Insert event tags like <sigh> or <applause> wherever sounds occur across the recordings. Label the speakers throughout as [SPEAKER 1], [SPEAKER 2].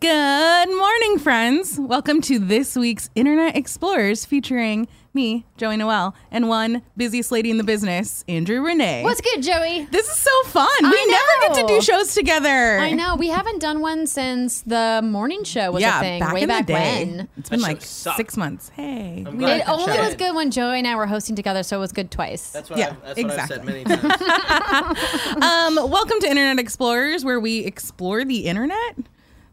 [SPEAKER 1] Good morning, friends. Welcome to this week's Internet Explorers featuring me, Joey Noel, and one busiest lady in the business, Andrew Renee.
[SPEAKER 2] What's good, Joey?
[SPEAKER 1] This is so fun. we
[SPEAKER 2] I
[SPEAKER 1] never get to
[SPEAKER 2] know.
[SPEAKER 1] do shows together.
[SPEAKER 2] I know we haven't done one since the morning show was
[SPEAKER 1] yeah,
[SPEAKER 2] a thing
[SPEAKER 1] back
[SPEAKER 2] way
[SPEAKER 1] in
[SPEAKER 2] back
[SPEAKER 1] the day.
[SPEAKER 2] when.
[SPEAKER 1] It's been
[SPEAKER 3] That show
[SPEAKER 1] like
[SPEAKER 3] sucked.
[SPEAKER 1] six months. Hey,
[SPEAKER 3] I'm
[SPEAKER 1] we
[SPEAKER 3] glad
[SPEAKER 1] like
[SPEAKER 2] It
[SPEAKER 3] Back
[SPEAKER 1] that
[SPEAKER 2] only
[SPEAKER 1] show.
[SPEAKER 2] was good when Joey and I were hosting together, so it was good twice.
[SPEAKER 3] That's what,
[SPEAKER 1] Yeah,
[SPEAKER 3] I've, that's
[SPEAKER 1] exactly.
[SPEAKER 3] what I've said
[SPEAKER 1] <laughs>
[SPEAKER 3] many times.
[SPEAKER 1] Um, welcome to Internet Explorers, where we explore the internet.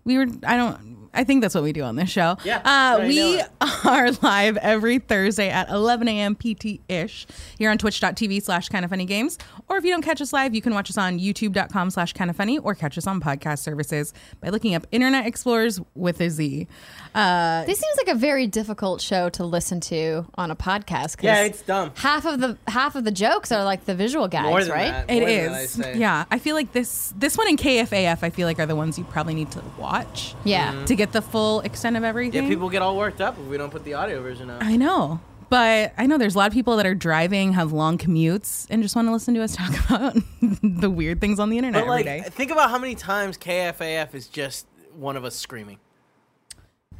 [SPEAKER 1] We were, I don't, I think that's what we do on this show.
[SPEAKER 3] Yeah,
[SPEAKER 1] Uh,
[SPEAKER 3] I know
[SPEAKER 1] we
[SPEAKER 3] it.
[SPEAKER 1] <laughs> are live every Thursday at 11 a.m. PT ish here on twitch.tv slash kind of funny games. Or if you don't catch us live, you can watch us on youtube.com slash kind of funny or catch us on podcast services by looking up Internet Explorers with a Z. Uh,
[SPEAKER 2] this seems like a very difficult show to listen to on a podcast. 'cause
[SPEAKER 3] Yeah, it's dumb.
[SPEAKER 2] Half of the half of the jokes are like the visual guys,
[SPEAKER 3] More than
[SPEAKER 2] right?
[SPEAKER 3] that.
[SPEAKER 1] it
[SPEAKER 3] More than that, I'd
[SPEAKER 1] is.
[SPEAKER 3] say.
[SPEAKER 1] yeah. I feel like this, this one and KFAF, I feel like are the ones you probably need to watch.
[SPEAKER 2] Yeah.
[SPEAKER 1] To get the full extent of everything.
[SPEAKER 3] Mm-hmm. Yeah, people get all worked up if we don't put the audio version
[SPEAKER 1] <laughs>
[SPEAKER 3] out.
[SPEAKER 1] I know. But I know there's a lot of people that are driving, have long commutes, and just want to listen to us <laughs> talk about the weird things on the internet
[SPEAKER 3] But like,
[SPEAKER 1] every day.
[SPEAKER 3] think about how many times KFAF is just one of us screaming,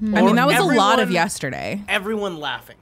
[SPEAKER 1] I mean, that was a lot of
[SPEAKER 3] everyone-
[SPEAKER 1] yesterday.
[SPEAKER 3] everyone laughing.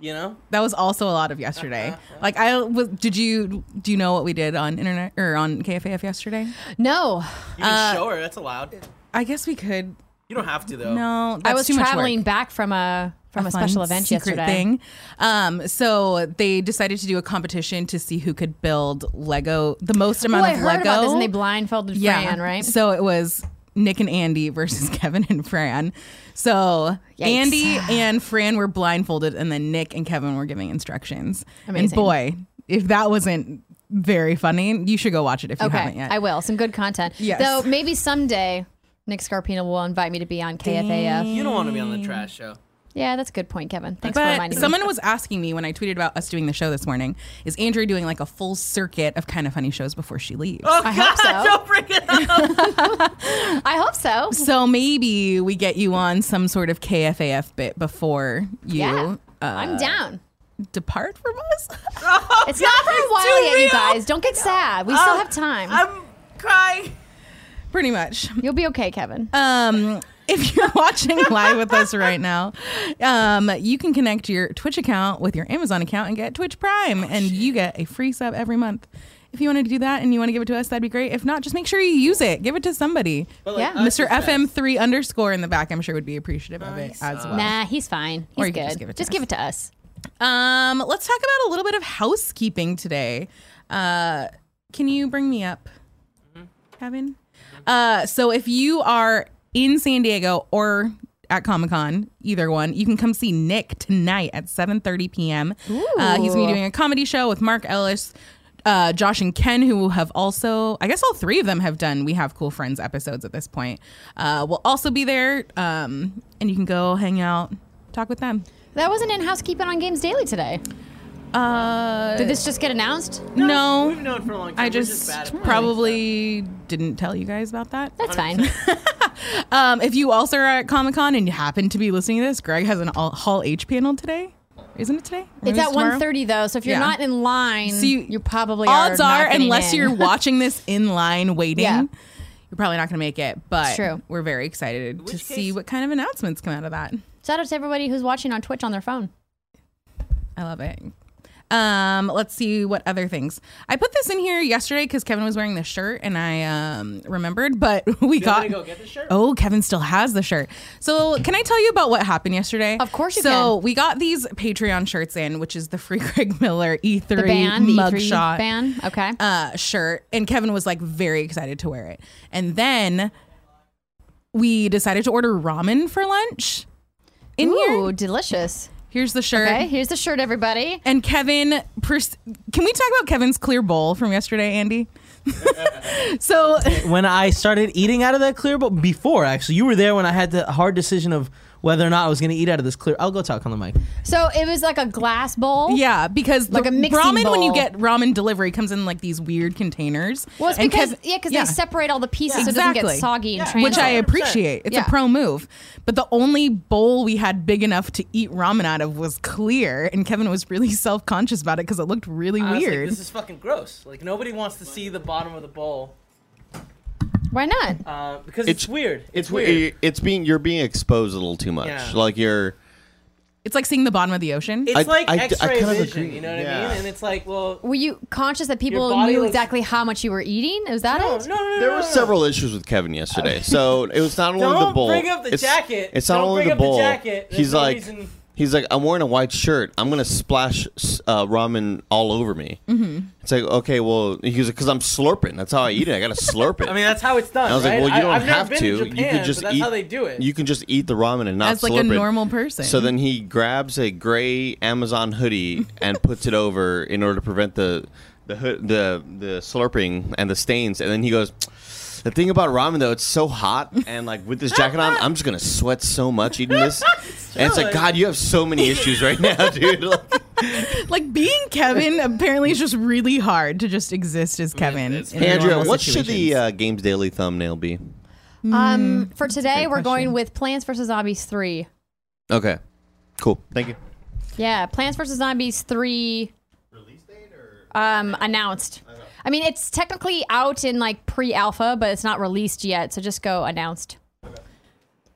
[SPEAKER 3] You know,
[SPEAKER 1] That was also a lot of yesterday. Like, I was, did you do you know what we did on internet or on KFAF yesterday?
[SPEAKER 2] No,
[SPEAKER 3] you can
[SPEAKER 1] Uh,
[SPEAKER 3] show her. That's allowed.
[SPEAKER 1] I guess we could.
[SPEAKER 3] You don't have to though.
[SPEAKER 1] No, that's
[SPEAKER 2] I was
[SPEAKER 1] too much
[SPEAKER 2] traveling
[SPEAKER 1] work.
[SPEAKER 2] back from a from a,
[SPEAKER 1] fun
[SPEAKER 2] special event
[SPEAKER 1] secret
[SPEAKER 2] yesterday.
[SPEAKER 1] Thing. Um, so they decided to do a competition to see who could build Lego the most
[SPEAKER 2] Oh,
[SPEAKER 1] amount
[SPEAKER 2] I
[SPEAKER 1] of
[SPEAKER 2] heard
[SPEAKER 1] Lego.
[SPEAKER 2] about this, and they blindfolded Fran, right?
[SPEAKER 1] So it was Nick and Andy versus <laughs> Kevin and Fran. So
[SPEAKER 2] Yikes.
[SPEAKER 1] Andy and Fran were blindfolded, and then Nick and Kevin were giving instructions. And
[SPEAKER 2] Amazing.
[SPEAKER 1] boy, if that wasn't very funny, you should go watch it if you haven't
[SPEAKER 2] okay,
[SPEAKER 1] yet.
[SPEAKER 2] I will. Some good content.
[SPEAKER 1] Yes.
[SPEAKER 2] Though maybe someday Nick Scarpino will invite me to be on KFAF.
[SPEAKER 3] you don't want to be on the trash show.
[SPEAKER 2] Yeah, that's a good point, Kevin. Thanks for
[SPEAKER 1] but
[SPEAKER 2] reminding me.
[SPEAKER 1] someone was asking me when I tweeted about us doing the show this morning, is Andrew doing like a full circuit of kind of funny shows before she leaves?
[SPEAKER 3] Oh
[SPEAKER 2] I
[SPEAKER 3] God!
[SPEAKER 2] hope
[SPEAKER 3] <laughs>
[SPEAKER 2] so.
[SPEAKER 3] Don't bring it up.
[SPEAKER 2] I hope so.
[SPEAKER 1] So maybe we get you on some sort of KFAF bit before you
[SPEAKER 2] Yeah.
[SPEAKER 1] uh,
[SPEAKER 2] I'm down.
[SPEAKER 1] depart from us. <laughs> Oh,
[SPEAKER 2] It's not for a while
[SPEAKER 3] too
[SPEAKER 2] yet, you
[SPEAKER 3] real.
[SPEAKER 2] guys. Don't get sad. We
[SPEAKER 1] Uh,
[SPEAKER 2] still
[SPEAKER 3] Oh,
[SPEAKER 2] have time.
[SPEAKER 3] I'm crying.
[SPEAKER 1] Pretty much.
[SPEAKER 2] You'll be okay, Kevin.
[SPEAKER 1] Um, if you're <laughs> watching live with us right now, um, you can connect your Twitch account with your Amazon account and get Twitch Prime, and you get a free sub every month. If you want to do that and you want to give it to us, that'd be great. If not, just make sure you use it. Give it to somebody.
[SPEAKER 3] But, like,
[SPEAKER 2] Yeah.
[SPEAKER 3] us
[SPEAKER 1] Mr.
[SPEAKER 3] is best.
[SPEAKER 1] FM3 underscore in the back, I'm sure would be appreciative of it
[SPEAKER 3] Nice.
[SPEAKER 1] as well.
[SPEAKER 2] nah, he's fine. He's
[SPEAKER 1] Or you
[SPEAKER 2] good.
[SPEAKER 1] can just give it to us.
[SPEAKER 2] to us.
[SPEAKER 1] Um, let's talk about a little bit of housekeeping today. Uh, can you bring me up, Kevin? Uh, so if you are in San Diego or at Comic Con, either one, you can come see Nick tonight at 7:30 p.m. Uh, he's gonna be
[SPEAKER 2] Ooh.
[SPEAKER 1] doing a comedy show with Mark Ellis. Uh, Josh and Ken, who have also, I guess all three of them have done We Have Cool Friends episodes at this point, uh, will also be there. Um, and you can go hang out, talk with them.
[SPEAKER 2] That wasn't in housekeeping on Games Daily today.
[SPEAKER 1] Uh,
[SPEAKER 2] Did this just get announced?
[SPEAKER 1] no,
[SPEAKER 3] We've known for a long time.
[SPEAKER 1] I
[SPEAKER 3] We're
[SPEAKER 1] just,
[SPEAKER 3] bad at
[SPEAKER 1] probably didn't tell you guys about that. <laughs>
[SPEAKER 2] That's fine.
[SPEAKER 1] Um, if you also are at Comic Con and you happen to be listening to this, Greg has an all- Hall H panel today. Isn't it today? Or maybe
[SPEAKER 2] it's at
[SPEAKER 1] tomorrow?
[SPEAKER 2] 1.30, though, so if you're
[SPEAKER 1] Yeah.
[SPEAKER 2] not in line,
[SPEAKER 1] So you-
[SPEAKER 2] you, probably
[SPEAKER 1] Odds are,
[SPEAKER 2] not getting
[SPEAKER 1] unless
[SPEAKER 2] in. <laughs>
[SPEAKER 1] you're watching this in line waiting,
[SPEAKER 2] Yeah.
[SPEAKER 1] you're probably not going to make it. But
[SPEAKER 2] It's true.
[SPEAKER 1] we're very excited to
[SPEAKER 3] which
[SPEAKER 1] see
[SPEAKER 3] case-
[SPEAKER 1] what kind of announcements come out of that.
[SPEAKER 2] Shout out to everybody who's watching on Twitch on their phone.
[SPEAKER 1] I love it. Um, let's see what other things. I put this in here yesterday because Kevin was wearing this shirt and I um, remembered, but <laughs> we
[SPEAKER 3] You want
[SPEAKER 1] got
[SPEAKER 3] me to go get the shirt?
[SPEAKER 1] Oh, Kevin still has the shirt. So, can I tell you about what happened yesterday?
[SPEAKER 2] Of course you
[SPEAKER 1] So, we got these Patreon shirts in, which is the Free <laughs> Greg Miller E3
[SPEAKER 2] The band, the E3
[SPEAKER 1] mugshot
[SPEAKER 2] band. Okay.
[SPEAKER 1] uh, shirt, and Kevin was like very excited to wear it. And then we decided to order ramen for lunch. In
[SPEAKER 2] Ooh,
[SPEAKER 1] here,
[SPEAKER 2] delicious.
[SPEAKER 1] here's the shirt.
[SPEAKER 2] Okay, here's the shirt, everybody.
[SPEAKER 1] And Kevin, pers- can we talk about Kevin's clear bowl from yesterday, Andy? <laughs> so
[SPEAKER 3] when I started eating out of that clear bowl before actually you were there when I had the hard decision of whether or not I was going to eat out of this clear I'll go talk on the mic.
[SPEAKER 2] So it was like a glass bowl.
[SPEAKER 1] yeah, because
[SPEAKER 2] Like
[SPEAKER 1] the
[SPEAKER 2] a mixing
[SPEAKER 1] ramen when you
[SPEAKER 2] bowl.
[SPEAKER 1] get ramen delivery comes in like these weird containers.
[SPEAKER 2] Well, it's
[SPEAKER 1] And
[SPEAKER 2] because
[SPEAKER 1] Kev-
[SPEAKER 2] yeah, because they separate all the pieces
[SPEAKER 1] Yeah.
[SPEAKER 2] so it doesn't
[SPEAKER 1] Exactly.
[SPEAKER 2] get soggy and
[SPEAKER 3] Yeah.
[SPEAKER 2] transit.
[SPEAKER 1] Which I
[SPEAKER 3] 100%.
[SPEAKER 1] appreciate. It's
[SPEAKER 2] Yeah.
[SPEAKER 1] a pro move. But the only bowl we had big enough to eat ramen out of was clear, and Kevin was really <laughs> self conscious about it because it looked really
[SPEAKER 3] I was like,
[SPEAKER 1] weird.
[SPEAKER 3] this is fucking gross. Like nobody wants to see the bottom of the bowl.
[SPEAKER 2] Why not?
[SPEAKER 3] Uh, because it's,
[SPEAKER 4] It's-
[SPEAKER 3] weird. It's,
[SPEAKER 4] It-
[SPEAKER 3] weird.
[SPEAKER 4] It's being you're being exposed a little too much.
[SPEAKER 3] Yeah.
[SPEAKER 4] Like you're
[SPEAKER 1] It's like seeing the bottom of the ocean.
[SPEAKER 3] It's
[SPEAKER 4] I-
[SPEAKER 3] like
[SPEAKER 4] I d- I
[SPEAKER 3] X-ray
[SPEAKER 4] kind of
[SPEAKER 3] vision.
[SPEAKER 4] agree.
[SPEAKER 3] You know what I
[SPEAKER 4] Yeah.
[SPEAKER 3] mean? And it's like, well,
[SPEAKER 2] Were you conscious that people
[SPEAKER 3] body
[SPEAKER 2] knew
[SPEAKER 3] looks-
[SPEAKER 2] exactly how much you were eating? Is that
[SPEAKER 3] no,
[SPEAKER 2] it?
[SPEAKER 3] no, no, no.
[SPEAKER 4] there
[SPEAKER 3] no,
[SPEAKER 4] were
[SPEAKER 3] no.
[SPEAKER 4] several issues with Kevin yesterday. So it was not only the
[SPEAKER 3] Don't
[SPEAKER 4] bowl.
[SPEAKER 3] bring up the
[SPEAKER 4] it's,
[SPEAKER 3] jacket.
[SPEAKER 4] It's not
[SPEAKER 3] Don't
[SPEAKER 4] only
[SPEAKER 3] bring
[SPEAKER 4] the
[SPEAKER 3] up the
[SPEAKER 4] bowl.
[SPEAKER 3] jacket. There's
[SPEAKER 4] He's
[SPEAKER 3] no
[SPEAKER 4] like
[SPEAKER 3] reason-
[SPEAKER 4] he's like I'm wearing a white shirt. I'm gonna splash s- uh, ramen all over me. Mm-hmm. It's like okay, well he was because I'm slurping. That's how I eat it. I gotta slurp
[SPEAKER 3] <laughs>
[SPEAKER 4] it.
[SPEAKER 3] I mean, that's how it's done.
[SPEAKER 4] I was like,
[SPEAKER 3] right?
[SPEAKER 4] well, you don't
[SPEAKER 3] I've never
[SPEAKER 4] have
[SPEAKER 3] been
[SPEAKER 4] to.
[SPEAKER 3] Japan,
[SPEAKER 4] you could just
[SPEAKER 3] but that's
[SPEAKER 4] eat.
[SPEAKER 3] how they do it.
[SPEAKER 4] You can just eat the ramen and not
[SPEAKER 1] As like a
[SPEAKER 4] slurp it.
[SPEAKER 1] normal person.
[SPEAKER 4] So then he grabs a gray Amazon <laughs> hoodie and puts it over in order to prevent the the hood, the the slurping and the stains. And then he goes. The thing about ramen though, it's so hot, and like with this jacket on, I'm just gonna sweat so much eating this. and <laughs> it's like,
[SPEAKER 3] true.
[SPEAKER 4] God, you have so many issues <laughs> right now, dude. Like,
[SPEAKER 1] like being Kevin apparently is just really hard to just exist as Kevin. in
[SPEAKER 4] Andrea,
[SPEAKER 1] normal
[SPEAKER 4] what should the
[SPEAKER 1] situations.
[SPEAKER 4] uh, Games Daily thumbnail be?
[SPEAKER 2] Um, for today,
[SPEAKER 1] Mm, great
[SPEAKER 2] we're going
[SPEAKER 1] question.
[SPEAKER 2] with Plants vs. Zombies 3.
[SPEAKER 4] Okay, cool. Thank you.
[SPEAKER 2] Yeah, Plants vs. Zombies 3. Um, announced. I mean, it's technically out in like pre-alpha, but it's not released yet. So just go announced.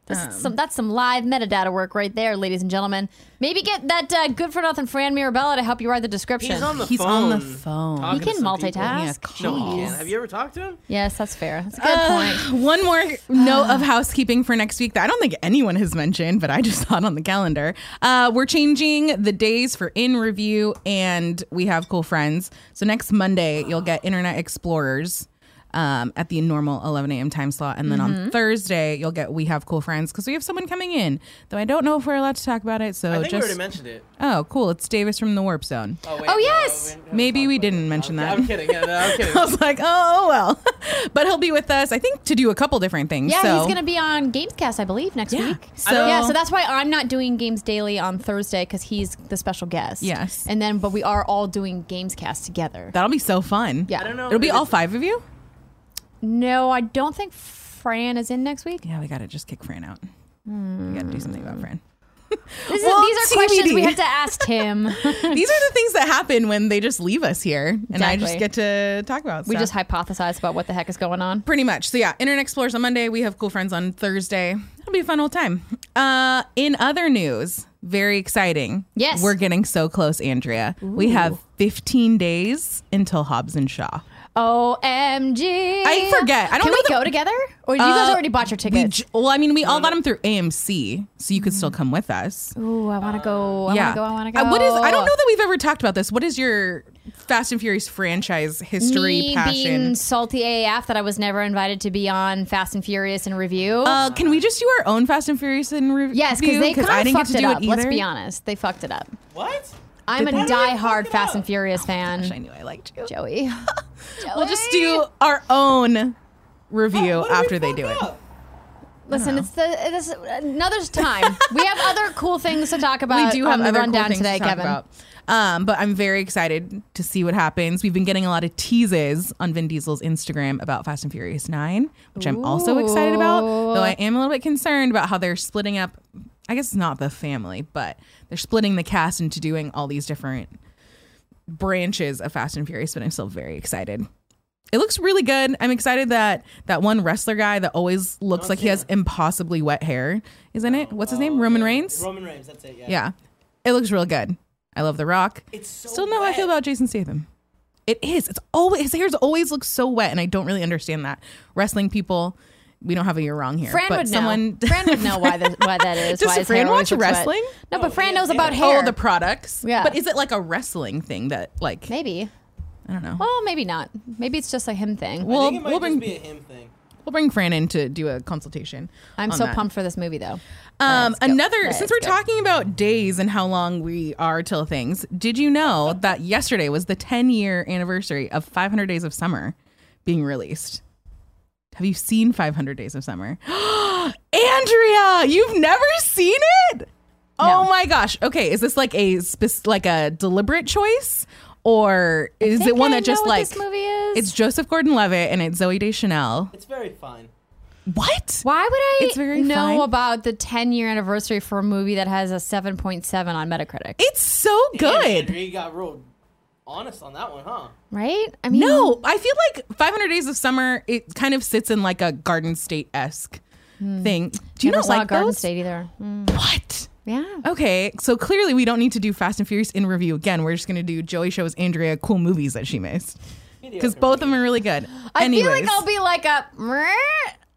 [SPEAKER 2] That's,
[SPEAKER 1] Um.
[SPEAKER 2] some, that's some live metadata work right there, ladies and gentlemen. Maybe get that uh, good for nothing Fran Mirabella to help you write the description.
[SPEAKER 3] He's on the
[SPEAKER 1] He's
[SPEAKER 3] phone.
[SPEAKER 1] on the phone.
[SPEAKER 3] talking
[SPEAKER 2] He can
[SPEAKER 3] to some people.
[SPEAKER 2] multitask.
[SPEAKER 3] No, he
[SPEAKER 2] Jeez. Oh,
[SPEAKER 3] can't. Have you ever talked to him?
[SPEAKER 2] Yes, that's fair. That's a good
[SPEAKER 1] Uh, <laughs>
[SPEAKER 2] point.
[SPEAKER 1] one more note
[SPEAKER 2] <sighs>
[SPEAKER 1] of housekeeping for next week that I don't think anyone has mentioned, but I just <laughs> saw it on the calendar. Uh, we're changing the days for in review, and we have cool friends. So next Monday, you'll get Internet Explorers um, at the normal 11 a.m. time slot, and then
[SPEAKER 2] Mm-hmm.
[SPEAKER 1] on Thursday, you'll get We Have Cool Friends because we have someone coming in. Though I don't know if we're allowed to talk about it, so
[SPEAKER 3] I think we
[SPEAKER 1] just
[SPEAKER 3] already mentioned it.
[SPEAKER 1] oh, cool. It's Davis from the Warp Zone.
[SPEAKER 3] Oh, wait,
[SPEAKER 2] Oh,
[SPEAKER 3] no,
[SPEAKER 2] yes!
[SPEAKER 3] haven't
[SPEAKER 1] Maybe
[SPEAKER 3] talked
[SPEAKER 1] we
[SPEAKER 3] about
[SPEAKER 1] didn't
[SPEAKER 3] that.
[SPEAKER 1] mention
[SPEAKER 3] I'm-
[SPEAKER 1] <laughs> that.
[SPEAKER 3] I'm kidding. Yeah, no, I'm kidding.
[SPEAKER 1] I was like, oh, oh well, <laughs> but he'll be with us. I think to do a couple different things.
[SPEAKER 2] Yeah,
[SPEAKER 1] so.
[SPEAKER 2] he's gonna be on Gamescast, I believe, next
[SPEAKER 1] Yeah.
[SPEAKER 2] week.
[SPEAKER 1] I don't-
[SPEAKER 2] So yeah, so that's why I'm not doing Games Daily on Thursday because he's the special guest.
[SPEAKER 1] Yes.
[SPEAKER 2] and then but we are all doing Gamescast together.
[SPEAKER 1] That'll be so fun.
[SPEAKER 2] Yeah. I
[SPEAKER 3] don't know
[SPEAKER 1] It'll be
[SPEAKER 3] if
[SPEAKER 1] all
[SPEAKER 3] it's-
[SPEAKER 1] five of you.
[SPEAKER 2] No, I don't think Fran is in next week.
[SPEAKER 1] Yeah, we gotta just kick Fran out. We gotta do something about Fran.
[SPEAKER 2] This is-
[SPEAKER 1] Well,
[SPEAKER 2] these are questions we
[SPEAKER 1] TBD.
[SPEAKER 2] have to ask
[SPEAKER 1] <laughs>
[SPEAKER 2] Tim. <laughs>
[SPEAKER 1] These are the things that happen when they just leave us here, and I just
[SPEAKER 2] Exactly.
[SPEAKER 1] get to talk about.
[SPEAKER 2] we
[SPEAKER 1] stuff.
[SPEAKER 2] just hypothesize about what the heck is going on.
[SPEAKER 1] pretty much. So yeah, Internet Explorers on Monday. We have cool friends on Thursday. It'll be a fun old time. Uh, in other news, very exciting.
[SPEAKER 2] Yes.
[SPEAKER 1] we're getting so close, Andrea. We have 15 days until Hobbs and Shaw.
[SPEAKER 2] Omg!
[SPEAKER 1] I forget. I don't know
[SPEAKER 2] Can we
[SPEAKER 1] the-
[SPEAKER 2] go together? Or you guys
[SPEAKER 1] Uh,
[SPEAKER 2] already bought your
[SPEAKER 1] We
[SPEAKER 2] tickets?
[SPEAKER 1] j- well, I mean, we all got them through AMC, so you could still come with us.
[SPEAKER 2] Ooh, I want to go. I
[SPEAKER 1] yeah.
[SPEAKER 2] want to go. I want to go.
[SPEAKER 1] Uh, What is? I don't know that we've ever talked about this. What is your Fast and Furious franchise history
[SPEAKER 2] me
[SPEAKER 1] passion?
[SPEAKER 2] being salty AF that I was never invited to be on Fast and Furious and review.
[SPEAKER 1] uh, can we just do our own Fast and Furious in review?
[SPEAKER 2] yes, because they
[SPEAKER 1] I
[SPEAKER 2] kind of
[SPEAKER 1] didn't get
[SPEAKER 2] fucked
[SPEAKER 1] to
[SPEAKER 2] it
[SPEAKER 1] do
[SPEAKER 2] up.
[SPEAKER 1] it either.
[SPEAKER 2] Let's be honest, they fucked it up.
[SPEAKER 3] What?
[SPEAKER 2] I'm
[SPEAKER 1] Did
[SPEAKER 2] a
[SPEAKER 1] they? How
[SPEAKER 3] did they
[SPEAKER 2] diehard
[SPEAKER 3] fuck it
[SPEAKER 2] Fast
[SPEAKER 3] up?
[SPEAKER 2] and Furious
[SPEAKER 1] Oh Gosh, I
[SPEAKER 2] fan.
[SPEAKER 1] knew I liked you.
[SPEAKER 2] Joey.
[SPEAKER 1] <laughs> We'll just do our own review
[SPEAKER 3] Oh, What did we
[SPEAKER 1] after they
[SPEAKER 3] fuck
[SPEAKER 1] do it.
[SPEAKER 3] up?
[SPEAKER 2] Listen, it's the this
[SPEAKER 1] <laughs>
[SPEAKER 2] another time. we have other cool things to talk about.
[SPEAKER 1] we do have
[SPEAKER 2] on the
[SPEAKER 1] other cool
[SPEAKER 2] rundown
[SPEAKER 1] things to
[SPEAKER 2] today,
[SPEAKER 1] talk
[SPEAKER 2] Kevin.
[SPEAKER 1] about. Um, but I'm very excited to see what happens. We've been getting a lot of teases on Vin Diesel's Instagram about Fast and Furious Nine, which I'm also excited about. Though I am a little bit concerned about how they're splitting up. I guess it's not the family, but they're splitting the cast into doing all these different branches of Fast and Furious. But I'm still very excited. It looks really good. I'm excited that that one wrestler guy that always looks like he has impossibly wet hair is in it. What's his name? Roman Reigns.
[SPEAKER 3] Roman Reigns. That's it. Yeah.
[SPEAKER 1] Yeah. It looks real good. I love The Rock.
[SPEAKER 3] It's so
[SPEAKER 1] Still know how I feel
[SPEAKER 3] wet.
[SPEAKER 1] about Jason Statham. It is. It's always his hair's always looks so wet, and I don't really understand that. Wrestling people, we don't have a year wrong here.
[SPEAKER 2] Fran
[SPEAKER 1] but
[SPEAKER 2] would
[SPEAKER 1] someone <laughs>
[SPEAKER 2] know. <laughs> Fran would know why, the, why that is.
[SPEAKER 1] Does
[SPEAKER 2] why his
[SPEAKER 1] Fran
[SPEAKER 2] hair
[SPEAKER 1] watch
[SPEAKER 2] always looks wet.
[SPEAKER 1] wrestling?
[SPEAKER 2] No, but Fran knows
[SPEAKER 3] yeah.
[SPEAKER 2] about
[SPEAKER 3] Oh,
[SPEAKER 1] Oh,
[SPEAKER 2] hair.
[SPEAKER 1] the products.
[SPEAKER 2] Yeah.
[SPEAKER 1] But is it like a wrestling thing that like
[SPEAKER 2] Maybe.
[SPEAKER 1] I don't know.
[SPEAKER 2] Well, maybe not. Maybe it's just a him thing.
[SPEAKER 3] I
[SPEAKER 1] We'll-
[SPEAKER 3] think it might
[SPEAKER 1] we'll bring-
[SPEAKER 3] just be a him thing.
[SPEAKER 1] We'll bring Fran in to do a consultation.
[SPEAKER 2] I'm
[SPEAKER 1] on
[SPEAKER 2] so
[SPEAKER 1] that.
[SPEAKER 2] pumped for this movie, though.
[SPEAKER 1] Um,
[SPEAKER 2] Let's go.
[SPEAKER 1] another since
[SPEAKER 2] Let's
[SPEAKER 1] we're
[SPEAKER 2] go.
[SPEAKER 1] talking about days and how long we are till things, did you know that yesterday was the 10 year anniversary of 500 Days of Summer being released? Have you seen 500 Days of Summer? <gasps> Andrea, you've never seen it? Oh my gosh. Okay, is this like a spec- like a deliberate choice or is it
[SPEAKER 2] Think
[SPEAKER 1] one
[SPEAKER 2] I
[SPEAKER 1] that just
[SPEAKER 2] know what
[SPEAKER 1] like
[SPEAKER 2] this movie is?
[SPEAKER 1] it's Joseph Gordon-Levitt and it's Zoe Deschanel?
[SPEAKER 3] It's very fine.
[SPEAKER 1] What?
[SPEAKER 2] Why would I
[SPEAKER 1] It's very
[SPEAKER 2] know
[SPEAKER 1] fine.
[SPEAKER 2] about the 10 year anniversary for a movie that has a 7.7 on Metacritic?
[SPEAKER 1] It's so good.
[SPEAKER 3] Andrew, you got rolled honest on that one, huh?
[SPEAKER 2] right? I mean,
[SPEAKER 1] No, I feel like 500 Days of Summer. It kind of sits in like a Garden State esque thing. Do you
[SPEAKER 2] Hmm. never
[SPEAKER 1] not
[SPEAKER 2] saw
[SPEAKER 1] like
[SPEAKER 2] Garden
[SPEAKER 1] those? Oh,
[SPEAKER 2] State either. Mm,
[SPEAKER 1] What?
[SPEAKER 2] yeah.
[SPEAKER 1] Okay, so clearly we don't need to do Fast and Furious in review again. We're just gonna do Joey shows Andrea cool movies that she missed because both of them are really good.
[SPEAKER 2] I
[SPEAKER 1] Anyways,
[SPEAKER 2] feel like I'll be like a "Meh"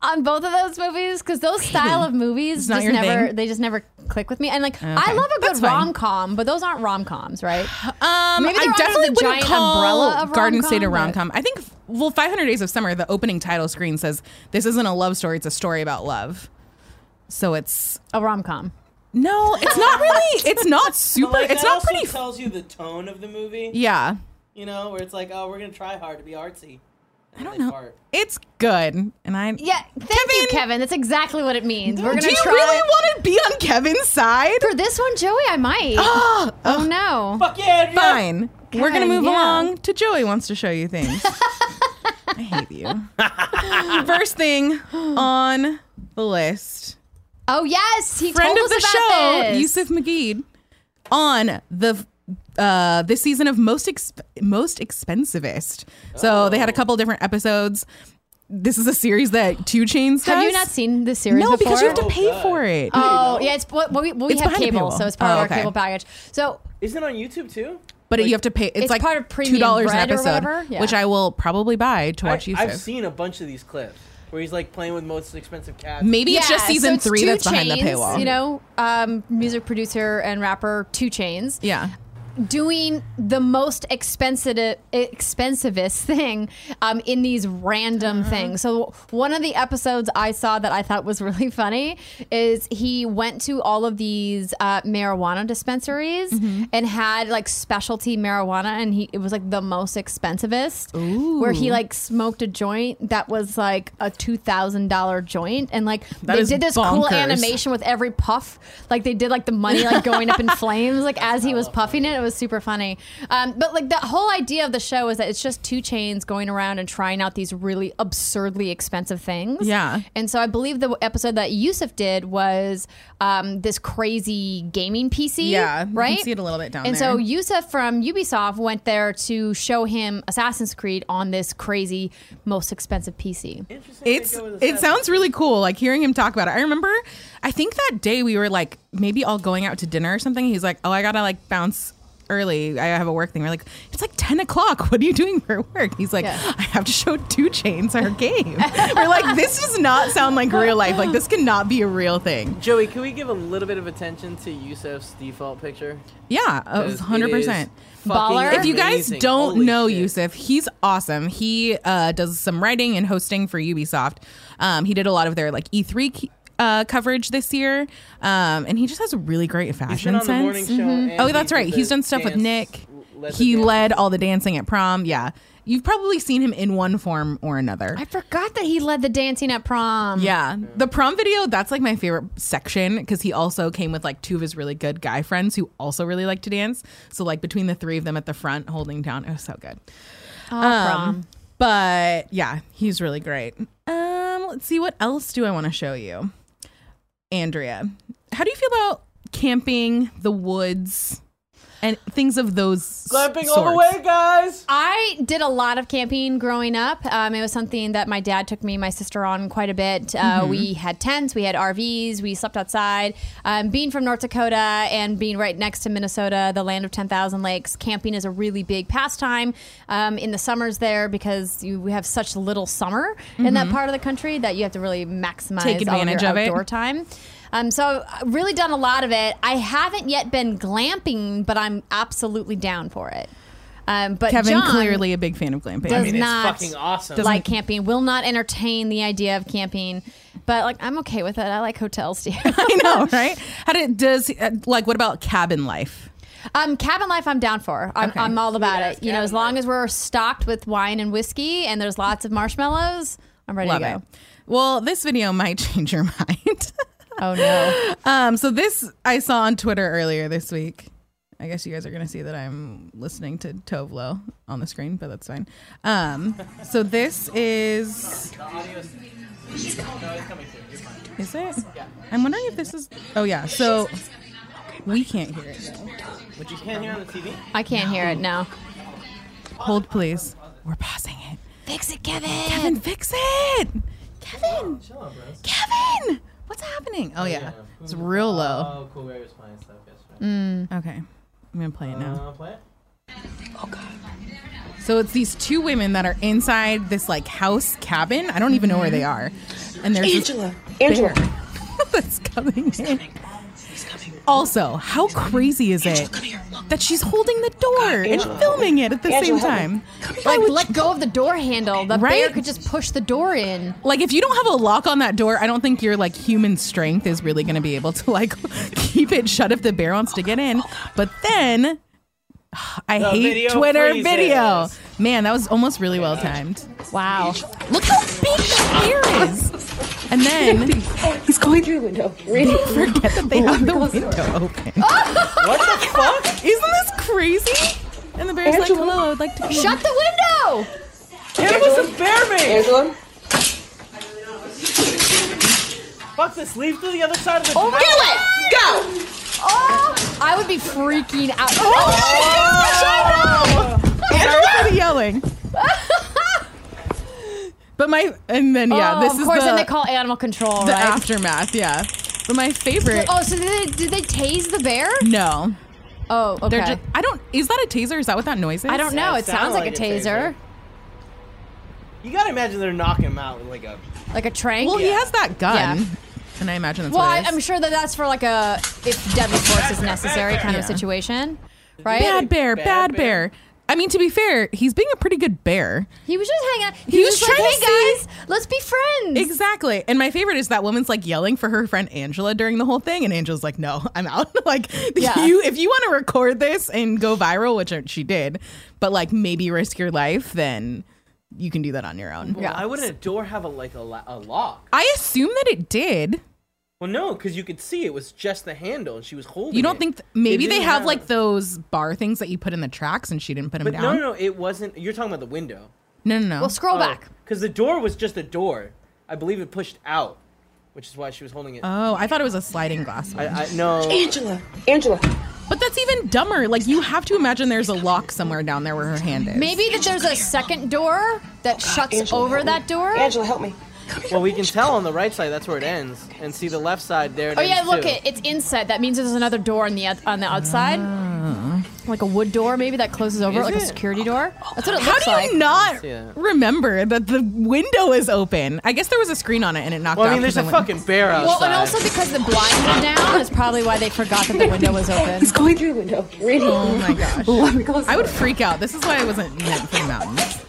[SPEAKER 2] on both of those movies because
[SPEAKER 1] <laughs>
[SPEAKER 2] those style of movies
[SPEAKER 1] not
[SPEAKER 2] just
[SPEAKER 1] your
[SPEAKER 2] never
[SPEAKER 1] thing?
[SPEAKER 2] they just never click with me. And like I
[SPEAKER 1] Okay.
[SPEAKER 2] love a
[SPEAKER 1] That's
[SPEAKER 2] good
[SPEAKER 1] fine.
[SPEAKER 2] rom com, but those aren't rom coms,
[SPEAKER 1] <sighs>
[SPEAKER 2] right?
[SPEAKER 1] um,
[SPEAKER 2] maybe they're
[SPEAKER 1] I
[SPEAKER 2] under
[SPEAKER 1] definitely
[SPEAKER 2] the
[SPEAKER 1] wouldn't
[SPEAKER 2] giant
[SPEAKER 1] call
[SPEAKER 2] umbrella of
[SPEAKER 1] Garden
[SPEAKER 2] rom-com,
[SPEAKER 1] State a
[SPEAKER 2] but-
[SPEAKER 1] rom com. I think well, 500 Days of Summer. The opening title screen says this isn't a love story; it's a story about love. So it's
[SPEAKER 2] A rom com.
[SPEAKER 1] no, it's not really. It's not super.
[SPEAKER 5] Like,
[SPEAKER 1] it's
[SPEAKER 5] that
[SPEAKER 1] not
[SPEAKER 5] also
[SPEAKER 1] pretty. f-
[SPEAKER 5] tells you the tone of the movie.
[SPEAKER 1] yeah,
[SPEAKER 5] You know, where it's like, oh, we're gonna try hard to be artsy. I
[SPEAKER 1] don't know. it's good, and I
[SPEAKER 2] Yeah, thank
[SPEAKER 1] Kevin!
[SPEAKER 2] you, Kevin. That's exactly what it means. We're gonna
[SPEAKER 1] Do you
[SPEAKER 2] try
[SPEAKER 1] really want to be on Kevin's side?
[SPEAKER 2] for this one, Joey. I
[SPEAKER 1] <gasps>
[SPEAKER 2] might.
[SPEAKER 1] Ah,
[SPEAKER 2] oh no.
[SPEAKER 5] Fuck yeah, Andrea!
[SPEAKER 1] Fine. We're
[SPEAKER 2] God,
[SPEAKER 1] gonna move
[SPEAKER 2] yeah.
[SPEAKER 1] along to Joey wants to show you
[SPEAKER 2] <laughs>
[SPEAKER 1] things. I hate you. First thing on the list.
[SPEAKER 2] Oh yes, he
[SPEAKER 1] Friend
[SPEAKER 2] told
[SPEAKER 1] of the
[SPEAKER 2] us
[SPEAKER 1] show,
[SPEAKER 2] about this.
[SPEAKER 1] Yusuf McGee, on the uh this season of most exp- most expensivest.
[SPEAKER 2] Oh.
[SPEAKER 1] So they had a couple different episodes. This is a series that Two Chains
[SPEAKER 2] Have you
[SPEAKER 1] does.
[SPEAKER 2] not seen this series?
[SPEAKER 1] No, because you have to
[SPEAKER 5] before?
[SPEAKER 1] pay
[SPEAKER 5] Oh, God.
[SPEAKER 1] for it.
[SPEAKER 2] Oh yeah, it's well, we, we
[SPEAKER 1] It's
[SPEAKER 2] have
[SPEAKER 1] behind the
[SPEAKER 2] cable,
[SPEAKER 1] paywall.
[SPEAKER 2] so it's part
[SPEAKER 1] Oh,
[SPEAKER 2] of our
[SPEAKER 1] okay.
[SPEAKER 2] cable package. So
[SPEAKER 5] Is it on YouTube too?
[SPEAKER 1] But you have to pay. It's,
[SPEAKER 2] it's
[SPEAKER 1] like
[SPEAKER 2] part of
[SPEAKER 1] two
[SPEAKER 2] premium
[SPEAKER 1] dollars an
[SPEAKER 2] bread or
[SPEAKER 1] episode,
[SPEAKER 2] whatever? Yeah.
[SPEAKER 1] which I will probably buy to
[SPEAKER 5] I,
[SPEAKER 1] watch Yusuf.
[SPEAKER 5] have seen a bunch of these clips where he's like playing with most expensive cats.
[SPEAKER 1] Maybe it's
[SPEAKER 2] Yeah,
[SPEAKER 1] just
[SPEAKER 2] so
[SPEAKER 1] season
[SPEAKER 2] it's
[SPEAKER 1] three
[SPEAKER 2] Two
[SPEAKER 1] that's behind the
[SPEAKER 2] Chainz,
[SPEAKER 1] paywall.
[SPEAKER 2] You know, um, music producer and rapper Two Chains
[SPEAKER 1] Yeah.
[SPEAKER 2] doing the most expensive expensivest thing um, in these random
[SPEAKER 1] Uh-huh.
[SPEAKER 2] things. So one of the episodes I saw that I thought was really <laughs> funny is he went to all of these uh, marijuana dispensaries
[SPEAKER 1] Mm-hmm.
[SPEAKER 2] and had like specialty marijuana, and he it was like the most expensivest. Where he like smoked a joint that was like a two thousand dollar joint, and like
[SPEAKER 1] That
[SPEAKER 2] they
[SPEAKER 1] is
[SPEAKER 2] did this cool
[SPEAKER 1] bonkers.
[SPEAKER 2] animation animation with every puff. Like they did like the money like going
[SPEAKER 1] <laughs>
[SPEAKER 2] up in flames like as he was puffing it. It was super funny. Um, but like the whole idea of the show is that it's just two chains going around and trying out these really absurdly expensive things.
[SPEAKER 1] Yeah.
[SPEAKER 2] And so I believe the episode that Yusuf did was um, this crazy gaming PC.
[SPEAKER 1] Yeah, you can
[SPEAKER 2] Right.
[SPEAKER 1] see it a little bit down
[SPEAKER 2] And
[SPEAKER 1] there.
[SPEAKER 2] so Yusuf from Ubisoft went there to show him Assassin's Creed on this crazy most expensive PC.
[SPEAKER 5] Interesting they
[SPEAKER 1] It's
[SPEAKER 5] go with
[SPEAKER 1] it
[SPEAKER 5] assassin.
[SPEAKER 1] sounds really cool. Like hearing him talk about it. I remember, I think that day we were like maybe all going out to dinner or something. He's like, "Oh, I gotta like bounce early. I have a work thing." We're like, "It's like ten o'clock. <laughs> What are you doing for work?" He's like,
[SPEAKER 2] Yeah.
[SPEAKER 1] "I have to show Two Chains our game." <laughs> we're like, "This does not sound like real life. Like this cannot be a real thing."
[SPEAKER 5] Joey, can we give a little bit of attention to Yusuf's default picture?
[SPEAKER 1] Yeah,
[SPEAKER 5] 'Cause it
[SPEAKER 1] hundred percent.
[SPEAKER 5] is fucking
[SPEAKER 2] Baller.
[SPEAKER 1] If you guys
[SPEAKER 5] amazing.
[SPEAKER 1] don't
[SPEAKER 5] Holy
[SPEAKER 1] know
[SPEAKER 5] shit.
[SPEAKER 1] Yusuf, he's awesome. He uh, does some writing and hosting for Ubisoft. Um, he did a lot of their like E3 ke- uh, coverage this year, um, and he just has a really great fashion
[SPEAKER 5] he's been on the
[SPEAKER 1] sense.
[SPEAKER 5] morning show. and
[SPEAKER 1] Oh,
[SPEAKER 5] he
[SPEAKER 1] that's
[SPEAKER 5] did
[SPEAKER 1] right.
[SPEAKER 5] the
[SPEAKER 1] He's done stuff with
[SPEAKER 5] dance-
[SPEAKER 1] Nick.
[SPEAKER 5] led the
[SPEAKER 1] He
[SPEAKER 5] dance.
[SPEAKER 1] led all the dancing at prom. Yeah, you've probably seen him in one form or another.
[SPEAKER 2] I forgot that he led the dancing at prom.
[SPEAKER 1] Yeah. The prom video, that's like my favorite section because he also came with like two of his really good guy friends who also really like to dance. So, like, between the three of them at the front holding down, it was so good.
[SPEAKER 2] Oh, prom.
[SPEAKER 1] Um, But yeah, he's really great. Um, let's see, what else do I want to show you? Andrea, how do you feel about camping, the woods, and things of those
[SPEAKER 5] Clamping
[SPEAKER 1] sorts?
[SPEAKER 5] all the way, guys.
[SPEAKER 2] I did a lot of camping growing up. Um, it was something that my dad took me and my sister on quite a bit.
[SPEAKER 1] Mm-hmm.
[SPEAKER 2] Uh, We had tents, we had RVs, we slept outside. Um, being from North Dakota and being right next to Minnesota, the land of 10,000 lakes, camping is a really big pastime um, in the summers there because you, we have such little summer in that part of the country that you have to really maximize
[SPEAKER 1] Mm-hmm. Take
[SPEAKER 2] all
[SPEAKER 1] advantage
[SPEAKER 2] your
[SPEAKER 1] of it.
[SPEAKER 2] outdoor time. Um, so I've really done a lot of it. I haven't yet been glamping, but I'm absolutely down for it. Um, but
[SPEAKER 1] Kevin,
[SPEAKER 2] John
[SPEAKER 1] clearly a big fan of glamping.
[SPEAKER 2] does
[SPEAKER 5] I
[SPEAKER 1] <laughs>
[SPEAKER 5] mean,
[SPEAKER 2] not
[SPEAKER 5] it's fucking awesome.
[SPEAKER 2] like camping. Will not entertain the idea of camping, but like I'm okay with it. I like hotels too.
[SPEAKER 1] <laughs> I
[SPEAKER 2] <laughs>
[SPEAKER 1] know, right? How did, does, uh, like, what about cabin life?
[SPEAKER 2] um, cabin life, I'm down for. I'm,
[SPEAKER 1] Okay.
[SPEAKER 2] I'm all about
[SPEAKER 5] Sweet-ass
[SPEAKER 2] it. You know, as
[SPEAKER 5] cabin
[SPEAKER 2] long
[SPEAKER 5] life.
[SPEAKER 2] as we're stocked with wine and whiskey and there's lots of marshmallows, I'm ready
[SPEAKER 1] Love
[SPEAKER 2] to go.
[SPEAKER 1] it. Well, this video might <laughs> change your mind.
[SPEAKER 2] Oh no,
[SPEAKER 1] um, so this I saw on Twitter earlier this week. I guess you guys are gonna see that I'm listening to Tovlo on the screen, but that's fine. Um, so this is is it? I'm wondering if this is. Oh yeah. So we can't hear it.
[SPEAKER 5] But you can't hear on the TV.
[SPEAKER 2] I can't hear it now.
[SPEAKER 1] Hold, please. We're pausing it.
[SPEAKER 2] Fix it, Kevin.
[SPEAKER 1] Kevin, fix it. Kevin. Kevin. What's happening? Oh, yeah. It's real low.
[SPEAKER 5] Oh, cool. Ray was playing stuff yesterday.
[SPEAKER 1] Okay. I'm going to play it now.
[SPEAKER 5] Uh, play it?
[SPEAKER 1] So it's these two women that are inside this like house cabin. I don't even know where they are. And there's this
[SPEAKER 6] Angela. Angela.
[SPEAKER 1] bear <laughs> that's coming in. Also, how crazy is it
[SPEAKER 6] Come here. Look.
[SPEAKER 1] that she's holding the door and
[SPEAKER 6] Angela.
[SPEAKER 1] filming it at the
[SPEAKER 6] Angela,
[SPEAKER 1] same
[SPEAKER 6] help me.
[SPEAKER 1] time?
[SPEAKER 2] Like, let go of the door handle. The bear
[SPEAKER 1] Right?
[SPEAKER 2] could just push the door in.
[SPEAKER 1] Like if you don't have a lock on that door, I don't think your like human strength is really going to be able to like <laughs> keep it shut if the bear wants to get in. But then <sighs> I hate
[SPEAKER 5] video
[SPEAKER 1] Twitter
[SPEAKER 5] freezes.
[SPEAKER 1] video. Man, that was almost really well timed.
[SPEAKER 2] Wow.
[SPEAKER 1] Look how big the bear is. And then
[SPEAKER 6] <laughs> He's going through the window. Oh, Randy.
[SPEAKER 1] forget that they have the window open. what <laughs> the fuck? Isn't this crazy? And the bear's like,
[SPEAKER 6] Angela.
[SPEAKER 1] "Hello, I'd like to come in."
[SPEAKER 2] Shut the window.
[SPEAKER 5] It was a bear man!
[SPEAKER 6] Angela.
[SPEAKER 5] Fuck this, leave through the other side of the
[SPEAKER 2] Oh my
[SPEAKER 5] door!
[SPEAKER 2] God.
[SPEAKER 6] Go.
[SPEAKER 2] Oh, I would be freaking out.
[SPEAKER 1] Oh,
[SPEAKER 2] Oh,
[SPEAKER 1] Everybody yelling. but my and then yeah,
[SPEAKER 2] Oh,
[SPEAKER 1] this
[SPEAKER 2] of
[SPEAKER 1] is
[SPEAKER 2] course,
[SPEAKER 1] the,
[SPEAKER 2] then they call animal control,
[SPEAKER 1] the
[SPEAKER 2] right?
[SPEAKER 1] aftermath. Yeah, but my favorite.
[SPEAKER 2] Oh, so did they, did they tase the bear?
[SPEAKER 1] No,
[SPEAKER 2] Oh, okay.
[SPEAKER 1] they're just. I don't. Is that a taser? Is that what that noise is?
[SPEAKER 2] I don't know.
[SPEAKER 5] Yeah,
[SPEAKER 2] It sounds like, a taser.
[SPEAKER 5] You gotta imagine they're knocking him out with like a.
[SPEAKER 2] like a trank.
[SPEAKER 1] Well, he
[SPEAKER 5] Yeah.
[SPEAKER 1] has that gun,
[SPEAKER 2] Yeah.
[SPEAKER 1] and I imagine that's
[SPEAKER 2] Well,
[SPEAKER 1] what
[SPEAKER 2] I,
[SPEAKER 1] it is.
[SPEAKER 2] I'm sure that that's for like a if deadly force is necessary kind of
[SPEAKER 1] Yeah.
[SPEAKER 2] situation, right?
[SPEAKER 1] bad bear, bad,
[SPEAKER 5] Bad
[SPEAKER 1] bear.
[SPEAKER 5] bear.
[SPEAKER 1] I mean, to be fair, he's being a pretty good bear.
[SPEAKER 2] He was just hanging out. He,
[SPEAKER 1] He
[SPEAKER 2] was,
[SPEAKER 1] was
[SPEAKER 2] just
[SPEAKER 1] trying
[SPEAKER 2] like,
[SPEAKER 1] to
[SPEAKER 2] hey
[SPEAKER 1] see-
[SPEAKER 2] guys, let's be friends.
[SPEAKER 1] Exactly. And my favorite is that woman's like yelling for her friend Angela during the whole thing, and Angela's like, "No, I'm out." <laughs> like,
[SPEAKER 2] Yeah.
[SPEAKER 1] you if you want to record this and go viral, which she did, but like maybe risk your life, then you can do that on your own.
[SPEAKER 5] Why wouldn't a door have a like a, lo- a lock?
[SPEAKER 1] I assume that it did.
[SPEAKER 5] Well, no, because you could see it was just the handle, and she was holding.
[SPEAKER 1] You don't
[SPEAKER 5] it.
[SPEAKER 1] think th-
[SPEAKER 5] It
[SPEAKER 1] maybe they
[SPEAKER 5] didn't
[SPEAKER 1] have like those bar things that you put in the tracks, and she didn't put them
[SPEAKER 5] But no,
[SPEAKER 1] down.
[SPEAKER 5] no, no, it wasn't. You're talking about the window.
[SPEAKER 1] no, no, no.
[SPEAKER 2] Well, scroll back.
[SPEAKER 5] Because the door was just a door. I believe it pushed out, which is why she was holding it.
[SPEAKER 1] Oh, I thought it was a sliding glass.
[SPEAKER 5] I, I
[SPEAKER 1] <laughs>
[SPEAKER 5] no.
[SPEAKER 6] Angela. Angela.
[SPEAKER 1] But that's even dumber. Like you have to imagine there's a lock somewhere down there where her hand is.
[SPEAKER 2] Maybe that there's a second door that shuts
[SPEAKER 6] Angela,
[SPEAKER 2] over
[SPEAKER 6] help
[SPEAKER 2] that
[SPEAKER 6] me.
[SPEAKER 2] door.
[SPEAKER 6] Angela, help me.
[SPEAKER 5] Well, we can tell on the right side. That's where it ends, and see the left side there. It
[SPEAKER 2] Oh yeah,
[SPEAKER 5] ends,
[SPEAKER 2] look
[SPEAKER 5] too.
[SPEAKER 2] it. It's inside. That means there's another door on the out- on the outside,
[SPEAKER 1] Ah.
[SPEAKER 2] like a wood door maybe that closes over,
[SPEAKER 5] Is
[SPEAKER 2] like a
[SPEAKER 5] it?
[SPEAKER 2] security door. That's what it
[SPEAKER 1] How
[SPEAKER 2] looks
[SPEAKER 1] do you
[SPEAKER 2] like.
[SPEAKER 1] not
[SPEAKER 5] that.
[SPEAKER 1] remember that the window is open? I guess there was a screen on it and it knocked
[SPEAKER 5] Well,
[SPEAKER 1] out.
[SPEAKER 5] I mean, there's
[SPEAKER 1] the
[SPEAKER 5] a
[SPEAKER 1] window.
[SPEAKER 5] fucking bear outside.
[SPEAKER 2] Well, and also because the blinds were down is probably why they forgot
[SPEAKER 1] <laughs>
[SPEAKER 2] that the window was open.
[SPEAKER 6] He's going through the window. Randy.
[SPEAKER 1] Oh
[SPEAKER 5] <laughs>
[SPEAKER 1] my gosh.
[SPEAKER 6] <laughs> Let me go.
[SPEAKER 1] I would freak out. This is why I wasn't meant for the mountains.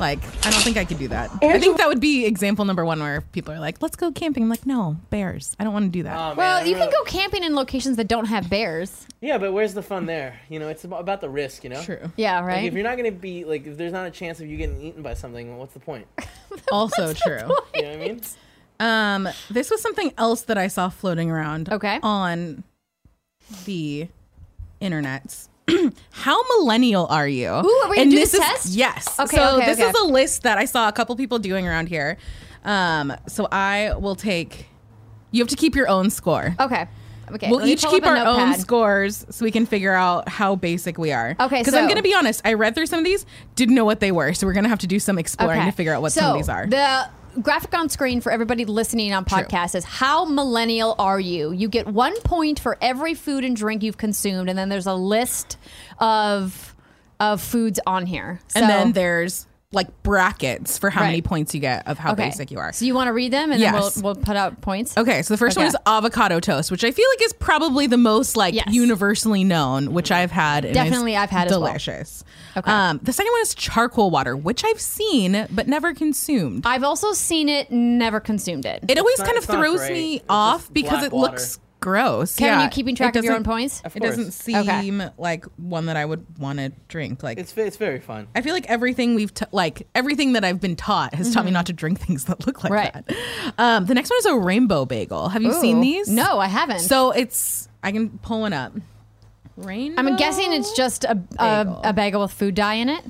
[SPEAKER 1] Like, I don't think I could do that. I think that would be example number one where people are like, let's go camping. I'm like, no, bears. I don't want to do that.
[SPEAKER 5] Oh, man,
[SPEAKER 2] Well,
[SPEAKER 5] I'm
[SPEAKER 2] you can
[SPEAKER 5] really-
[SPEAKER 2] go camping in locations that don't have bears.
[SPEAKER 5] Yeah, but where's the fun there? You know, it's about, about the risk. You know. <laughs>
[SPEAKER 1] True.
[SPEAKER 2] Yeah,
[SPEAKER 5] Like,
[SPEAKER 2] right.
[SPEAKER 5] if you're not gonna be like, if there's not a chance of you getting eaten by something, well, what's the point?
[SPEAKER 1] Also true.
[SPEAKER 2] <laughs>
[SPEAKER 5] You know what
[SPEAKER 1] <laughs>
[SPEAKER 5] I mean?
[SPEAKER 1] Um, this was something else that I saw floating around.
[SPEAKER 2] Okay.
[SPEAKER 1] On the internets. <clears throat> How millennial are you? Ooh,
[SPEAKER 2] are we gonna do this test?
[SPEAKER 1] Yes.
[SPEAKER 2] Okay,
[SPEAKER 1] So
[SPEAKER 2] okay,
[SPEAKER 1] this
[SPEAKER 2] okay.
[SPEAKER 1] is a list that I saw a couple people doing around here. Um, so I will take. You have to keep your own score.
[SPEAKER 2] okay. Okay.
[SPEAKER 1] We'll
[SPEAKER 2] let me
[SPEAKER 1] each
[SPEAKER 2] pull
[SPEAKER 1] keep
[SPEAKER 2] up
[SPEAKER 1] our
[SPEAKER 2] a
[SPEAKER 1] own
[SPEAKER 2] notepad.
[SPEAKER 1] scores so we can figure out how basic we are.
[SPEAKER 2] Okay,
[SPEAKER 1] Because I'm
[SPEAKER 2] so-
[SPEAKER 1] going to be honest, I read through some of these, didn't know what they were, so we're going to have to do some exploring to figure out what
[SPEAKER 2] so
[SPEAKER 1] some of these are.
[SPEAKER 2] The graphic on screen for everybody listening on podcast is how millennial are you? You get one point for every food and drink you've consumed, and then there's a list of of foods on here.
[SPEAKER 1] and
[SPEAKER 2] So-
[SPEAKER 1] then there's like brackets for how many
[SPEAKER 2] Right.
[SPEAKER 1] points you get of how
[SPEAKER 2] okay.
[SPEAKER 1] basic you are.
[SPEAKER 2] So you want to read them, and
[SPEAKER 1] Yes.
[SPEAKER 2] then we'll, we'll put out points.
[SPEAKER 1] okay, so the first one
[SPEAKER 2] Okay.
[SPEAKER 1] is avocado toast, which I feel like is probably the most like
[SPEAKER 2] Yes.
[SPEAKER 1] universally known, which I've had. And it's
[SPEAKER 2] Definitely I've had as well.
[SPEAKER 1] delicious.
[SPEAKER 2] Okay.
[SPEAKER 1] Um, the second one is charcoal water, which I've seen but never consumed.
[SPEAKER 2] I've also seen it, never consumed it.
[SPEAKER 1] It always
[SPEAKER 5] not-
[SPEAKER 1] kind of
[SPEAKER 5] it's not
[SPEAKER 1] throws
[SPEAKER 5] great.
[SPEAKER 1] me
[SPEAKER 5] It's
[SPEAKER 1] off
[SPEAKER 5] just
[SPEAKER 1] because
[SPEAKER 5] black
[SPEAKER 1] it
[SPEAKER 5] water.
[SPEAKER 1] looks gross.
[SPEAKER 2] Kevin,
[SPEAKER 1] yeah,
[SPEAKER 2] you keeping
[SPEAKER 1] it
[SPEAKER 2] track of your own
[SPEAKER 1] doesn't-
[SPEAKER 2] points?
[SPEAKER 5] Of
[SPEAKER 1] It doesn't
[SPEAKER 5] course.
[SPEAKER 1] seem
[SPEAKER 2] Okay.
[SPEAKER 1] like one that I would want to drink. Like
[SPEAKER 5] It's it's very fun.
[SPEAKER 1] I feel like everything we've t- like everything that I've been taught has taught me not to drink <laughs> things that look like
[SPEAKER 2] Mm-hmm. Right.
[SPEAKER 1] that. Um, the next one is a rainbow bagel. Have you seen
[SPEAKER 2] Ooh.
[SPEAKER 1] these?
[SPEAKER 2] No, I haven't.
[SPEAKER 1] So it's I can pull one up. Rainbow.
[SPEAKER 2] I'm guessing it's just a, a,
[SPEAKER 1] Bagel.
[SPEAKER 2] a bagel with food dye in it.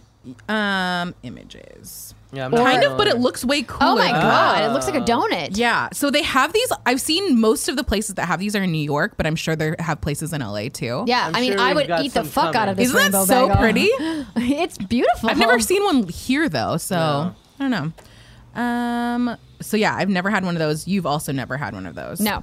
[SPEAKER 1] um, images.
[SPEAKER 3] Yeah, I'm not
[SPEAKER 1] Kind of, but it
[SPEAKER 3] familiar.
[SPEAKER 1] looks way cooler.
[SPEAKER 2] Oh my
[SPEAKER 1] though.
[SPEAKER 2] god, it looks like a donut.
[SPEAKER 1] Yeah. So they have these. I've seen most of the places that have these are in New York, but I'm sure they have places in LA too.
[SPEAKER 2] Yeah,
[SPEAKER 5] I'm
[SPEAKER 2] i mean,
[SPEAKER 5] sure
[SPEAKER 2] I
[SPEAKER 5] we've
[SPEAKER 2] would
[SPEAKER 5] got
[SPEAKER 2] eat the
[SPEAKER 5] some
[SPEAKER 2] fuck out of this.
[SPEAKER 5] coming.
[SPEAKER 1] Isn't that
[SPEAKER 2] rainbow
[SPEAKER 1] so
[SPEAKER 2] bagel.
[SPEAKER 1] pretty?
[SPEAKER 2] <laughs> it's beautiful.
[SPEAKER 1] I've never seen one here though, so I don't know. Um. So yeah, I've never had one of those. You've also never had one of those.
[SPEAKER 2] No,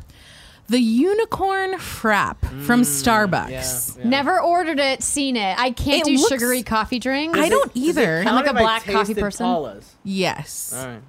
[SPEAKER 1] The unicorn frap from
[SPEAKER 2] Mm,
[SPEAKER 1] Starbucks.
[SPEAKER 2] never ordered it, seen it. I can't
[SPEAKER 1] It
[SPEAKER 2] do
[SPEAKER 1] looks-
[SPEAKER 2] sugary coffee drinks.
[SPEAKER 1] I don't either.
[SPEAKER 2] I'm like
[SPEAKER 5] How
[SPEAKER 2] a
[SPEAKER 5] did I
[SPEAKER 2] black
[SPEAKER 5] taste
[SPEAKER 2] coffee
[SPEAKER 5] the
[SPEAKER 2] person.
[SPEAKER 5] Paula's?
[SPEAKER 1] Yes.
[SPEAKER 5] All right.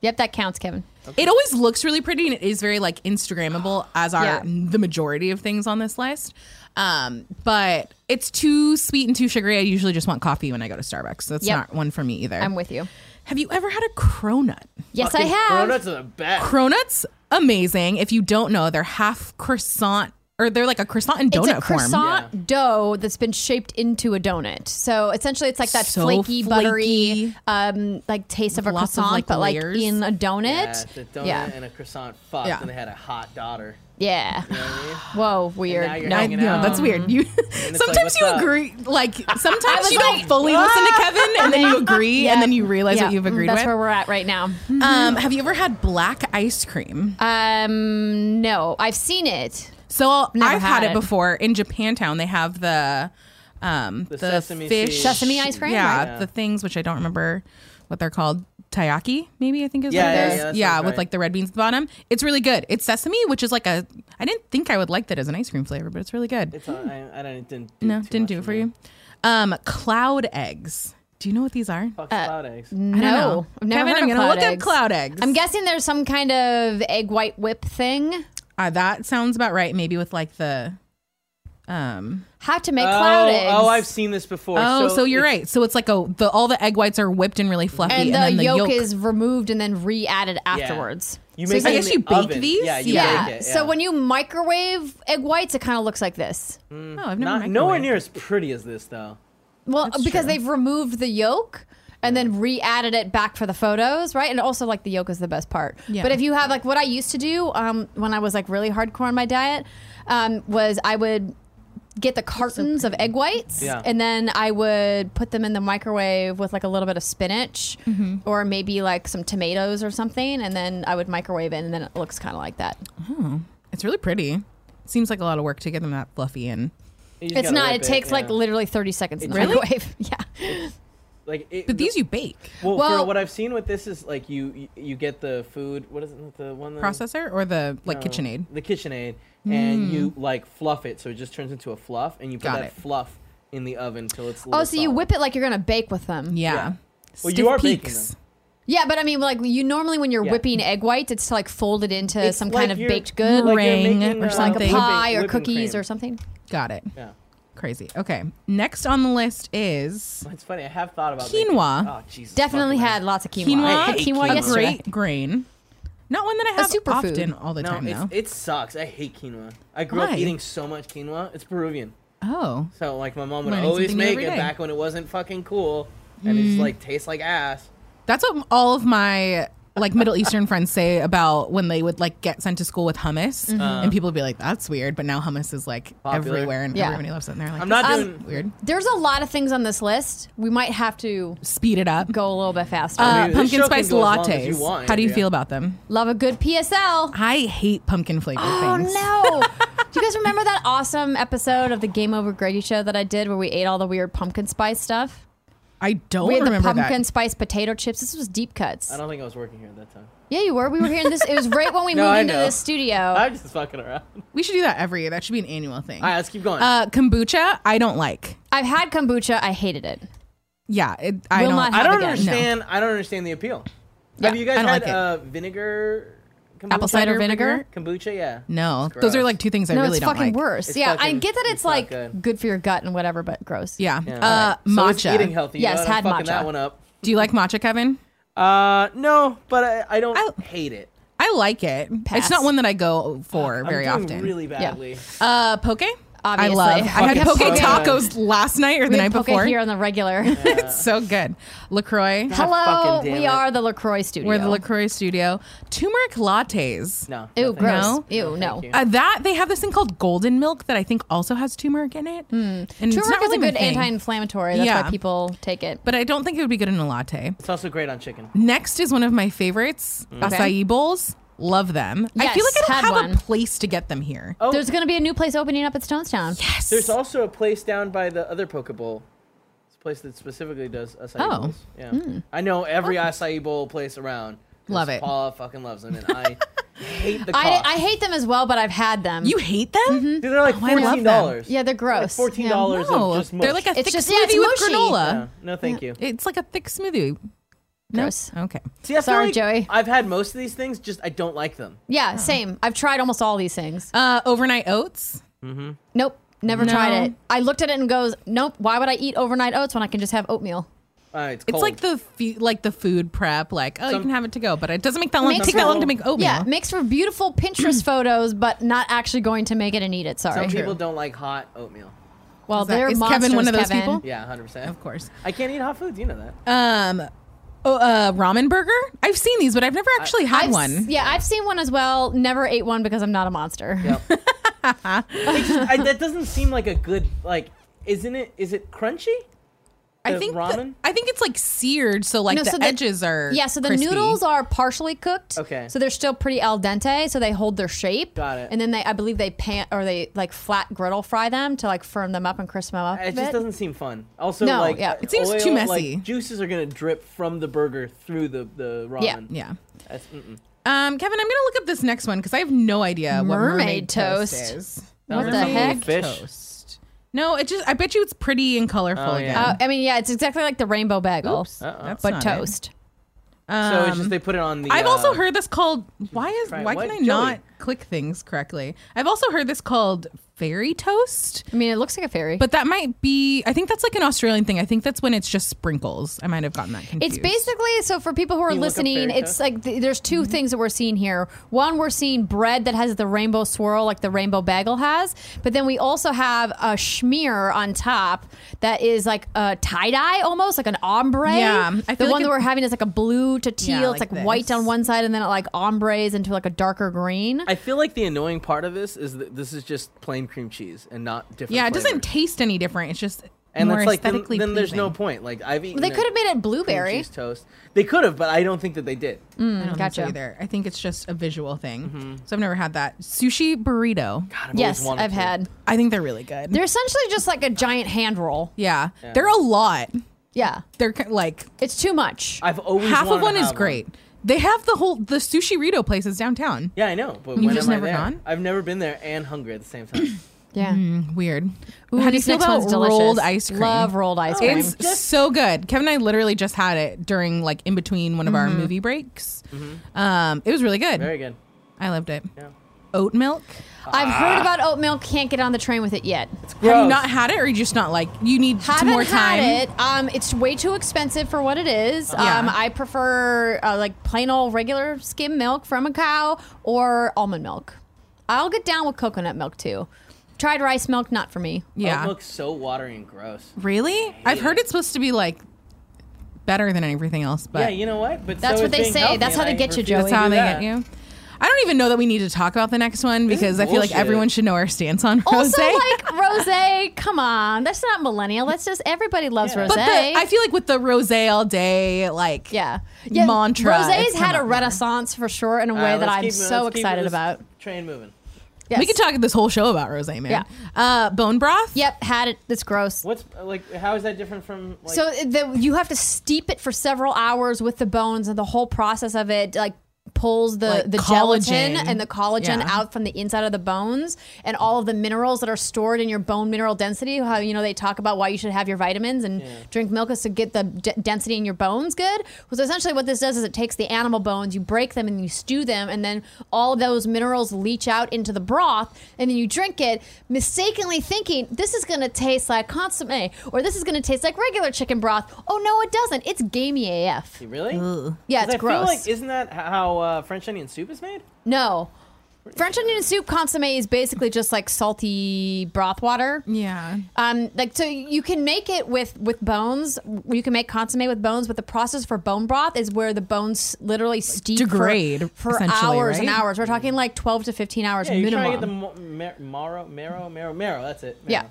[SPEAKER 2] Yep, that counts, Kevin.
[SPEAKER 1] It always looks really pretty and it is very like Instagrammable as are
[SPEAKER 2] Yeah.
[SPEAKER 1] the majority of things on this list. Um, but it's too sweet and too sugary. I usually just want coffee when I go to Starbucks. That's
[SPEAKER 2] Yep.
[SPEAKER 1] not one for me either.
[SPEAKER 2] I'm with you.
[SPEAKER 1] have you ever had a cronut?
[SPEAKER 2] Yes, I
[SPEAKER 5] Fucking
[SPEAKER 2] have.
[SPEAKER 5] Donuts are the best.
[SPEAKER 1] Cronuts amazing. If you don't know, they're half croissant or they're like a croissant and donut
[SPEAKER 2] it's a
[SPEAKER 1] form.
[SPEAKER 2] croissant dough that's been shaped into a donut. So essentially, it's like that
[SPEAKER 1] So
[SPEAKER 2] flaky, buttery,
[SPEAKER 1] flaky.
[SPEAKER 2] um, like taste of a
[SPEAKER 1] lots of,
[SPEAKER 2] croissant,
[SPEAKER 1] like,
[SPEAKER 2] but like
[SPEAKER 1] layers.
[SPEAKER 2] in a
[SPEAKER 5] Yeah,
[SPEAKER 2] donut.
[SPEAKER 5] it's a donut
[SPEAKER 2] Yeah.
[SPEAKER 5] and a croissant fucked,
[SPEAKER 1] Yeah.
[SPEAKER 5] and they had a hot daughter.
[SPEAKER 2] Yeah.
[SPEAKER 5] You know what I mean?
[SPEAKER 2] Whoa, weird.
[SPEAKER 5] now you're
[SPEAKER 2] No.
[SPEAKER 1] I,
[SPEAKER 5] hanging
[SPEAKER 1] yeah,
[SPEAKER 5] out.
[SPEAKER 1] that's weird. You <laughs> sometimes
[SPEAKER 5] "What's
[SPEAKER 1] you
[SPEAKER 5] up?"
[SPEAKER 1] agree,
[SPEAKER 2] <laughs>
[SPEAKER 1] like sometimes
[SPEAKER 2] was
[SPEAKER 1] you don't
[SPEAKER 2] like,
[SPEAKER 1] fully listen to Kevin, and then you
[SPEAKER 2] <laughs>
[SPEAKER 1] agree,
[SPEAKER 2] Yeah.
[SPEAKER 1] and then you realize
[SPEAKER 2] Yeah.
[SPEAKER 1] what you've
[SPEAKER 2] Mm,
[SPEAKER 1] agreed
[SPEAKER 2] That's
[SPEAKER 1] with.
[SPEAKER 2] where we're at right now.
[SPEAKER 1] Um, have you ever had black ice cream?
[SPEAKER 2] Um, no, I've seen it.
[SPEAKER 1] So
[SPEAKER 2] Never
[SPEAKER 1] I've had,
[SPEAKER 2] had
[SPEAKER 1] it.
[SPEAKER 2] it.
[SPEAKER 1] before in Japantown. They have the um, the,
[SPEAKER 5] sesame
[SPEAKER 1] fish
[SPEAKER 5] seeds.
[SPEAKER 2] Sesame ice cream,
[SPEAKER 1] Yeah,
[SPEAKER 2] right?
[SPEAKER 1] the things which I don't remember what they're called. Taiyaki, maybe I think is
[SPEAKER 5] Yeah,
[SPEAKER 1] what
[SPEAKER 5] yeah,
[SPEAKER 1] it
[SPEAKER 5] yeah,
[SPEAKER 1] is.
[SPEAKER 5] that sounds
[SPEAKER 1] with
[SPEAKER 5] right.
[SPEAKER 1] like the red beans at the bottom. It's really good. It's sesame, which is like a. I didn't think I would like that as an ice cream flavor, but it's really good.
[SPEAKER 5] It's not, I, I don't, didn't do
[SPEAKER 1] no,
[SPEAKER 5] too
[SPEAKER 1] didn't
[SPEAKER 5] much
[SPEAKER 1] do it for
[SPEAKER 5] me.
[SPEAKER 1] you. Um, cloud eggs. Do you know what these are?
[SPEAKER 5] Fuck cloud eggs.
[SPEAKER 2] No,
[SPEAKER 1] I don't know.
[SPEAKER 2] I've never
[SPEAKER 1] Kevin, I'm
[SPEAKER 2] heard of
[SPEAKER 1] gonna
[SPEAKER 2] cloud
[SPEAKER 1] look
[SPEAKER 2] eggs.
[SPEAKER 1] up cloud eggs.
[SPEAKER 2] I'm guessing there's some kind of egg white whip thing.
[SPEAKER 1] Uh, that sounds about right. Maybe with like the, um.
[SPEAKER 2] How to make
[SPEAKER 5] oh,
[SPEAKER 2] cloud eggs?
[SPEAKER 5] oh, I've seen this before.
[SPEAKER 1] Oh, so, you're
[SPEAKER 5] it's-
[SPEAKER 1] right. So it's like a the all the egg whites are whipped and really fluffy,
[SPEAKER 2] and,
[SPEAKER 1] and, then
[SPEAKER 2] the,
[SPEAKER 1] the
[SPEAKER 2] yolk, is removed and then re-added afterwards.
[SPEAKER 5] You
[SPEAKER 2] So
[SPEAKER 5] make
[SPEAKER 1] I
[SPEAKER 5] it
[SPEAKER 1] guess
[SPEAKER 5] in
[SPEAKER 1] you
[SPEAKER 5] the
[SPEAKER 1] bake
[SPEAKER 5] oven.
[SPEAKER 1] these?
[SPEAKER 5] Yeah, you
[SPEAKER 2] yeah.
[SPEAKER 5] bake it.
[SPEAKER 2] So when you microwave egg whites, it kind of looks like this.
[SPEAKER 1] Oh, I've never
[SPEAKER 5] Not, nowhere
[SPEAKER 1] microwaved.
[SPEAKER 5] near as pretty as this though.
[SPEAKER 2] Well,
[SPEAKER 1] That's
[SPEAKER 2] because
[SPEAKER 1] true.
[SPEAKER 2] they've removed the yolk and then re-added it back for the photos, right? And also like the yolk is the best part.
[SPEAKER 1] Yeah.
[SPEAKER 2] But if you have like what I used to do um, when I was like really hardcore on my diet um, was I would get the cartons of egg whites
[SPEAKER 5] Yeah.
[SPEAKER 2] and then I would put them in the microwave with like a little bit of spinach
[SPEAKER 1] Mm-hmm.
[SPEAKER 2] or maybe like some tomatoes or something and then I would microwave it and then it looks kind of like that.
[SPEAKER 1] It's really pretty. Seems like a lot of work to get them that fluffy and.
[SPEAKER 5] You just
[SPEAKER 2] It's
[SPEAKER 5] gotta
[SPEAKER 2] not
[SPEAKER 5] whip
[SPEAKER 2] it takes like
[SPEAKER 5] yeah.
[SPEAKER 2] literally 30 seconds in the
[SPEAKER 1] Really?
[SPEAKER 2] microwave. <laughs> yeah.
[SPEAKER 5] like it,
[SPEAKER 1] But these you bake
[SPEAKER 5] Well,
[SPEAKER 2] Well-
[SPEAKER 5] for what I've seen with this is like you you, you get the food. What is it? The one that,
[SPEAKER 1] processor or the like
[SPEAKER 5] no,
[SPEAKER 1] KitchenAid.
[SPEAKER 5] The KitchenAid, and you
[SPEAKER 2] Hmm.
[SPEAKER 5] like fluff it, so it just turns into a fluff, and you put
[SPEAKER 1] Got
[SPEAKER 5] that
[SPEAKER 1] it.
[SPEAKER 5] fluff in the oven till it's. a
[SPEAKER 2] Oh,
[SPEAKER 5] little
[SPEAKER 2] so you
[SPEAKER 5] solid.
[SPEAKER 2] whip it like you're gonna bake with them.
[SPEAKER 1] Yeah.
[SPEAKER 5] Yeah. Well, you
[SPEAKER 1] Stiff
[SPEAKER 5] are baking
[SPEAKER 1] peaks.
[SPEAKER 5] them.
[SPEAKER 2] Yeah, but I mean, like you normally when you're
[SPEAKER 5] Yeah.
[SPEAKER 2] whipping egg whites, it's to like fold it into
[SPEAKER 5] It's
[SPEAKER 2] some
[SPEAKER 5] like
[SPEAKER 2] kind of
[SPEAKER 5] you're-
[SPEAKER 2] baked good,
[SPEAKER 1] like
[SPEAKER 2] like,
[SPEAKER 5] you're
[SPEAKER 1] meringue
[SPEAKER 5] making,
[SPEAKER 1] or
[SPEAKER 5] uh,
[SPEAKER 1] something.
[SPEAKER 2] a pie or
[SPEAKER 5] whipping
[SPEAKER 2] cookies
[SPEAKER 5] cream.
[SPEAKER 2] or something.
[SPEAKER 1] Got it.
[SPEAKER 5] Yeah,
[SPEAKER 1] Crazy. Okay. Next on the list is
[SPEAKER 5] Well, it's funny. I have thought about
[SPEAKER 1] Quinoa.
[SPEAKER 5] Making, oh, Jesus
[SPEAKER 2] Definitely
[SPEAKER 5] fucking
[SPEAKER 2] had lots of quinoa.
[SPEAKER 1] quinoa.
[SPEAKER 2] I had quinoa
[SPEAKER 1] a
[SPEAKER 2] yesterday.
[SPEAKER 1] great grain. Not one that I have
[SPEAKER 2] superfood.
[SPEAKER 1] often all the
[SPEAKER 5] No,
[SPEAKER 1] time
[SPEAKER 5] it's,
[SPEAKER 1] though.
[SPEAKER 5] it sucks. I hate quinoa. I grew
[SPEAKER 1] Why?
[SPEAKER 5] up eating so much quinoa. It's Peruvian,
[SPEAKER 1] oh.
[SPEAKER 5] so like my mom would
[SPEAKER 1] Learning
[SPEAKER 5] always
[SPEAKER 1] something new
[SPEAKER 5] make
[SPEAKER 1] every
[SPEAKER 5] it
[SPEAKER 1] day.
[SPEAKER 5] back when it wasn't fucking cool, and it
[SPEAKER 2] Mm.
[SPEAKER 5] just like tastes like ass.
[SPEAKER 1] That's what all of my like Middle Eastern friends say about when they would like get sent to school with hummus, and people would be like, "That's weird," but now hummus is like
[SPEAKER 5] Mm-hmm. Uh. Popular.
[SPEAKER 1] everywhere and
[SPEAKER 2] Yeah.
[SPEAKER 1] everybody loves it. And they're like,
[SPEAKER 5] I'm not
[SPEAKER 1] "This is
[SPEAKER 5] doing-
[SPEAKER 1] weird."
[SPEAKER 2] There's a lot of things on this list. We might have to
[SPEAKER 1] Speed it up.
[SPEAKER 2] go a little bit faster.
[SPEAKER 1] Uh,
[SPEAKER 5] this
[SPEAKER 1] pumpkin
[SPEAKER 5] show can
[SPEAKER 1] spice
[SPEAKER 5] go as long as
[SPEAKER 1] lattes.
[SPEAKER 5] you want,
[SPEAKER 1] How do you
[SPEAKER 5] yeah.
[SPEAKER 1] feel about them?
[SPEAKER 2] Love a good PSL.
[SPEAKER 1] I hate pumpkin flavored
[SPEAKER 2] Oh
[SPEAKER 1] things.
[SPEAKER 2] <laughs> no! Do you guys remember that awesome episode of the Game Over Grady show that I did where we ate all the weird pumpkin spice stuff?
[SPEAKER 1] I don't
[SPEAKER 2] we had the
[SPEAKER 1] remember
[SPEAKER 2] pumpkin
[SPEAKER 1] that.
[SPEAKER 2] spice potato chips. This was deep cuts.
[SPEAKER 5] I don't think I was working here at that time.
[SPEAKER 2] Yeah, you were. We were here in this. It was right when <laughs> we
[SPEAKER 5] No,
[SPEAKER 2] moved
[SPEAKER 5] I
[SPEAKER 2] into
[SPEAKER 5] know.
[SPEAKER 2] this studio.
[SPEAKER 5] I'm just fucking around. <laughs> All
[SPEAKER 1] We should do that every year. That should be an annual thing.
[SPEAKER 5] right, let's keep going.
[SPEAKER 1] Uh, kombucha, I don't like.
[SPEAKER 2] I've had kombucha. I hated it.
[SPEAKER 1] Yeah, it, I
[SPEAKER 2] Will
[SPEAKER 1] don't.
[SPEAKER 2] not
[SPEAKER 5] I
[SPEAKER 2] have
[SPEAKER 5] don't
[SPEAKER 2] again.
[SPEAKER 5] understand. I don't understand the appeal.
[SPEAKER 1] Yeah,
[SPEAKER 5] Have you guys
[SPEAKER 1] I
[SPEAKER 5] had
[SPEAKER 1] don't like it.
[SPEAKER 5] uh, vinegar? Kombucha?
[SPEAKER 1] Apple cider vinegar?
[SPEAKER 5] Kombucha, yeah.
[SPEAKER 1] no,
[SPEAKER 5] It's
[SPEAKER 1] those are
[SPEAKER 5] gross.
[SPEAKER 1] like two things I
[SPEAKER 2] no,
[SPEAKER 1] really
[SPEAKER 2] it's
[SPEAKER 1] don't
[SPEAKER 2] fucking
[SPEAKER 1] like.
[SPEAKER 2] worse.
[SPEAKER 5] It's
[SPEAKER 2] yeah, I
[SPEAKER 5] fucking-
[SPEAKER 2] get that it's,
[SPEAKER 5] it's not
[SPEAKER 2] like good.
[SPEAKER 5] good.
[SPEAKER 2] for your gut and whatever, but gross.
[SPEAKER 1] Yeah.
[SPEAKER 5] Yeah.
[SPEAKER 1] Uh,
[SPEAKER 5] So it's eating
[SPEAKER 1] matcha.
[SPEAKER 5] healthy.
[SPEAKER 2] Yes,
[SPEAKER 5] I'm
[SPEAKER 2] had
[SPEAKER 5] fucking
[SPEAKER 2] matcha.
[SPEAKER 5] that one up.
[SPEAKER 1] do you like matcha, Kevin?
[SPEAKER 5] Uh, no, but I, I don't
[SPEAKER 1] I-
[SPEAKER 5] hate it.
[SPEAKER 1] I like it.
[SPEAKER 2] Pass.
[SPEAKER 1] It's not one that I go for
[SPEAKER 5] Uh, I'm
[SPEAKER 1] very
[SPEAKER 5] doing
[SPEAKER 1] often.
[SPEAKER 5] Really badly.
[SPEAKER 1] uh, poke. I
[SPEAKER 2] Obviously,
[SPEAKER 1] love. <laughs> I had
[SPEAKER 2] We have
[SPEAKER 1] poke
[SPEAKER 5] so good.
[SPEAKER 1] tacos last night or the
[SPEAKER 2] we
[SPEAKER 1] night
[SPEAKER 2] have poke
[SPEAKER 1] before.
[SPEAKER 2] here on the regular. <laughs>
[SPEAKER 5] <laughs>
[SPEAKER 1] it's so good. Lacroix.
[SPEAKER 2] Hello,
[SPEAKER 5] fucking damn
[SPEAKER 2] we
[SPEAKER 5] it.
[SPEAKER 2] are the Lacroix Studio.
[SPEAKER 1] We're the Lacroix studio. Turmeric lattes.
[SPEAKER 5] No.
[SPEAKER 2] Ew,
[SPEAKER 5] nothing.
[SPEAKER 2] gross.
[SPEAKER 1] No?
[SPEAKER 2] Ew, no.
[SPEAKER 5] thank you.
[SPEAKER 1] Uh, that they have this thing called golden milk that I think also has turmeric in it. And it's not
[SPEAKER 2] Turmeric is a
[SPEAKER 1] really my
[SPEAKER 2] good
[SPEAKER 1] thing,
[SPEAKER 2] anti-inflammatory. That's
[SPEAKER 1] Yeah.
[SPEAKER 2] why people take it.
[SPEAKER 1] but I don't think it would be good in a latte.
[SPEAKER 5] It's also great on chicken.
[SPEAKER 1] Next is one of my favorites, acai bowls. Love them. I feel
[SPEAKER 2] Yes,
[SPEAKER 1] like I
[SPEAKER 2] had
[SPEAKER 1] don't have a
[SPEAKER 2] one.
[SPEAKER 1] place to get them here.
[SPEAKER 5] Oh,
[SPEAKER 2] There's
[SPEAKER 5] there's,
[SPEAKER 2] going to be a new place opening up at Stonestown.
[SPEAKER 1] Yes.
[SPEAKER 5] also a place down by the other poke bowl. It's a place that specifically does acai
[SPEAKER 1] Oh.
[SPEAKER 5] bowls. Yeah. I know every acai bowl place around. 'cause
[SPEAKER 1] Love it.
[SPEAKER 5] Paula fucking loves them, and I
[SPEAKER 1] <laughs>
[SPEAKER 5] hate the
[SPEAKER 2] I,
[SPEAKER 5] cost.
[SPEAKER 2] I hate them as well, but I've had them.
[SPEAKER 1] you hate them?
[SPEAKER 5] Dude, they're like
[SPEAKER 1] Oh, I love them.
[SPEAKER 5] fourteen dollars.
[SPEAKER 2] yeah, they're
[SPEAKER 5] like
[SPEAKER 2] gross.
[SPEAKER 5] fourteen
[SPEAKER 2] Yeah.
[SPEAKER 5] dollars.
[SPEAKER 1] No,
[SPEAKER 5] of just mush.
[SPEAKER 1] they're like a
[SPEAKER 2] It's
[SPEAKER 1] thick
[SPEAKER 2] just-
[SPEAKER 1] smoothie
[SPEAKER 2] yeah, it's
[SPEAKER 1] with
[SPEAKER 2] mushy.
[SPEAKER 1] granola.
[SPEAKER 5] Yeah, no, thank you.
[SPEAKER 1] It's like a thick smoothie. No?
[SPEAKER 2] Gross.
[SPEAKER 1] Okay.
[SPEAKER 5] See, I feel
[SPEAKER 2] Sorry,
[SPEAKER 5] like
[SPEAKER 2] Joey.
[SPEAKER 5] I've had most of these things. Just I don't like them.
[SPEAKER 2] Yeah,
[SPEAKER 1] Oh.
[SPEAKER 2] same. I've tried almost all these things.
[SPEAKER 1] Uh, overnight oats.
[SPEAKER 2] Nope, never
[SPEAKER 1] No.
[SPEAKER 2] tried it. I looked at it and goes, nope. Why would I eat overnight oats when I can just have oatmeal?
[SPEAKER 5] Uh, it's
[SPEAKER 1] It's
[SPEAKER 5] cold.
[SPEAKER 1] like the fu- like the food prep. Like oh, you
[SPEAKER 5] Some-
[SPEAKER 1] can have it to go, but it doesn't make that long.
[SPEAKER 2] Makes
[SPEAKER 1] Take that
[SPEAKER 5] people-
[SPEAKER 1] long to make oatmeal.
[SPEAKER 2] Yeah, makes for beautiful
[SPEAKER 1] <clears throat>
[SPEAKER 2] Pinterest photos, but not actually going to make it and eat it.
[SPEAKER 5] some
[SPEAKER 2] Sorry.
[SPEAKER 5] people don't like hot oatmeal.
[SPEAKER 2] Well,
[SPEAKER 1] Is that-
[SPEAKER 2] they're
[SPEAKER 1] is Kevin
[SPEAKER 2] monsters.
[SPEAKER 1] one of those
[SPEAKER 2] Kevin.
[SPEAKER 1] people?
[SPEAKER 5] Yeah, hundred percent.
[SPEAKER 1] of course.
[SPEAKER 5] I can't eat hot foods. You know that.
[SPEAKER 1] <laughs> Um, oh, uh, ramen burger. I've seen these, but I've never actually had
[SPEAKER 2] I've
[SPEAKER 1] one.
[SPEAKER 2] s- Yeah, I've seen one as well. Never ate one because I'm not a monster.
[SPEAKER 5] Yep. It just- I, that
[SPEAKER 1] <laughs>
[SPEAKER 5] doesn't seem like a good like. Isn't it? Is it crunchy?
[SPEAKER 1] I
[SPEAKER 5] The
[SPEAKER 1] think the-
[SPEAKER 5] ramen?
[SPEAKER 1] I think it's like seared, so like
[SPEAKER 2] No,
[SPEAKER 1] the
[SPEAKER 2] so the-
[SPEAKER 1] edges are
[SPEAKER 2] <laughs> Yeah, so the
[SPEAKER 1] crispy.
[SPEAKER 2] noodles are partially cooked.
[SPEAKER 5] Okay.
[SPEAKER 2] So they're still pretty al dente, so they hold their shape.
[SPEAKER 5] Got it.
[SPEAKER 2] And then they, I believe they pan or they like flat griddle fry them to like firm them up and crisp them up. a
[SPEAKER 5] It
[SPEAKER 2] bit.
[SPEAKER 5] just doesn't seem fun. Also,
[SPEAKER 2] No,
[SPEAKER 5] like
[SPEAKER 2] yeah.
[SPEAKER 1] It seems
[SPEAKER 5] oil,
[SPEAKER 1] too
[SPEAKER 5] like,
[SPEAKER 1] messy.
[SPEAKER 5] juices are gonna drip from the burger through the the ramen.
[SPEAKER 2] Yeah.
[SPEAKER 1] yeah.
[SPEAKER 5] That's, mm-mm.
[SPEAKER 1] Um, Kevin, I'm gonna look up this next one because I have no idea what
[SPEAKER 2] Mermaid
[SPEAKER 1] mermaid toast,
[SPEAKER 2] toast.
[SPEAKER 1] is.
[SPEAKER 2] What
[SPEAKER 5] Sounds
[SPEAKER 2] the
[SPEAKER 5] like
[SPEAKER 2] heck?
[SPEAKER 5] Fish.
[SPEAKER 1] toast? No, it just I bet you it's pretty and colorful
[SPEAKER 5] Oh,
[SPEAKER 1] again.
[SPEAKER 5] yeah.
[SPEAKER 2] Uh, I mean, yeah, it's exactly like the rainbow bagel,
[SPEAKER 5] Uh-uh.
[SPEAKER 1] That's
[SPEAKER 2] but
[SPEAKER 1] not it.
[SPEAKER 2] toast.
[SPEAKER 5] so it's just they put it on the.
[SPEAKER 1] Um, I've also
[SPEAKER 5] uh,
[SPEAKER 1] heard this called why is
[SPEAKER 5] Christ,
[SPEAKER 1] why
[SPEAKER 5] what?
[SPEAKER 1] can I
[SPEAKER 5] Joey.
[SPEAKER 1] not click things correctly? I've also heard this called fairy toast,
[SPEAKER 2] I mean, it looks like a fairy.
[SPEAKER 1] but that might be I think that's like an Australian thing. I think that's when it's just sprinkles. I might have gotten that confused.
[SPEAKER 2] It's basically so for people who are
[SPEAKER 5] You look up
[SPEAKER 2] listening.
[SPEAKER 5] fairy
[SPEAKER 2] It's
[SPEAKER 5] toast?
[SPEAKER 2] like th- there's
[SPEAKER 1] Mm-hmm.
[SPEAKER 2] 2 things that we're seeing here. One, we're seeing bread that has the rainbow swirl, like the rainbow bagel has, but then we also have a schmear on top that is like a tie dye, almost like an ombre.
[SPEAKER 1] Yeah, I
[SPEAKER 2] the
[SPEAKER 1] feel like
[SPEAKER 2] one
[SPEAKER 1] it-
[SPEAKER 2] that we're having is like a blue to teal.
[SPEAKER 1] Yeah,
[SPEAKER 2] it's
[SPEAKER 1] like
[SPEAKER 2] like
[SPEAKER 1] this.
[SPEAKER 2] white on one side, and then it like ombres into like a darker green.
[SPEAKER 5] I feel like the annoying part of this is that this is just plain cream cheese and not different.
[SPEAKER 1] yeah, it doesn't
[SPEAKER 5] flavors.
[SPEAKER 1] taste any different. It's just
[SPEAKER 5] and
[SPEAKER 1] more
[SPEAKER 5] it's like then,
[SPEAKER 1] aesthetically
[SPEAKER 5] then there's no
[SPEAKER 1] pleasing.
[SPEAKER 5] point. Like I've eaten.
[SPEAKER 2] they
[SPEAKER 5] a
[SPEAKER 2] could have made it
[SPEAKER 5] cream
[SPEAKER 2] blueberry. Mm.
[SPEAKER 5] cheese toast. They could have, but I don't think that they did.
[SPEAKER 1] I don't think so
[SPEAKER 2] Gotcha.
[SPEAKER 1] either. I think it's just a visual thing. So I've never had that sushi burrito.
[SPEAKER 5] Mm-hmm. God, I've always
[SPEAKER 2] Yes,
[SPEAKER 5] wanted
[SPEAKER 2] I've
[SPEAKER 5] to.
[SPEAKER 2] had.
[SPEAKER 1] I think they're really good.
[SPEAKER 2] They're essentially just like a giant hand roll.
[SPEAKER 1] yeah. they're a lot.
[SPEAKER 2] Yeah,
[SPEAKER 1] They're ki- like
[SPEAKER 2] it's too much.
[SPEAKER 5] I've always
[SPEAKER 1] half
[SPEAKER 5] wanted
[SPEAKER 1] of
[SPEAKER 5] to
[SPEAKER 1] one is
[SPEAKER 5] have
[SPEAKER 1] great. They have the whole the sushi burrito places downtown.
[SPEAKER 5] Yeah, I know, but
[SPEAKER 1] You've
[SPEAKER 5] when
[SPEAKER 1] just
[SPEAKER 5] am I
[SPEAKER 1] never
[SPEAKER 5] there?
[SPEAKER 1] gone?
[SPEAKER 5] I've never been there and hungry at the
[SPEAKER 2] <laughs>
[SPEAKER 5] same time.
[SPEAKER 2] yeah.
[SPEAKER 1] Weird. How do
[SPEAKER 2] Ooh,
[SPEAKER 1] Mm-hmm. you
[SPEAKER 2] this
[SPEAKER 1] feel
[SPEAKER 2] next
[SPEAKER 1] about
[SPEAKER 2] one's delicious.
[SPEAKER 1] rolled ice cream?
[SPEAKER 2] Love rolled ice cream.
[SPEAKER 1] It's so good. Kevin and I literally just had it during like in between one of our
[SPEAKER 2] Mm-hmm.
[SPEAKER 1] movie breaks. Um, it was really good.
[SPEAKER 5] Mm-hmm. Very good.
[SPEAKER 1] I loved it.
[SPEAKER 5] Yeah.
[SPEAKER 1] Oat milk. Ah.
[SPEAKER 2] I've heard about oat milk. Can't get on the train with it yet.
[SPEAKER 1] Have you
[SPEAKER 5] Gross.
[SPEAKER 1] not had it, or you just not like you need some
[SPEAKER 2] Haven't
[SPEAKER 1] more time?
[SPEAKER 2] had it. Um, it's way too expensive for what it is.
[SPEAKER 1] Yeah.
[SPEAKER 2] Um, I prefer uh, like plain old regular skim milk from a cow or almond milk. I'll get down with coconut milk too. Tried rice milk, not for me.
[SPEAKER 1] Yeah.
[SPEAKER 5] It looks so watery and gross.
[SPEAKER 1] Really? I've heard it's supposed to be like better than everything else, but
[SPEAKER 5] yeah, you know what? But
[SPEAKER 2] That's
[SPEAKER 5] so
[SPEAKER 2] what
[SPEAKER 5] is
[SPEAKER 2] they
[SPEAKER 5] being
[SPEAKER 2] say.
[SPEAKER 5] healthy,
[SPEAKER 2] That's how
[SPEAKER 5] and
[SPEAKER 2] they
[SPEAKER 5] I
[SPEAKER 2] get you,
[SPEAKER 5] refuse to
[SPEAKER 1] that's
[SPEAKER 2] Joey.
[SPEAKER 5] do
[SPEAKER 1] how they
[SPEAKER 5] that.
[SPEAKER 1] get you. I don't even know that we need to talk about the next one because I feel like
[SPEAKER 5] bullshit.
[SPEAKER 1] everyone should know our stance on rose.
[SPEAKER 2] Also, like rose, come on, that's not millennial. That's just everybody loves
[SPEAKER 5] Yeah.
[SPEAKER 2] rose.
[SPEAKER 1] but <laughs> the, I feel like with the rose all day, like
[SPEAKER 2] yeah,
[SPEAKER 1] mantra,
[SPEAKER 2] Rose's
[SPEAKER 1] it's come
[SPEAKER 2] had a
[SPEAKER 1] up more.
[SPEAKER 2] renaissance for sure in a
[SPEAKER 5] All
[SPEAKER 2] way
[SPEAKER 5] right,
[SPEAKER 2] that
[SPEAKER 5] let's
[SPEAKER 2] I'm
[SPEAKER 5] keep moving-
[SPEAKER 2] so
[SPEAKER 5] let's keep
[SPEAKER 2] excited
[SPEAKER 5] this
[SPEAKER 2] about.
[SPEAKER 5] Train moving.
[SPEAKER 1] we
[SPEAKER 2] Yes.
[SPEAKER 1] could talk this whole show about rose, man.
[SPEAKER 2] Yeah.
[SPEAKER 1] Uh, bone broth.
[SPEAKER 2] Yep, had it. It's gross.
[SPEAKER 5] What's like? How is that different from? Like,
[SPEAKER 2] So the, you have to steep it for several hours with the bones, and the whole process of it like pulls the
[SPEAKER 1] Like
[SPEAKER 2] the
[SPEAKER 1] collagen.
[SPEAKER 2] gelatin and the collagen
[SPEAKER 1] Yeah.
[SPEAKER 2] out from the inside of the bones, and all of the minerals that are stored in your bone mineral density. How you know they talk about why you should have your vitamins and drink milk is to get the d- density in your bones good. Because essentially what this does is it takes the animal bones, you break them and you stew them, and then all those minerals leach out into the broth, and then you drink it, mistakenly thinking this is gonna taste like consommé or this is gonna taste like regular chicken broth. Oh no, it doesn't. It's gamey AF.
[SPEAKER 5] really?
[SPEAKER 2] Yeah,
[SPEAKER 5] 'Cause
[SPEAKER 2] it's
[SPEAKER 5] I
[SPEAKER 2] gross.
[SPEAKER 5] Feel like, isn't that h- how uh, French onion soup is made?
[SPEAKER 2] no. French onion soup consomme is basically just like salty broth water.
[SPEAKER 1] Yeah.
[SPEAKER 2] Um, like so, you can make it with with bones. You can make consomme with bones, but the process for bone broth is where the bones literally steep for-
[SPEAKER 1] degrade,
[SPEAKER 2] for,
[SPEAKER 1] essentially,
[SPEAKER 2] hours and
[SPEAKER 1] right?
[SPEAKER 2] hours. We're talking like twelve to fifteen hours
[SPEAKER 5] Yeah, you're
[SPEAKER 2] minimum.
[SPEAKER 5] trying to get the mo- mar- marrow, marrow, marrow, marrow. That's it.
[SPEAKER 2] yeah,
[SPEAKER 5] marrow.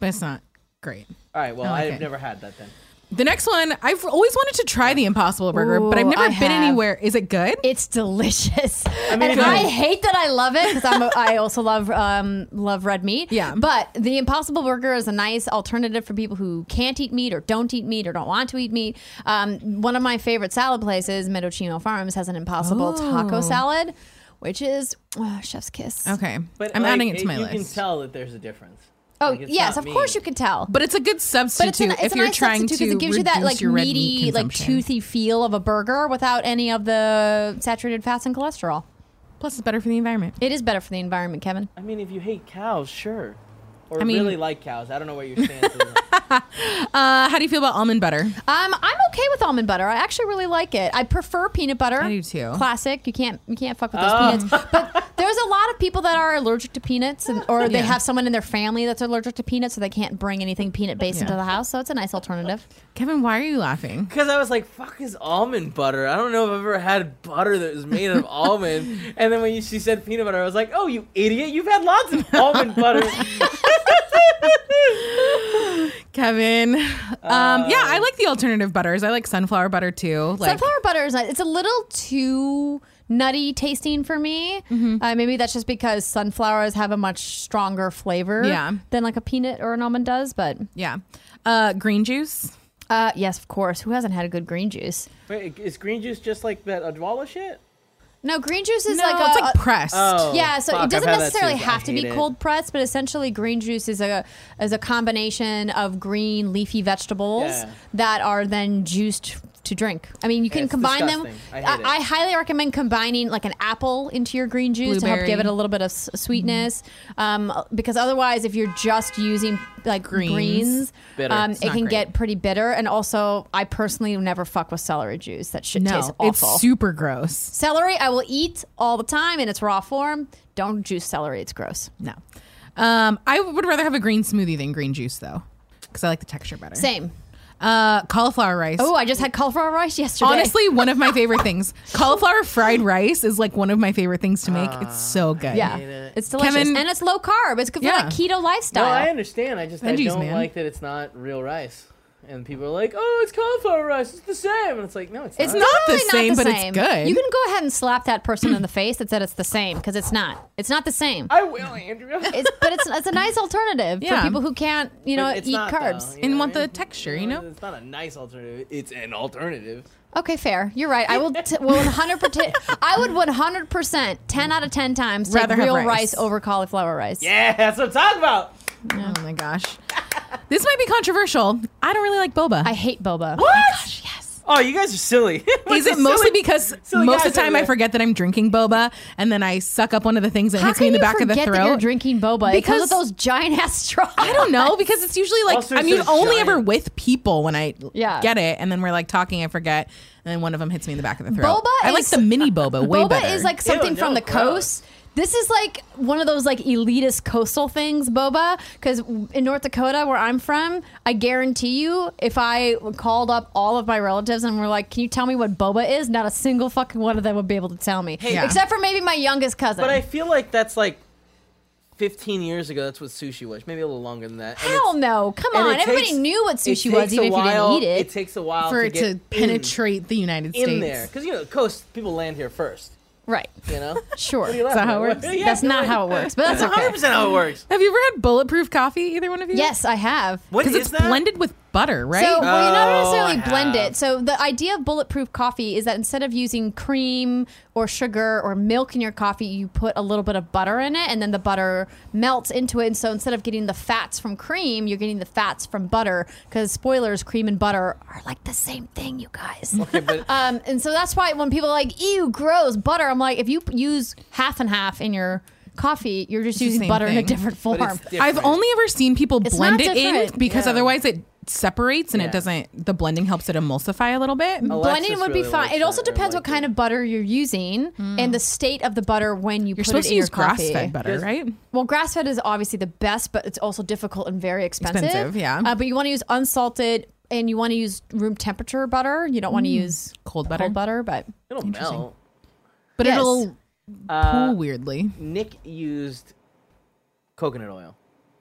[SPEAKER 1] But it's not great.
[SPEAKER 5] All right. Well,
[SPEAKER 1] I like
[SPEAKER 5] I've
[SPEAKER 1] it.
[SPEAKER 5] never had that then.
[SPEAKER 1] The next one, I've always wanted to try the Impossible Burger, but I've
[SPEAKER 2] Ooh,
[SPEAKER 1] never
[SPEAKER 2] I
[SPEAKER 1] been
[SPEAKER 2] have.
[SPEAKER 1] anywhere. Is it good? <laughs>
[SPEAKER 2] it's delicious.
[SPEAKER 5] if
[SPEAKER 2] and
[SPEAKER 5] you-
[SPEAKER 2] I hate that I love it because I'm a, I also love um, love red meat.
[SPEAKER 1] Yeah.
[SPEAKER 2] but the Impossible Burger is a nice alternative for people who can't eat meat or don't eat meat or don't want to eat meat. Um, one of my favorite salad places, Medocino Farms, has an Impossible Taco Salad, which is oh, chef's kiss.
[SPEAKER 1] Oh. Okay,
[SPEAKER 5] But
[SPEAKER 1] I'm
[SPEAKER 5] like,
[SPEAKER 1] adding it to my
[SPEAKER 5] you You can
[SPEAKER 1] list.
[SPEAKER 5] tell that there's a difference.
[SPEAKER 2] Oh
[SPEAKER 5] Like, it's
[SPEAKER 2] yes,
[SPEAKER 5] not
[SPEAKER 2] of course
[SPEAKER 5] meat.
[SPEAKER 2] you can tell.
[SPEAKER 1] But it's a good substitute
[SPEAKER 2] But it's, an, it's
[SPEAKER 1] if
[SPEAKER 2] a
[SPEAKER 1] you're
[SPEAKER 2] nice
[SPEAKER 1] trying
[SPEAKER 2] substitute
[SPEAKER 1] to
[SPEAKER 2] 'cause it gives you that
[SPEAKER 1] reduce
[SPEAKER 2] like
[SPEAKER 1] your red meat
[SPEAKER 2] meaty, like
[SPEAKER 1] consumption.
[SPEAKER 2] toothy feel of a burger without any of the saturated fats and cholesterol.
[SPEAKER 1] Plus, it's better for the environment.
[SPEAKER 2] It is better for the environment, Kevin.
[SPEAKER 5] I mean, if you hate cows, sure. Or
[SPEAKER 1] I mean-
[SPEAKER 5] really like cows. I don't know where your stance
[SPEAKER 1] <laughs>
[SPEAKER 5] is.
[SPEAKER 1] Uh, how do you feel about almond butter?
[SPEAKER 2] Um, I'm okay with almond butter. I actually really like it. I prefer peanut butter.
[SPEAKER 1] I do too.
[SPEAKER 2] Classic. You can't you can't fuck with those
[SPEAKER 5] Oh.
[SPEAKER 2] peanuts. But there's a lot of people that are allergic to peanuts, and, or they
[SPEAKER 1] Yeah.
[SPEAKER 2] have someone in their family that's allergic to peanuts, so they can't bring anything peanut based
[SPEAKER 1] Yeah.
[SPEAKER 2] into the house. So it's a nice alternative.
[SPEAKER 1] Kevin, why are you laughing?
[SPEAKER 5] Because I was like, fuck is almond butter? I don't know if I've ever had butter that was made of almond.
[SPEAKER 1] <laughs>
[SPEAKER 5] And then when you, she said peanut butter, I was like, oh, you idiot. You've had lots of almond butter.
[SPEAKER 1] <laughs> Kevin. Um,
[SPEAKER 5] Uh,
[SPEAKER 1] yeah, I like the alternative butters. I like sunflower butter too. Like,
[SPEAKER 2] Sunflower butter is nice. It's a little too nutty tasting for me. Uh, maybe that's just because sunflowers have a much stronger flavor
[SPEAKER 1] Yeah.
[SPEAKER 2] than like a peanut or an almond does. But
[SPEAKER 1] yeah. Uh, green juice.
[SPEAKER 2] uh, yes, of course. Who hasn't had a good green juice?
[SPEAKER 5] Wait, is green juice just like that Adwala shit?
[SPEAKER 2] No, green juice is
[SPEAKER 1] No,
[SPEAKER 2] like a,
[SPEAKER 1] it's like
[SPEAKER 2] a-
[SPEAKER 1] pressed.
[SPEAKER 5] Oh,
[SPEAKER 2] yeah, so
[SPEAKER 5] fuck,
[SPEAKER 2] it
[SPEAKER 5] I've
[SPEAKER 2] doesn't
[SPEAKER 5] had that
[SPEAKER 2] necessarily
[SPEAKER 5] too. I
[SPEAKER 2] have to
[SPEAKER 5] hate
[SPEAKER 2] be
[SPEAKER 5] it.
[SPEAKER 2] cold pressed, but essentially green juice is a is a combination of green leafy vegetables
[SPEAKER 5] Yeah.
[SPEAKER 2] that are then juiced to drink. I mean, you can
[SPEAKER 5] it's
[SPEAKER 2] combine them.
[SPEAKER 5] disgusting. I hate
[SPEAKER 2] I,
[SPEAKER 5] it.
[SPEAKER 2] I highly recommend combining like an apple into your green juice to help
[SPEAKER 1] Blueberry.
[SPEAKER 2] give it a little bit of s- sweetness. Um, because otherwise, if you're just using like
[SPEAKER 1] Greens.
[SPEAKER 2] greens,
[SPEAKER 5] Bitter.
[SPEAKER 2] um, it
[SPEAKER 5] It's
[SPEAKER 2] can
[SPEAKER 1] not great.
[SPEAKER 2] get pretty bitter. And also, I personally never fuck with celery juice. That shit tastes
[SPEAKER 1] No,
[SPEAKER 2] awful.
[SPEAKER 1] it's super gross.
[SPEAKER 2] Celery, I will eat all the time in its raw form. Don't juice celery; it's gross.
[SPEAKER 1] No. Um, I would rather have a green smoothie than green juice though, because I like the texture better.
[SPEAKER 2] Same.
[SPEAKER 1] Uh, cauliflower rice.
[SPEAKER 2] Oh, I just had cauliflower rice <laughs> yesterday.
[SPEAKER 1] Honestly, one
[SPEAKER 2] <laughs>
[SPEAKER 1] of my favorite things. Cauliflower fried rice is like one of my favorite things to make. it's so good.
[SPEAKER 2] Ah, yeah, it's delicious
[SPEAKER 1] Kevin-
[SPEAKER 2] and it's low carb. It's good for
[SPEAKER 1] Yeah.
[SPEAKER 2] that keto
[SPEAKER 5] No, I
[SPEAKER 2] lifestyle.
[SPEAKER 5] understand. I just
[SPEAKER 1] Veggies,
[SPEAKER 5] I don't
[SPEAKER 1] man.
[SPEAKER 5] like that it's not real rice. And people are like, oh, it's cauliflower rice. It's the same. And it's like, no, it's,
[SPEAKER 2] it's
[SPEAKER 5] not.
[SPEAKER 2] not
[SPEAKER 1] the
[SPEAKER 2] really not
[SPEAKER 1] same,
[SPEAKER 2] the
[SPEAKER 1] but it's
[SPEAKER 2] same.
[SPEAKER 1] good.
[SPEAKER 2] You can go ahead and slap that person in the face that said it's the same because it's not. It's not the same.
[SPEAKER 5] I will,
[SPEAKER 2] <laughs>
[SPEAKER 5] Andrew.
[SPEAKER 2] It's, but it's it's a nice alternative
[SPEAKER 1] Yeah.
[SPEAKER 2] for people who can't, you know,
[SPEAKER 5] It's
[SPEAKER 2] eat
[SPEAKER 5] not, though,
[SPEAKER 2] carbs.
[SPEAKER 5] you
[SPEAKER 1] And
[SPEAKER 5] know
[SPEAKER 1] want the
[SPEAKER 5] what I mean?
[SPEAKER 1] texture, you know?
[SPEAKER 5] It's not a nice alternative. It's an alternative.
[SPEAKER 2] Okay, fair. You're right. I will.
[SPEAKER 1] <laughs>
[SPEAKER 2] T- will 100. percent I would 100 percent 10 out of 10 times take
[SPEAKER 1] Rather have
[SPEAKER 2] real
[SPEAKER 1] rice.
[SPEAKER 2] rice. over cauliflower rice.
[SPEAKER 5] Yeah, that's what I'm talking about.
[SPEAKER 1] Oh my gosh. this might be controversial. I don't really like boba.
[SPEAKER 2] I hate boba.
[SPEAKER 5] What? Oh, you guys are silly. <laughs>
[SPEAKER 1] is it mostly because
[SPEAKER 5] silly
[SPEAKER 1] most
[SPEAKER 5] guys
[SPEAKER 1] of the time
[SPEAKER 5] over
[SPEAKER 1] I
[SPEAKER 5] there.
[SPEAKER 1] forget that I'm drinking boba and then I suck up one of the things that
[SPEAKER 2] How
[SPEAKER 1] hits me
[SPEAKER 2] can
[SPEAKER 1] in the
[SPEAKER 2] you
[SPEAKER 1] back of the
[SPEAKER 2] forget
[SPEAKER 1] throat?
[SPEAKER 2] that you're drinking boba? Because
[SPEAKER 1] Because-
[SPEAKER 2] of those giant ass straws.
[SPEAKER 1] I don't
[SPEAKER 2] <laughs>
[SPEAKER 1] know because it's usually like
[SPEAKER 5] Also,
[SPEAKER 1] I'm
[SPEAKER 5] it's
[SPEAKER 1] usually
[SPEAKER 5] so
[SPEAKER 1] only
[SPEAKER 5] giant.
[SPEAKER 1] ever with people when I
[SPEAKER 2] Yeah.
[SPEAKER 1] get it, and then we're like talking, I forget, and then one of them hits me in the back of the throat.
[SPEAKER 2] Boba
[SPEAKER 1] I like
[SPEAKER 2] is-
[SPEAKER 1] the mini boba way
[SPEAKER 2] boba
[SPEAKER 1] better.
[SPEAKER 2] is like something
[SPEAKER 5] Ew,
[SPEAKER 2] from
[SPEAKER 5] no,
[SPEAKER 2] the
[SPEAKER 5] gross.
[SPEAKER 2] coast. This is like one of those like elitist coastal things, boba. Because in North Dakota, where I'm from, I guarantee you, if I called up all of my relatives and were like, "Can you tell me what boba is?" Not a single fucking one of them would be able to tell me,
[SPEAKER 1] Yeah.
[SPEAKER 2] except for maybe my youngest cousin.
[SPEAKER 5] But I feel like that's like 15 years ago. That's what sushi was. Maybe a little longer than that. And
[SPEAKER 2] Hell
[SPEAKER 5] it's-
[SPEAKER 2] no! Come
[SPEAKER 5] and
[SPEAKER 2] on,
[SPEAKER 5] it
[SPEAKER 2] everybody
[SPEAKER 5] takes-
[SPEAKER 2] knew what
[SPEAKER 5] it
[SPEAKER 2] sushi
[SPEAKER 5] takes
[SPEAKER 2] was,
[SPEAKER 5] a
[SPEAKER 2] even
[SPEAKER 5] while-
[SPEAKER 2] if you didn't eat it.
[SPEAKER 5] takes a while
[SPEAKER 1] for
[SPEAKER 5] to
[SPEAKER 1] it
[SPEAKER 5] get
[SPEAKER 1] to
[SPEAKER 5] in-
[SPEAKER 1] penetrate the United
[SPEAKER 5] in,
[SPEAKER 1] States.
[SPEAKER 5] there because you know, coast people land here first. <laughs>
[SPEAKER 2] right? <laughs>
[SPEAKER 5] You know,
[SPEAKER 2] Sure.
[SPEAKER 5] That's
[SPEAKER 1] how it
[SPEAKER 5] <laughs>
[SPEAKER 1] works?
[SPEAKER 2] That's not how it works, but that's
[SPEAKER 5] That's 100
[SPEAKER 2] okay.
[SPEAKER 5] percent how it works.
[SPEAKER 1] Have you ever had bulletproof coffee? Either one of you?
[SPEAKER 2] Yes, I have.
[SPEAKER 5] What
[SPEAKER 1] because
[SPEAKER 5] is
[SPEAKER 1] it's
[SPEAKER 5] that?
[SPEAKER 1] blended with butter, right?
[SPEAKER 2] So well, you
[SPEAKER 5] Oh,
[SPEAKER 2] not necessarily
[SPEAKER 5] I
[SPEAKER 2] blend
[SPEAKER 5] have.
[SPEAKER 2] it. So the idea of bulletproof coffee is that instead of using cream or sugar or milk in your coffee, you put a little bit of butter in it, and then the butter melts into it. And so instead of getting the fats from cream, you're getting the fats from butter. Because spoilers, cream and butter are like the same thing, you guys.
[SPEAKER 5] Okay, <laughs> but
[SPEAKER 2] Um, and so that's why when people are like, ew, gross, butter, I'm like, if you use half and half in your coffee, you're just
[SPEAKER 1] the
[SPEAKER 2] using
[SPEAKER 1] same
[SPEAKER 2] butter in a
[SPEAKER 1] thing.
[SPEAKER 2] different
[SPEAKER 5] but
[SPEAKER 2] form.
[SPEAKER 5] it's different.
[SPEAKER 1] I've only ever seen people
[SPEAKER 2] It's
[SPEAKER 1] blend
[SPEAKER 2] not
[SPEAKER 1] it in
[SPEAKER 2] different.
[SPEAKER 1] because
[SPEAKER 5] Yeah.
[SPEAKER 1] otherwise it separates and
[SPEAKER 5] Yeah.
[SPEAKER 1] it doesn't. The blending helps it emulsify a little bit.
[SPEAKER 2] Mm.
[SPEAKER 5] Alexis
[SPEAKER 2] Blending would be
[SPEAKER 5] really
[SPEAKER 2] fine.
[SPEAKER 5] likes
[SPEAKER 2] It also
[SPEAKER 5] that. I
[SPEAKER 2] depends what
[SPEAKER 5] like Hmm.
[SPEAKER 2] kind of butter you're using and the state of the butter when you
[SPEAKER 1] You're
[SPEAKER 2] put
[SPEAKER 1] supposed
[SPEAKER 2] it
[SPEAKER 1] to
[SPEAKER 2] in
[SPEAKER 1] use
[SPEAKER 2] your coffee.
[SPEAKER 1] grass fed butter,
[SPEAKER 5] Yes.
[SPEAKER 1] right?
[SPEAKER 2] Well, grass fed is obviously the best, but it's also difficult and very expensive.
[SPEAKER 1] Expensive, yeah.
[SPEAKER 2] Uh, but you want to use unsalted and you want to use room temperature butter. You don't want to use
[SPEAKER 1] Cold Hmm. butter.
[SPEAKER 2] butter. cold butter, but
[SPEAKER 5] It'll melt.
[SPEAKER 1] But
[SPEAKER 2] Yes.
[SPEAKER 1] it'll
[SPEAKER 5] Uh,
[SPEAKER 1] cool weirdly.
[SPEAKER 5] Nick used coconut oil.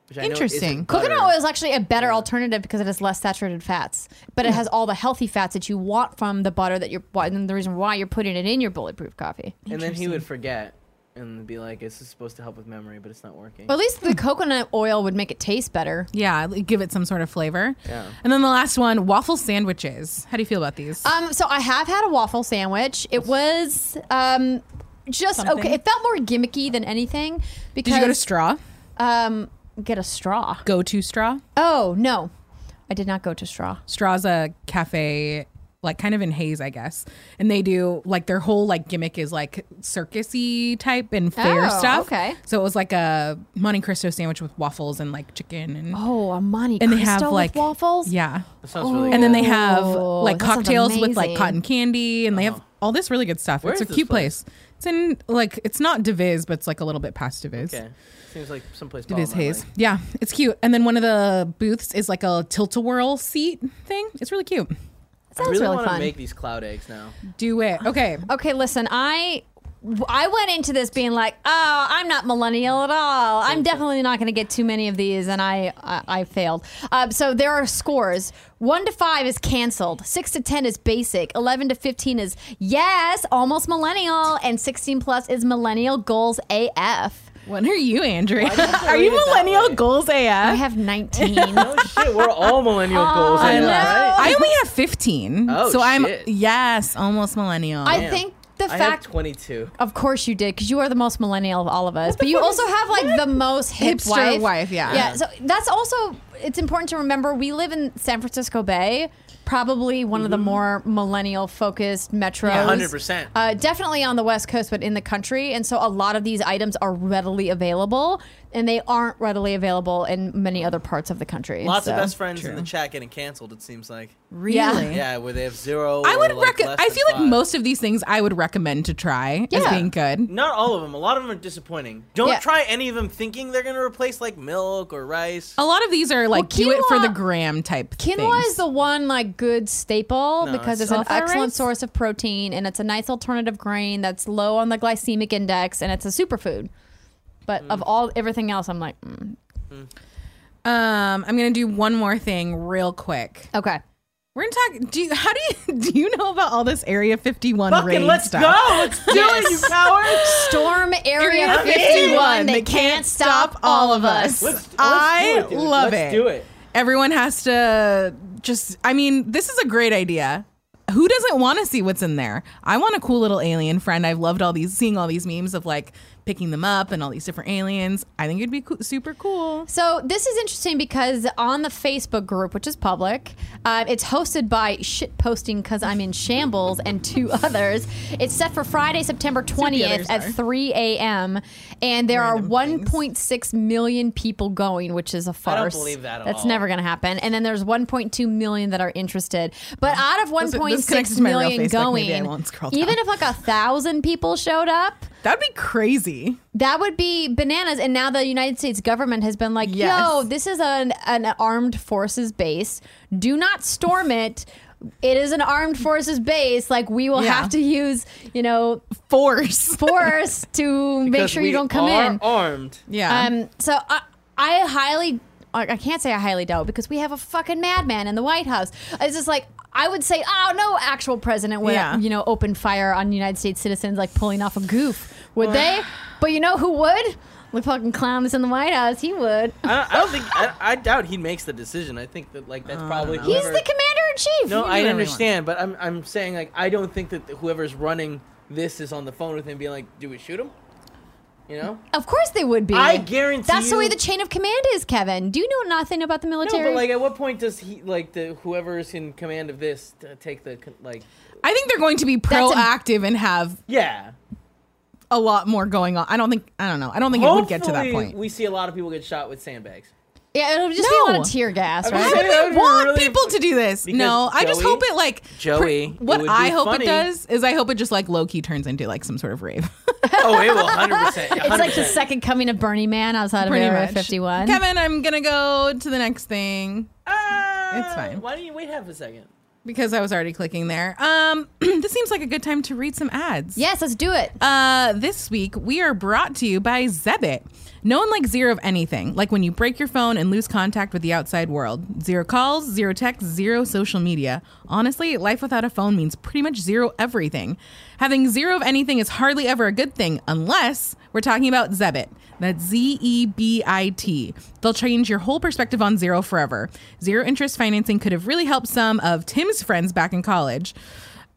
[SPEAKER 5] Which I know
[SPEAKER 1] Interesting.
[SPEAKER 5] isn't
[SPEAKER 2] coconut
[SPEAKER 5] butter.
[SPEAKER 2] oil is actually a better alternative because it has less saturated fats, but
[SPEAKER 1] Hmm.
[SPEAKER 2] it has all the healthy fats that you want from the butter that you're. why- And the reason why you're putting it in your bulletproof coffee.
[SPEAKER 5] And then he would forget and be like, "This is supposed to help with memory, but it's not working."
[SPEAKER 2] Well, at least
[SPEAKER 1] Hmm.
[SPEAKER 2] the coconut oil would make it taste better.
[SPEAKER 1] Yeah, like, give it some sort of flavor.
[SPEAKER 5] Yeah.
[SPEAKER 1] And then the last one, waffle sandwiches. How do you feel about these?
[SPEAKER 2] Um, so I have had a waffle sandwich. It was um, just
[SPEAKER 1] Something.
[SPEAKER 2] okay. It felt more gimmicky than anything
[SPEAKER 1] Did
[SPEAKER 2] because
[SPEAKER 1] you go to straw?
[SPEAKER 2] um get a straw.
[SPEAKER 1] Go to straw.
[SPEAKER 2] Oh no, I did not go to straw.
[SPEAKER 1] Straw's a cafe, like kind of in Hayes, I guess. And they do like their whole like gimmick is like circusy type and fair
[SPEAKER 2] Oh,
[SPEAKER 1] stuff.
[SPEAKER 2] okay.
[SPEAKER 1] So it was like a Monte Cristo sandwich with waffles and like chicken and
[SPEAKER 2] Oh, a Monte
[SPEAKER 1] and
[SPEAKER 2] Cristo with waffles.
[SPEAKER 1] yeah.
[SPEAKER 5] that sounds really
[SPEAKER 1] And then they have
[SPEAKER 2] Oh,
[SPEAKER 1] like
[SPEAKER 2] that sounds
[SPEAKER 1] cocktails with like
[SPEAKER 2] amazing.
[SPEAKER 1] cotton candy, and they have all this really good stuff.
[SPEAKER 5] Where
[SPEAKER 1] it's a
[SPEAKER 5] is this
[SPEAKER 1] cute
[SPEAKER 5] place?
[SPEAKER 1] place? It's in like it's not Deviz, but it's like a little bit past Deviz.
[SPEAKER 5] Okay. Seems like someplace.
[SPEAKER 1] It is Hayes. Yeah, it's cute. And then one of the booths is like a tilt a whirl seat thing. It's really cute.
[SPEAKER 2] That sounds
[SPEAKER 5] I really,
[SPEAKER 2] really,
[SPEAKER 5] want to
[SPEAKER 2] fun.
[SPEAKER 5] make these cloud eggs now.
[SPEAKER 1] Do it. Okay.
[SPEAKER 2] okay, listen, I. I went into this being like, "Oh, I'm not millennial at all. I'm definitely not going to get too many of these," and I I, I failed. Um, so there are scores. One to five is canceled. Six to ten is basic. Eleven to fifteen is yes, almost millennial, and sixteen plus is millennial goals AF.
[SPEAKER 1] When are you, Andrea?
[SPEAKER 5] they
[SPEAKER 1] Are you
[SPEAKER 5] rate it that
[SPEAKER 1] millennial
[SPEAKER 5] way?
[SPEAKER 1] goals AF?
[SPEAKER 2] I have <laughs> nineteen.
[SPEAKER 5] Oh shit, we're
[SPEAKER 1] <laughs>
[SPEAKER 5] all millennial goals.
[SPEAKER 2] I
[SPEAKER 5] I
[SPEAKER 2] know.
[SPEAKER 5] know. Right?
[SPEAKER 1] Oh, I only have 15.
[SPEAKER 5] <laughs> Oh,
[SPEAKER 1] so I'm
[SPEAKER 5] shit.
[SPEAKER 1] yes, almost millennial.
[SPEAKER 2] I
[SPEAKER 5] Damn.
[SPEAKER 2] think the
[SPEAKER 5] I have
[SPEAKER 2] fact
[SPEAKER 5] 22.
[SPEAKER 2] Of course you did, because you are the most millennial of all of us. But you also have like the most hip
[SPEAKER 1] Hipster
[SPEAKER 2] wife.
[SPEAKER 1] wife, yeah.
[SPEAKER 2] Yeah. So that's also it's important to remember. We live in San Francisco Bay, probably one of
[SPEAKER 1] Mm-hmm.
[SPEAKER 2] the more millennial focused metros.
[SPEAKER 5] Yeah, 100%.
[SPEAKER 2] Uh, definitely on the West Coast, but in the country, and so a lot of these items are readily available, and they aren't readily available in many other parts of the country.
[SPEAKER 5] Lots of
[SPEAKER 2] so-
[SPEAKER 5] best friends in the chat getting canceled. It seems like.
[SPEAKER 1] really?
[SPEAKER 5] Yeah, where they have zero.
[SPEAKER 1] I would
[SPEAKER 5] or, like,
[SPEAKER 1] recommend.
[SPEAKER 5] less
[SPEAKER 1] I
[SPEAKER 5] than
[SPEAKER 1] feel like
[SPEAKER 5] five.
[SPEAKER 1] most of these things I would recommend to try as
[SPEAKER 2] Yeah.
[SPEAKER 1] being good.
[SPEAKER 5] Not all of them. A lot of them are disappointing. Don't
[SPEAKER 2] Yeah.
[SPEAKER 5] try any of them thinking they're gonna replace like milk or rice.
[SPEAKER 1] A lot of these are like do it for the
[SPEAKER 2] quinoa-
[SPEAKER 1] gram type.
[SPEAKER 2] Quinoa
[SPEAKER 1] things.
[SPEAKER 2] is the one like good staple
[SPEAKER 5] No,
[SPEAKER 2] because
[SPEAKER 5] it's
[SPEAKER 2] it's an
[SPEAKER 1] not. Self-irons?
[SPEAKER 2] excellent source of protein and it's a nice alternative grain that's low on the glycemic index and it's a superfood. But
[SPEAKER 5] Mm.
[SPEAKER 2] of all everything else, I'm like, mm.
[SPEAKER 1] Um, I'm gonna do one more thing real quick.
[SPEAKER 2] okay.
[SPEAKER 1] We're gonna talk. Do you, how do you <laughs> do you know about all this Area 51 raid
[SPEAKER 5] Fucking let's
[SPEAKER 1] stuff?
[SPEAKER 5] go. Let's do it, you cowards.
[SPEAKER 2] Storm Area 51. They can't stop all of us.
[SPEAKER 5] Let's, let's
[SPEAKER 1] I
[SPEAKER 5] do it, dude.
[SPEAKER 1] love
[SPEAKER 5] let's
[SPEAKER 1] it.
[SPEAKER 5] do it.
[SPEAKER 1] Everyone has to just. I mean, this is a great idea. Who doesn't want to see what's in there? I want a cool little alien friend. I've loved all these, seeing all these memes of like picking them up and all these different aliens. I think it'd be coo- super cool.
[SPEAKER 2] So this is interesting because on the Facebook group, which is public, uh, it's hosted by shitposting because I'm in shambles and two <laughs> others. It's set for Friday, September
[SPEAKER 1] what the
[SPEAKER 2] 20th
[SPEAKER 1] others are.
[SPEAKER 2] at 3 a.m. And there are 1.6 million people going, which is a farce.
[SPEAKER 5] believe that at
[SPEAKER 2] That's
[SPEAKER 5] all.
[SPEAKER 2] never going to happen. And then there's 1.2 million that are interested. But out of
[SPEAKER 1] This- this
[SPEAKER 2] 1.6
[SPEAKER 1] connects to my real
[SPEAKER 2] million
[SPEAKER 1] Facebook.
[SPEAKER 2] going,
[SPEAKER 1] Maybe I won't scroll down.
[SPEAKER 2] even if like a thousand people showed up.
[SPEAKER 1] That'd be crazy.
[SPEAKER 2] That would be bananas. And now the United States government has been like,
[SPEAKER 1] Yes.
[SPEAKER 2] yo, this is an, an armed forces base. Do not storm it. It is an armed forces base. Like, we will
[SPEAKER 1] Yeah.
[SPEAKER 2] have to use, you know, Um,
[SPEAKER 1] Force.
[SPEAKER 2] force to make
[SPEAKER 5] <laughs> Because
[SPEAKER 2] sure
[SPEAKER 5] we
[SPEAKER 2] you don't come
[SPEAKER 5] are
[SPEAKER 2] in.
[SPEAKER 5] Armed.
[SPEAKER 1] Yeah.
[SPEAKER 2] Um, so I, I highly, I I can't say I highly doubt because we have a fucking madman in the White House. It's just like I would say, oh, no actual president would
[SPEAKER 1] Yeah.
[SPEAKER 2] you know open fire on United States citizens like pulling off a goof, would they? But you know who would? The fucking clown that's in the White House, he would.
[SPEAKER 5] I don't, I don't think. I, I doubt he makes the decision. I think that like that's probably.
[SPEAKER 2] He's
[SPEAKER 5] whoever-
[SPEAKER 2] the commander in chief.
[SPEAKER 5] No, I
[SPEAKER 1] whatever he
[SPEAKER 5] understand, but I'm I'm saying like I don't think that whoever's running this is on the phone with him being like, "Do we shoot him?" You know?
[SPEAKER 2] of course they would be.
[SPEAKER 5] I guarantee
[SPEAKER 2] That's the
[SPEAKER 5] you-
[SPEAKER 2] way the chain of command is, Kevin. Do you know nothing about the
[SPEAKER 5] No,
[SPEAKER 2] military?
[SPEAKER 5] but like at what point does he like the whoever's in command of this t- take the con- like?
[SPEAKER 1] I think they're going to be
[SPEAKER 2] That's a-
[SPEAKER 1] proactive and have
[SPEAKER 5] Yeah.
[SPEAKER 1] a lot more going on. I don't think I don't know. I don't think it would get to that
[SPEAKER 5] Hopefully
[SPEAKER 1] point.
[SPEAKER 5] We see a lot of people get shot with sandbags.
[SPEAKER 2] Yeah, it'll just be a lot
[SPEAKER 1] No.
[SPEAKER 2] of tear gas,
[SPEAKER 5] I
[SPEAKER 1] Why
[SPEAKER 5] mean,
[SPEAKER 2] right?
[SPEAKER 1] would
[SPEAKER 5] that would
[SPEAKER 1] we
[SPEAKER 5] be
[SPEAKER 1] want
[SPEAKER 5] really-
[SPEAKER 1] people to do this?
[SPEAKER 5] Because
[SPEAKER 1] No, I just
[SPEAKER 5] Joey-
[SPEAKER 1] hope it like
[SPEAKER 5] Joey, it
[SPEAKER 1] what
[SPEAKER 5] would be
[SPEAKER 1] I hope
[SPEAKER 5] funny.
[SPEAKER 1] it does is I hope it just like low key turns into like some sort of rave. <laughs>
[SPEAKER 5] Oh, it will 100%.
[SPEAKER 2] It's like the second coming of Bernie Man outside of
[SPEAKER 1] Pretty
[SPEAKER 2] Area
[SPEAKER 1] much.
[SPEAKER 2] 51.
[SPEAKER 1] Kevin, I'm gonna go to the next thing It's fine.
[SPEAKER 5] Uh, Why don't you wait half a second?
[SPEAKER 1] because I was already clicking there. Um, <clears throat> this seems like a good time to read some ads.
[SPEAKER 2] Yes, let's do it.
[SPEAKER 1] Uh, this week we are brought to you by Zebit. No one likes zero of anything, like when you break your phone and lose contact with the outside world. Zero calls, zero texts, zero social media. Honestly, life without a phone means pretty much zero everything. Having zero of anything is hardly ever a good thing unless we're talking about Zebit. That's Z E B I T. They'll change your whole perspective on zero forever. Zero interest financing could have really helped some of Tim's friends back in college.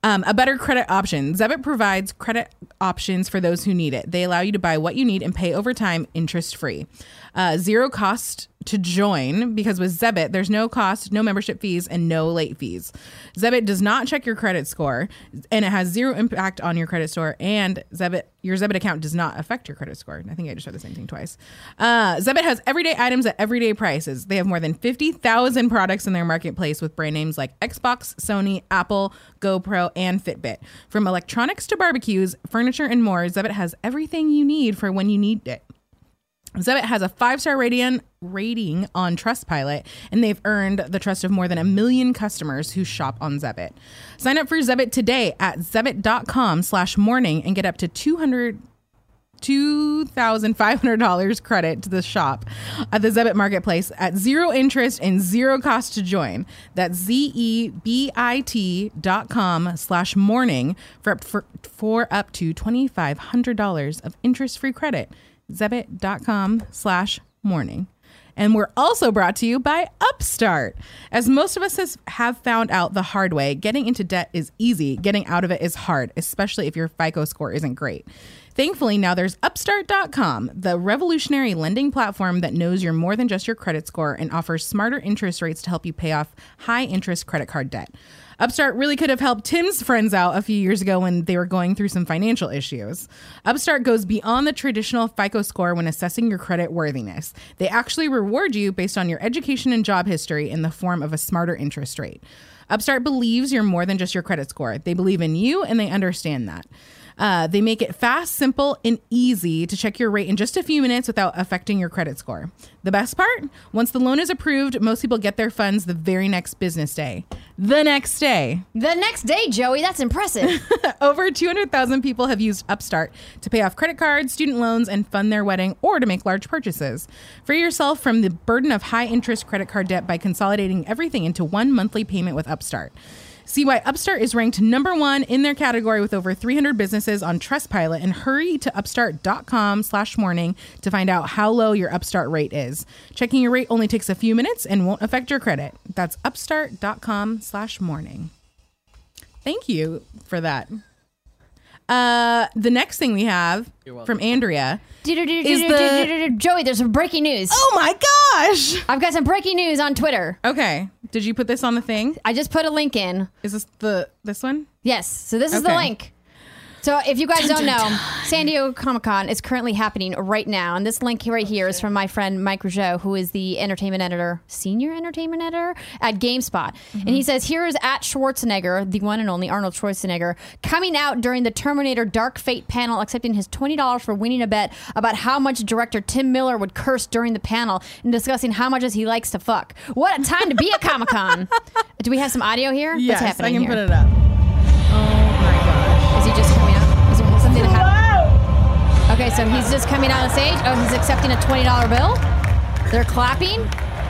[SPEAKER 1] Um, a better credit option. Zebit provides credit options for those who need it. They allow you to buy what you need and pay over time interest free. Uh, zero cost to join because with Zebit, there's no cost, no membership fees, and no late fees. Zebit does not check your credit score and it has zero impact on your credit score. And Zebit, your Zebit account does not affect your credit score. I think I just said the same thing twice. Uh, Zebit has everyday items at everyday prices. They have more than 50,000 products in their marketplace with brand names like Xbox, Sony, Apple, GoPro, and Fitbit. From electronics to barbecues, furniture, and more, Zebit has everything you need for when you need it. Zebit has a five star rating, rating on Trustpilot, and they've earned the trust of more than a million customers who shop on Zebit. Sign up for Zebit today at zebit.com slash morning and get up to 200 $2,500 credit to the shop at the Zebit Marketplace at zero interest and zero cost to join. That's E Z-E-B-I-T dot com slash morning for up, for, for up to $2,500 of interest-free credit. Zebit dot com slash morning. And we're also brought to you by Upstart. As most of us has, have found out the hard way, getting into debt is easy, getting out of it is hard, especially if your FICO score isn't great. Thankfully, now there's Upstart.com, the revolutionary lending platform that knows you're more than just your credit score and offers smarter interest rates to help you pay off high interest credit card debt. Upstart really could have helped Tim's friends out a few years ago when they were going through some financial issues. Upstart goes beyond the traditional FICO score when assessing your credit worthiness. They actually reward you based on your education and job history in the form of a smarter interest rate. Upstart believes you're more than just your credit score. They believe in you and they understand that. Uh, they make it fast, simple, and easy to check your rate in just a few minutes without affecting your credit score. The best part? Once the loan is approved, most people get their funds the very next business day. The next day.
[SPEAKER 2] The next day, Joey, that's
[SPEAKER 1] <laughs>
[SPEAKER 2] impressive.
[SPEAKER 1] Over 200,000 people have used Upstart to pay off credit cards, student loans, and fund their wedding or to make large purchases. Free yourself from the burden of high interest credit card debt by consolidating everything into one monthly payment with Upstart. See why Upstart is ranked number one in their category with over 300 businesses on Trustpilot and hurry to upstart.com slash morning to find out how low your Upstart rate is. Checking your rate only takes a few minutes and won't affect your credit. That's upstart.com slash morning. Thank you for that. Uh, the next thing we have from Andrea. Is the-
[SPEAKER 2] Joey, there's some breaking news.
[SPEAKER 1] Oh my gosh!
[SPEAKER 2] I've got some breaking news on Twitter.
[SPEAKER 1] Okay, did you put this on the thing?
[SPEAKER 2] I just put a link in.
[SPEAKER 1] Is this the this one?
[SPEAKER 2] Yes. So this is the
[SPEAKER 1] Okay.
[SPEAKER 2] link. So if you guys don't know, San Diego Comic Con is currently happening right now, and this link right here is from my friend Mike Rougeau, who is the entertainment editor, senior entertainment editor at GameSpot, and
[SPEAKER 1] Mm-hmm.
[SPEAKER 2] he says here is at Schwarzenegger, the one and only Arnold Schwarzenegger, coming out during the Terminator Dark Fate panel, accepting his twenty dollars for winning a bet about how much director Tim Miller would curse during the panel, and discussing how much he likes to fuck. What a time to be at
[SPEAKER 1] <laughs>
[SPEAKER 2] Comic Con! Do we have some audio here?
[SPEAKER 1] yes,
[SPEAKER 2] What's
[SPEAKER 1] I
[SPEAKER 2] happening
[SPEAKER 1] can
[SPEAKER 2] here?
[SPEAKER 1] put it up.
[SPEAKER 2] Is he just coming out? Is there something happening? Okay, so he's just coming out on stage. Oh, he's accepting a twenty dollar bill. They're clapping.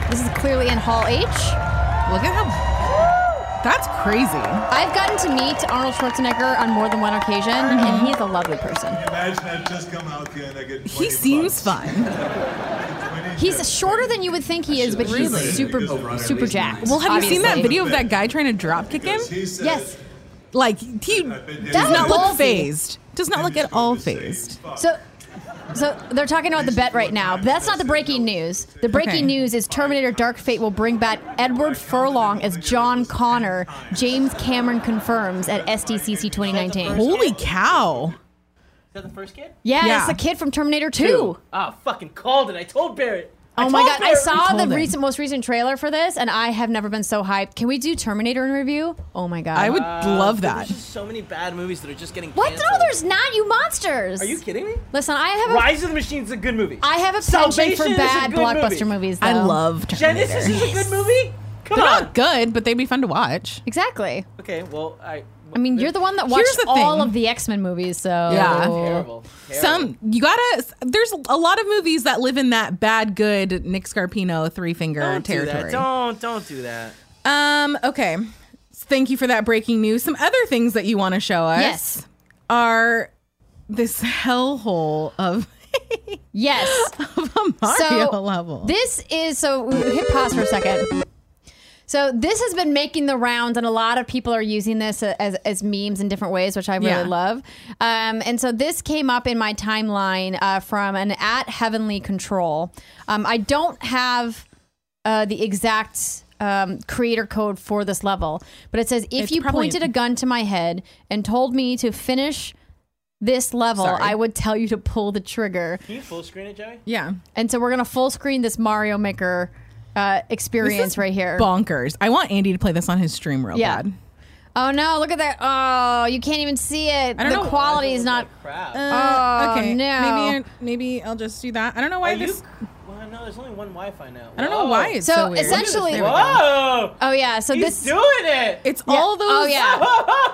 [SPEAKER 2] This is clearly in Hall H.
[SPEAKER 1] Look at how. That's crazy.
[SPEAKER 2] I've gotten to meet Arnold Schwarzenegger on more than one occasion,
[SPEAKER 1] Mm-hmm.
[SPEAKER 2] and he's a lovely person.
[SPEAKER 7] Imagine I've just come out here and I get.
[SPEAKER 1] He seems fun.
[SPEAKER 2] He's shorter than you would think he is, but he's
[SPEAKER 1] Really?
[SPEAKER 2] super, super jacked.
[SPEAKER 1] Well, have you seen that
[SPEAKER 2] obviously.
[SPEAKER 1] video of that guy trying to drop kick him?
[SPEAKER 2] Yes.
[SPEAKER 1] Like he does
[SPEAKER 2] That
[SPEAKER 1] not
[SPEAKER 2] was
[SPEAKER 1] look
[SPEAKER 2] ballsy.
[SPEAKER 1] phased. Does not look at all phased.
[SPEAKER 2] So, so they're talking about the bet right now. But that's not the breaking news. The breaking
[SPEAKER 1] Okay.
[SPEAKER 2] news is Terminator: Dark Fate will bring back Edward Furlong as John Connor. James Cameron confirms at SDCC 2019.
[SPEAKER 1] Holy cow!
[SPEAKER 5] Is that the first kid?
[SPEAKER 2] Yeah,
[SPEAKER 1] Yeah.
[SPEAKER 2] it's the kid from Terminator 2.
[SPEAKER 5] Ah, fucking called it. I told Barrett.
[SPEAKER 2] Oh my god! I saw
[SPEAKER 1] told
[SPEAKER 2] the
[SPEAKER 1] her.
[SPEAKER 2] recent, most recent trailer for this, and I have never been so hyped. Can we do Terminator in review? Oh my god!
[SPEAKER 1] I would love
[SPEAKER 5] There's
[SPEAKER 1] that.
[SPEAKER 5] just so many bad movies that are just getting
[SPEAKER 2] What?
[SPEAKER 5] canceled.
[SPEAKER 2] No, there's not. You monsters.
[SPEAKER 5] Are you kidding me?
[SPEAKER 2] Listen, I have a I
[SPEAKER 5] Rise of the Machines is a good movie.
[SPEAKER 2] have a penchant
[SPEAKER 5] Salvation
[SPEAKER 2] for
[SPEAKER 5] is a
[SPEAKER 2] bad
[SPEAKER 5] good
[SPEAKER 2] blockbuster
[SPEAKER 5] movie.
[SPEAKER 2] movies. Though.
[SPEAKER 1] I love Terminator.
[SPEAKER 5] Genesis is a good movie. Come
[SPEAKER 1] They're
[SPEAKER 5] on.
[SPEAKER 1] not good, but they'd be fun to watch.
[SPEAKER 2] Exactly.
[SPEAKER 5] Okay, well, I.
[SPEAKER 2] I mean, you're the one that watched
[SPEAKER 1] Here's the
[SPEAKER 2] all
[SPEAKER 1] thing.
[SPEAKER 2] of the X Men movies, so
[SPEAKER 1] Yeah.
[SPEAKER 5] terrible. terrible.
[SPEAKER 1] Some you gotta. There's a lot of movies that live in that bad good Nick Scarpino three finger
[SPEAKER 5] don't do
[SPEAKER 1] territory.
[SPEAKER 5] that. Don't don't do that.
[SPEAKER 1] Um. Okay. Thank you for that breaking news. Some other things that you want to show us
[SPEAKER 2] Yes.
[SPEAKER 1] are this hellhole of <laughs>
[SPEAKER 2] Yes.
[SPEAKER 1] a Mario
[SPEAKER 2] So
[SPEAKER 1] level.
[SPEAKER 2] This is so hit pause for a second. So this has been making the rounds, and a lot of people are using this as, as memes in different ways, which I really
[SPEAKER 1] Yeah.
[SPEAKER 2] love. Um, and so this came up in my timeline uh, from an at Heavenly Control. Um, I don't have uh, the exact um, creator code for this level, but it says if
[SPEAKER 1] It's
[SPEAKER 2] you
[SPEAKER 1] probably-
[SPEAKER 2] pointed a gun to my head and told me to finish this level,
[SPEAKER 1] Sorry.
[SPEAKER 2] I would tell you to pull the trigger.
[SPEAKER 5] Can you full screen it, Joey?
[SPEAKER 1] yeah.
[SPEAKER 2] And so we're gonna full screen this Mario Maker uh,
[SPEAKER 1] This
[SPEAKER 2] experience
[SPEAKER 1] is
[SPEAKER 2] right here.
[SPEAKER 1] Bonkers. I want Andy to play this on his stream real
[SPEAKER 2] Yeah.
[SPEAKER 1] bad.
[SPEAKER 2] Oh no! Look at that! Oh, you can't even see it.
[SPEAKER 1] don't
[SPEAKER 2] the
[SPEAKER 1] know.
[SPEAKER 2] quality is not.
[SPEAKER 5] Crap.
[SPEAKER 1] Uh,
[SPEAKER 2] Oh,
[SPEAKER 1] okay.
[SPEAKER 2] no.
[SPEAKER 1] Maybe maybe I'll just do that. I don't know why
[SPEAKER 5] Are you-
[SPEAKER 1] this.
[SPEAKER 5] Well, no, there's only one Wi-Fi now.
[SPEAKER 1] I don't know why it's
[SPEAKER 2] Oh. So,
[SPEAKER 1] so, weird.
[SPEAKER 2] essentially-
[SPEAKER 1] There we go.
[SPEAKER 5] Whoa!
[SPEAKER 2] Oh yeah. So
[SPEAKER 5] He's
[SPEAKER 2] this.
[SPEAKER 5] doing it.
[SPEAKER 1] it's all those.
[SPEAKER 2] Oh yeah.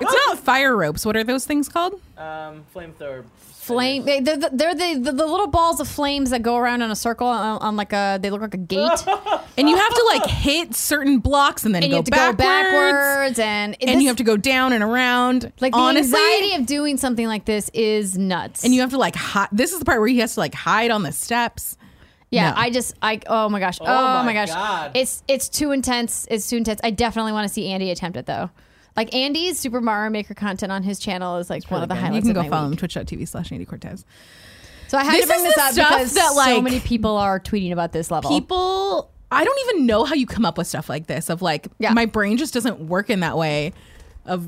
[SPEAKER 1] <laughs> It's not fire ropes. What are those things called?
[SPEAKER 5] Um, flamethrower.
[SPEAKER 2] Flame. They're, the, they're the, the the little balls of flames that go around in a circle on, on like a. They look like a gate,
[SPEAKER 1] <laughs> And you have to like hit certain blocks and then
[SPEAKER 2] and you
[SPEAKER 1] go
[SPEAKER 2] have to
[SPEAKER 1] backwards.
[SPEAKER 2] go backwards, and
[SPEAKER 1] And you have to go down and around.
[SPEAKER 2] Like the
[SPEAKER 1] honestly,
[SPEAKER 2] anxiety of doing something like this is nuts.
[SPEAKER 1] and you have to like hide. This is the part where he has to like hide on the steps.
[SPEAKER 2] Yeah,
[SPEAKER 1] No.
[SPEAKER 2] I just I oh my gosh. Oh,
[SPEAKER 5] my
[SPEAKER 2] my, gosh.
[SPEAKER 5] God.
[SPEAKER 2] It's it's too intense. It's too intense. I definitely want to see Andy attempt it though. Like Andy's Super Mario Maker content on his channel is like one of the
[SPEAKER 1] you
[SPEAKER 2] highlights
[SPEAKER 1] can
[SPEAKER 2] of
[SPEAKER 1] go
[SPEAKER 2] my
[SPEAKER 1] follow
[SPEAKER 2] week.
[SPEAKER 1] him twitch.tv slash Andy Cortez.
[SPEAKER 2] So I had
[SPEAKER 1] This
[SPEAKER 2] to bring
[SPEAKER 1] is
[SPEAKER 2] this
[SPEAKER 1] the
[SPEAKER 2] up
[SPEAKER 1] stuff
[SPEAKER 2] because
[SPEAKER 1] that,
[SPEAKER 2] so
[SPEAKER 1] like,
[SPEAKER 2] many people are tweeting about this level.
[SPEAKER 1] People, I don't even know how you come up with stuff like this. Of like,
[SPEAKER 2] Yeah.
[SPEAKER 1] my brain just doesn't work in that way. Of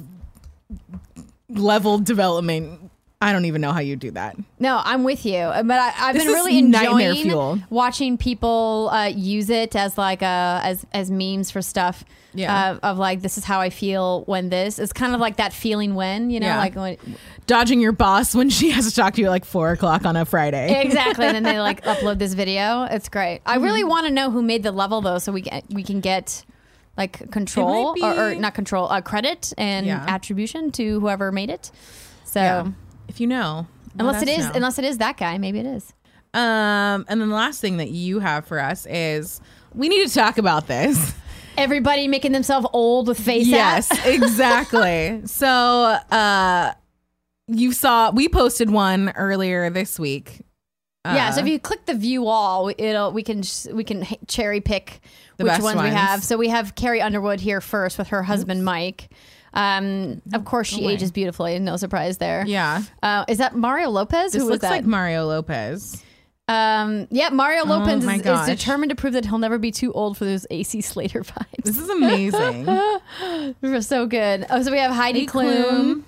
[SPEAKER 1] level development, I don't even know how you do that.
[SPEAKER 2] No, I'm with you, Uh, but I, I've
[SPEAKER 1] This
[SPEAKER 2] been
[SPEAKER 1] is
[SPEAKER 2] really
[SPEAKER 1] nightmare
[SPEAKER 2] enjoying
[SPEAKER 1] fuel.
[SPEAKER 2] watching people uh, use it as like uh, as as memes for stuff.
[SPEAKER 1] Yeah.
[SPEAKER 2] uh, of like this is how I feel when this. It's kind of like that feeling when you know,
[SPEAKER 1] Yeah.
[SPEAKER 2] like when,
[SPEAKER 1] Dodging your boss when she has to talk to you at like four o'clock on a Friday.
[SPEAKER 2] exactly. And then they
[SPEAKER 1] <laughs>
[SPEAKER 2] like upload this video. It's great. I really
[SPEAKER 1] Mm-hmm.
[SPEAKER 2] want to know who made the level though, so we get, we can get like control
[SPEAKER 1] might
[SPEAKER 2] or, or
[SPEAKER 1] be-
[SPEAKER 2] not control uh, credit and
[SPEAKER 1] Yeah.
[SPEAKER 2] attribution to whoever made it. So
[SPEAKER 1] If you know, let
[SPEAKER 2] unless it
[SPEAKER 1] us
[SPEAKER 2] is
[SPEAKER 1] know.
[SPEAKER 2] unless it is that guy, maybe it is.
[SPEAKER 1] Um, and then the last thing that you have for us is we need to talk about
[SPEAKER 2] <laughs>
[SPEAKER 1] this.
[SPEAKER 2] Everybody making themselves old with face.
[SPEAKER 1] Yes,
[SPEAKER 2] app. <laughs>
[SPEAKER 1] exactly. so, uh, you saw we posted one earlier this week.
[SPEAKER 2] yeah.
[SPEAKER 1] Uh,
[SPEAKER 2] So if you click the view all, it'll we can s- we can h- cherry pick
[SPEAKER 1] The
[SPEAKER 2] which
[SPEAKER 1] best
[SPEAKER 2] ones, we
[SPEAKER 1] ones.
[SPEAKER 2] have. So we have Carrie Underwood here first with her husband Mike. Um, of course, she ages beautifully. No surprise there.
[SPEAKER 1] yeah,
[SPEAKER 2] Uh, is that Mario Lopez?
[SPEAKER 1] this
[SPEAKER 2] Who was
[SPEAKER 1] looks
[SPEAKER 2] that?
[SPEAKER 1] like Mario Lopez.
[SPEAKER 2] um, yeah, Mario Lopez
[SPEAKER 1] my
[SPEAKER 2] is, is
[SPEAKER 1] gosh.
[SPEAKER 2] determined to prove that he'll never be too old for those AC Slater <laughs> vibes.
[SPEAKER 1] This is
[SPEAKER 2] <laughs>
[SPEAKER 1] amazing.
[SPEAKER 2] We're so good. Oh, so we have Heidi Klum,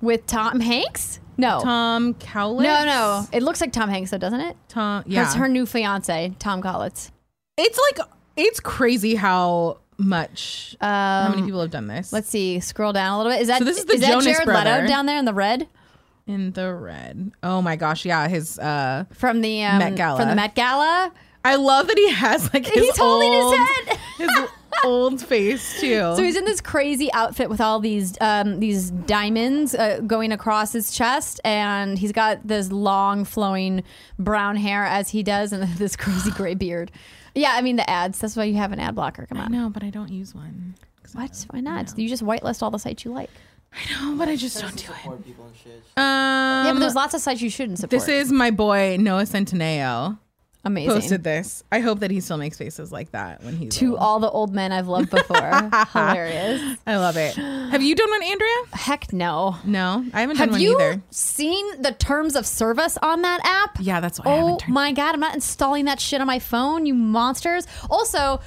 [SPEAKER 2] with Tom Hanks. No,
[SPEAKER 1] Tom Cowlitz.
[SPEAKER 2] no, no. It looks like Tom Hanks, though, doesn't it?
[SPEAKER 1] Tom. Yeah,
[SPEAKER 2] That's her new fiance, Tom Collins.
[SPEAKER 1] it's like it's crazy how much how many people have done this.
[SPEAKER 2] Um, Let's see. Scroll down a little bit. Is that
[SPEAKER 1] So this is the
[SPEAKER 2] that
[SPEAKER 1] Jonas
[SPEAKER 2] Jared Leto
[SPEAKER 1] brother.
[SPEAKER 2] down there in the red
[SPEAKER 1] in the red. Oh my gosh, yeah, his. uh
[SPEAKER 2] from the um,
[SPEAKER 1] Met Gala.
[SPEAKER 2] From the Met Gala. <laughs>
[SPEAKER 1] I love that he has like his
[SPEAKER 2] He's holding his
[SPEAKER 1] old-
[SPEAKER 2] head.
[SPEAKER 1] his old face too.
[SPEAKER 2] So he's in this crazy outfit with all these um, these diamonds uh, going across his chest, and he's got this long flowing brown hair as he does, and <laughs> this crazy <sighs> gray beard. Yeah, I mean the ads. That's why you have an ad blocker. Come on,
[SPEAKER 1] no, but I don't use one.
[SPEAKER 2] what? Why not? You just whitelist all the sites you like.
[SPEAKER 1] No, Oh, but I just don't do it.
[SPEAKER 5] Support people and shit.
[SPEAKER 1] Um,
[SPEAKER 2] yeah, but there's lots of sites you shouldn't support.
[SPEAKER 1] this is my boy Noah Centineo
[SPEAKER 2] amazing.
[SPEAKER 1] posted this. I hope that he still makes faces like that when he's
[SPEAKER 2] to
[SPEAKER 1] old.
[SPEAKER 2] all the old men I've loved <laughs> before. Hilarious.
[SPEAKER 1] I love it. Have you done one, Andrea?
[SPEAKER 2] Heck no.
[SPEAKER 1] No, I haven't done
[SPEAKER 2] Have
[SPEAKER 1] one
[SPEAKER 2] you
[SPEAKER 1] either.
[SPEAKER 2] seen the terms of service on that app?
[SPEAKER 1] Yeah, that's why I
[SPEAKER 2] Oh
[SPEAKER 1] haven't turned.
[SPEAKER 2] my god, I'm not installing that shit on my phone, you monsters. Also,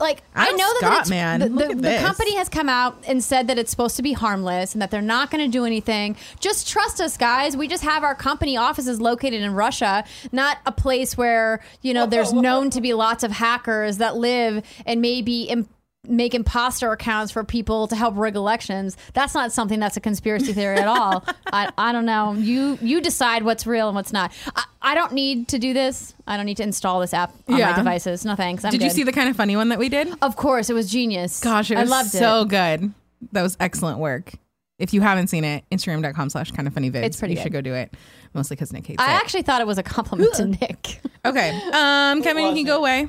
[SPEAKER 2] like i
[SPEAKER 1] I'm
[SPEAKER 2] know
[SPEAKER 1] Scott,
[SPEAKER 2] that it's,
[SPEAKER 1] man.
[SPEAKER 2] the,
[SPEAKER 1] Look
[SPEAKER 2] the,
[SPEAKER 1] at
[SPEAKER 2] the
[SPEAKER 1] this.
[SPEAKER 2] company has come out and said that it's supposed to be harmless and that they're not going to do anything. Just trust us, guys. We just have our company offices located in Russia, not a place where you know there's known to be lots of hackers that live and maybe. Im- Make imposter accounts for people to help rig elections. That's not something that's a conspiracy theory
[SPEAKER 1] <laughs>
[SPEAKER 2] at all. I, I don't know. You you decide what's real and what's not. I, I don't need to do this. I don't need to install this app on
[SPEAKER 1] Yeah.
[SPEAKER 2] my devices. No thanks. I'm
[SPEAKER 1] Did you
[SPEAKER 2] good.
[SPEAKER 1] see the kind of funny one that we did?
[SPEAKER 2] Of course, it was genius.
[SPEAKER 1] Gosh, it was
[SPEAKER 2] I loved
[SPEAKER 1] so
[SPEAKER 2] it.
[SPEAKER 1] good. That was excellent work. If you haven't seen it, Instagram.com slash kind of funny vids.
[SPEAKER 2] It's pretty
[SPEAKER 1] You
[SPEAKER 2] good.
[SPEAKER 1] should go do it. Mostly because Nick hates
[SPEAKER 2] I
[SPEAKER 1] it.
[SPEAKER 2] actually thought it was a compliment to Nick. <laughs>
[SPEAKER 1] okay. Um, Kevin, you can go away.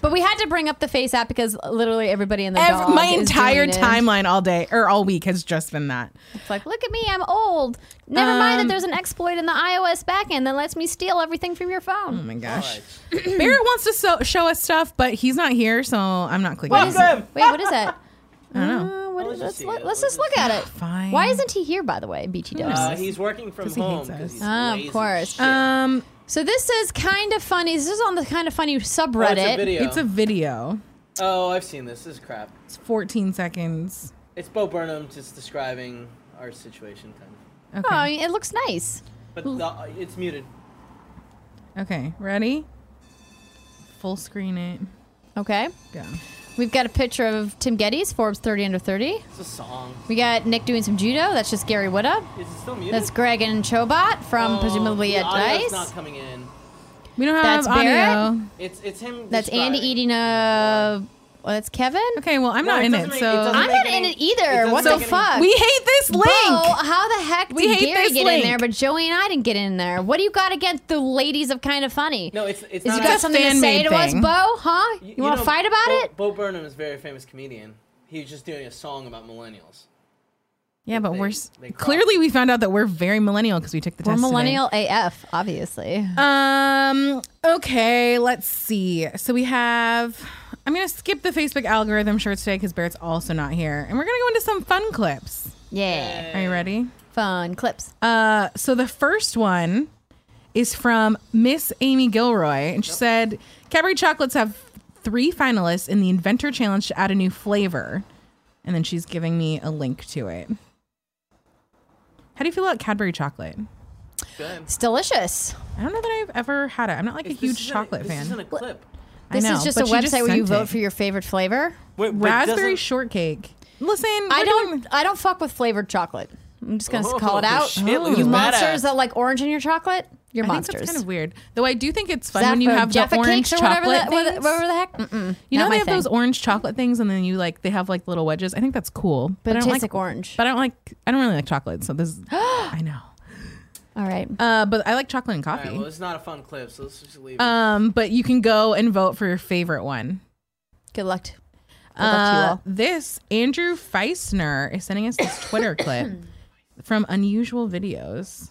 [SPEAKER 2] But we had to bring up the face app because literally everybody in the
[SPEAKER 1] Ev-
[SPEAKER 2] dog
[SPEAKER 1] my
[SPEAKER 2] is
[SPEAKER 1] entire
[SPEAKER 2] doing it.
[SPEAKER 1] timeline all day or all week has just been that. Oh
[SPEAKER 2] It's like, look at me, I'm old. Never mind
[SPEAKER 1] Um,
[SPEAKER 2] that there's an exploit in the iOS backend that lets me steal everything from your
[SPEAKER 1] Oh
[SPEAKER 2] phone.
[SPEAKER 1] my gosh. <clears throat> Barrett wants to so- show us stuff, but he's not here, so I'm not clicking.
[SPEAKER 5] Fuck them.
[SPEAKER 2] Wait, what
[SPEAKER 1] <laughs>
[SPEAKER 2] is that?
[SPEAKER 1] I don't know.
[SPEAKER 2] Uh, what
[SPEAKER 5] Let's
[SPEAKER 2] is,
[SPEAKER 5] just
[SPEAKER 2] let's,
[SPEAKER 5] see
[SPEAKER 2] let,
[SPEAKER 5] it.
[SPEAKER 2] us just look
[SPEAKER 1] <laughs>
[SPEAKER 2] at it.
[SPEAKER 1] Fine.
[SPEAKER 2] Why isn't he here, by the way, BT Dubs?
[SPEAKER 5] Uh, he's working from
[SPEAKER 1] 'Cause he
[SPEAKER 5] home.
[SPEAKER 1] hates
[SPEAKER 5] 'cause
[SPEAKER 1] us.
[SPEAKER 5] he's
[SPEAKER 2] Ah, of
[SPEAKER 5] lazy as
[SPEAKER 2] course.
[SPEAKER 5] shit.
[SPEAKER 1] Um,
[SPEAKER 2] so this is kind of funny. This is on the kind of funny
[SPEAKER 5] Oh,
[SPEAKER 2] subreddit.
[SPEAKER 5] it's a video.
[SPEAKER 1] it's a video.
[SPEAKER 5] oh, I've seen this. This is crap.
[SPEAKER 1] It's 14 seconds.
[SPEAKER 5] It's Bo Burnham just describing our situation, kind of.
[SPEAKER 1] Okay.
[SPEAKER 2] Oh, it looks nice.
[SPEAKER 5] But the, uh, it's muted.
[SPEAKER 2] Oh.
[SPEAKER 1] Okay. Ready? Full screen it.
[SPEAKER 2] Okay.
[SPEAKER 1] Go.
[SPEAKER 2] We've got a picture of Tim Geddes, Forbes 30 under 30.
[SPEAKER 5] It's a song.
[SPEAKER 2] We got Nick doing some judo. That's just Gary Wooda.
[SPEAKER 5] Is it still muted?
[SPEAKER 2] That's Greg and Chobot from
[SPEAKER 5] Oh,
[SPEAKER 2] presumably
[SPEAKER 5] the
[SPEAKER 2] at
[SPEAKER 5] audio's
[SPEAKER 2] Dice.
[SPEAKER 5] not coming in.
[SPEAKER 1] We don't have
[SPEAKER 2] That's
[SPEAKER 1] audio.
[SPEAKER 2] Barrett?
[SPEAKER 5] It's it's him.
[SPEAKER 2] that's Andy
[SPEAKER 5] describing.
[SPEAKER 2] eating a. Well, that's Kevin.
[SPEAKER 1] Okay, well, I'm
[SPEAKER 5] No,
[SPEAKER 1] not
[SPEAKER 5] it
[SPEAKER 1] in
[SPEAKER 5] doesn't
[SPEAKER 1] it,
[SPEAKER 5] make- it
[SPEAKER 1] so
[SPEAKER 5] doesn't
[SPEAKER 2] I'm not
[SPEAKER 5] make
[SPEAKER 2] in
[SPEAKER 5] any-
[SPEAKER 2] it
[SPEAKER 5] it
[SPEAKER 2] either.
[SPEAKER 5] doesn't
[SPEAKER 2] what the
[SPEAKER 5] make any-
[SPEAKER 2] fuck?
[SPEAKER 1] we hate this link.
[SPEAKER 2] Bo, how the heck did
[SPEAKER 1] We hate
[SPEAKER 2] Gary
[SPEAKER 1] this
[SPEAKER 2] get
[SPEAKER 1] link.
[SPEAKER 2] in there, but Joey and I didn't get in there? What do you got against the ladies of Kind of Funny?
[SPEAKER 5] No, it's
[SPEAKER 2] Is
[SPEAKER 5] it's not.
[SPEAKER 2] you
[SPEAKER 1] It's
[SPEAKER 2] got
[SPEAKER 1] a
[SPEAKER 5] actually-
[SPEAKER 2] something to say
[SPEAKER 1] fan-made
[SPEAKER 2] to us,
[SPEAKER 1] thing.
[SPEAKER 2] Bo? Huh? You, want
[SPEAKER 5] know,
[SPEAKER 2] to fight about
[SPEAKER 5] Bo,
[SPEAKER 2] it?
[SPEAKER 5] Bo Burnham is a very famous comedian. He was just doing a song about millennials.
[SPEAKER 1] yeah, but
[SPEAKER 5] They-
[SPEAKER 1] we're s-
[SPEAKER 5] they cross.
[SPEAKER 1] clearly we found out that we're very millennial because we took the
[SPEAKER 2] We're
[SPEAKER 1] test. today.
[SPEAKER 2] millennial AF, obviously.
[SPEAKER 1] Uh, Um. Okay. Let's see. So we have. I'm gonna skip the Facebook algorithm shorts today because Barrett's also not here, and we're gonna go into some fun clips.
[SPEAKER 2] yeah.
[SPEAKER 1] Are you ready?
[SPEAKER 2] Fun clips.
[SPEAKER 1] Uh. So the first one is from Miss Amy Gilroy, and she said, "Cadbury chocolates have three finalists in the Inventor Challenge to add a new flavor," and then she's giving me a link to it. How do you feel about Cadbury chocolate?
[SPEAKER 5] Good.
[SPEAKER 2] It's delicious.
[SPEAKER 1] I don't know that I've ever had it. I'm not like a
[SPEAKER 5] This
[SPEAKER 1] huge
[SPEAKER 5] isn't-
[SPEAKER 1] chocolate
[SPEAKER 5] this
[SPEAKER 1] fan.
[SPEAKER 5] isn't a clip.
[SPEAKER 1] I
[SPEAKER 2] This
[SPEAKER 1] know,
[SPEAKER 2] is just a
[SPEAKER 1] but she
[SPEAKER 2] website where you
[SPEAKER 1] sent
[SPEAKER 2] vote
[SPEAKER 1] it.
[SPEAKER 2] for your favorite flavor.
[SPEAKER 5] Wait, but
[SPEAKER 1] raspberry
[SPEAKER 5] doesn't-
[SPEAKER 1] shortcake. Listen,
[SPEAKER 2] I
[SPEAKER 1] we're
[SPEAKER 2] don't.
[SPEAKER 1] doing-
[SPEAKER 2] I don't fuck with flavored chocolate. I'm just gonna
[SPEAKER 5] Oh,
[SPEAKER 2] call it out.
[SPEAKER 5] shit, look at
[SPEAKER 2] you
[SPEAKER 5] this
[SPEAKER 2] monsters
[SPEAKER 5] badass.
[SPEAKER 2] that like orange in your chocolate, you're
[SPEAKER 1] I think
[SPEAKER 2] monsters.
[SPEAKER 1] that's kind of weird. Though I do think it's fun when you
[SPEAKER 2] Zaffro-
[SPEAKER 1] have
[SPEAKER 2] Jaffa
[SPEAKER 1] the orange
[SPEAKER 2] cakes or whatever
[SPEAKER 1] chocolate
[SPEAKER 2] the, whatever,
[SPEAKER 1] things.
[SPEAKER 2] whatever the heck. Mm-mm,
[SPEAKER 1] you
[SPEAKER 2] not
[SPEAKER 1] know
[SPEAKER 2] my
[SPEAKER 1] they have
[SPEAKER 2] thing.
[SPEAKER 1] those orange chocolate things, and then you like they have like little wedges. I think that's cool, but, I
[SPEAKER 2] but it
[SPEAKER 1] don't
[SPEAKER 2] tastes
[SPEAKER 1] like.
[SPEAKER 2] like orange.
[SPEAKER 1] But I don't like. I don't really like chocolate, so this.
[SPEAKER 2] <gasps>
[SPEAKER 1] Is, I know.
[SPEAKER 2] All right.
[SPEAKER 1] Uh, but I like chocolate and
[SPEAKER 5] All
[SPEAKER 1] coffee.
[SPEAKER 5] right, well, it's not a fun clip, so let's just leave it.
[SPEAKER 1] um, but you can go and vote for your favorite one.
[SPEAKER 2] Good luck. t- Good luck to you
[SPEAKER 1] Uh,
[SPEAKER 2] all.
[SPEAKER 1] this Andrew Feisner is sending us this
[SPEAKER 2] <coughs>
[SPEAKER 1] Twitter clip from unusual videos.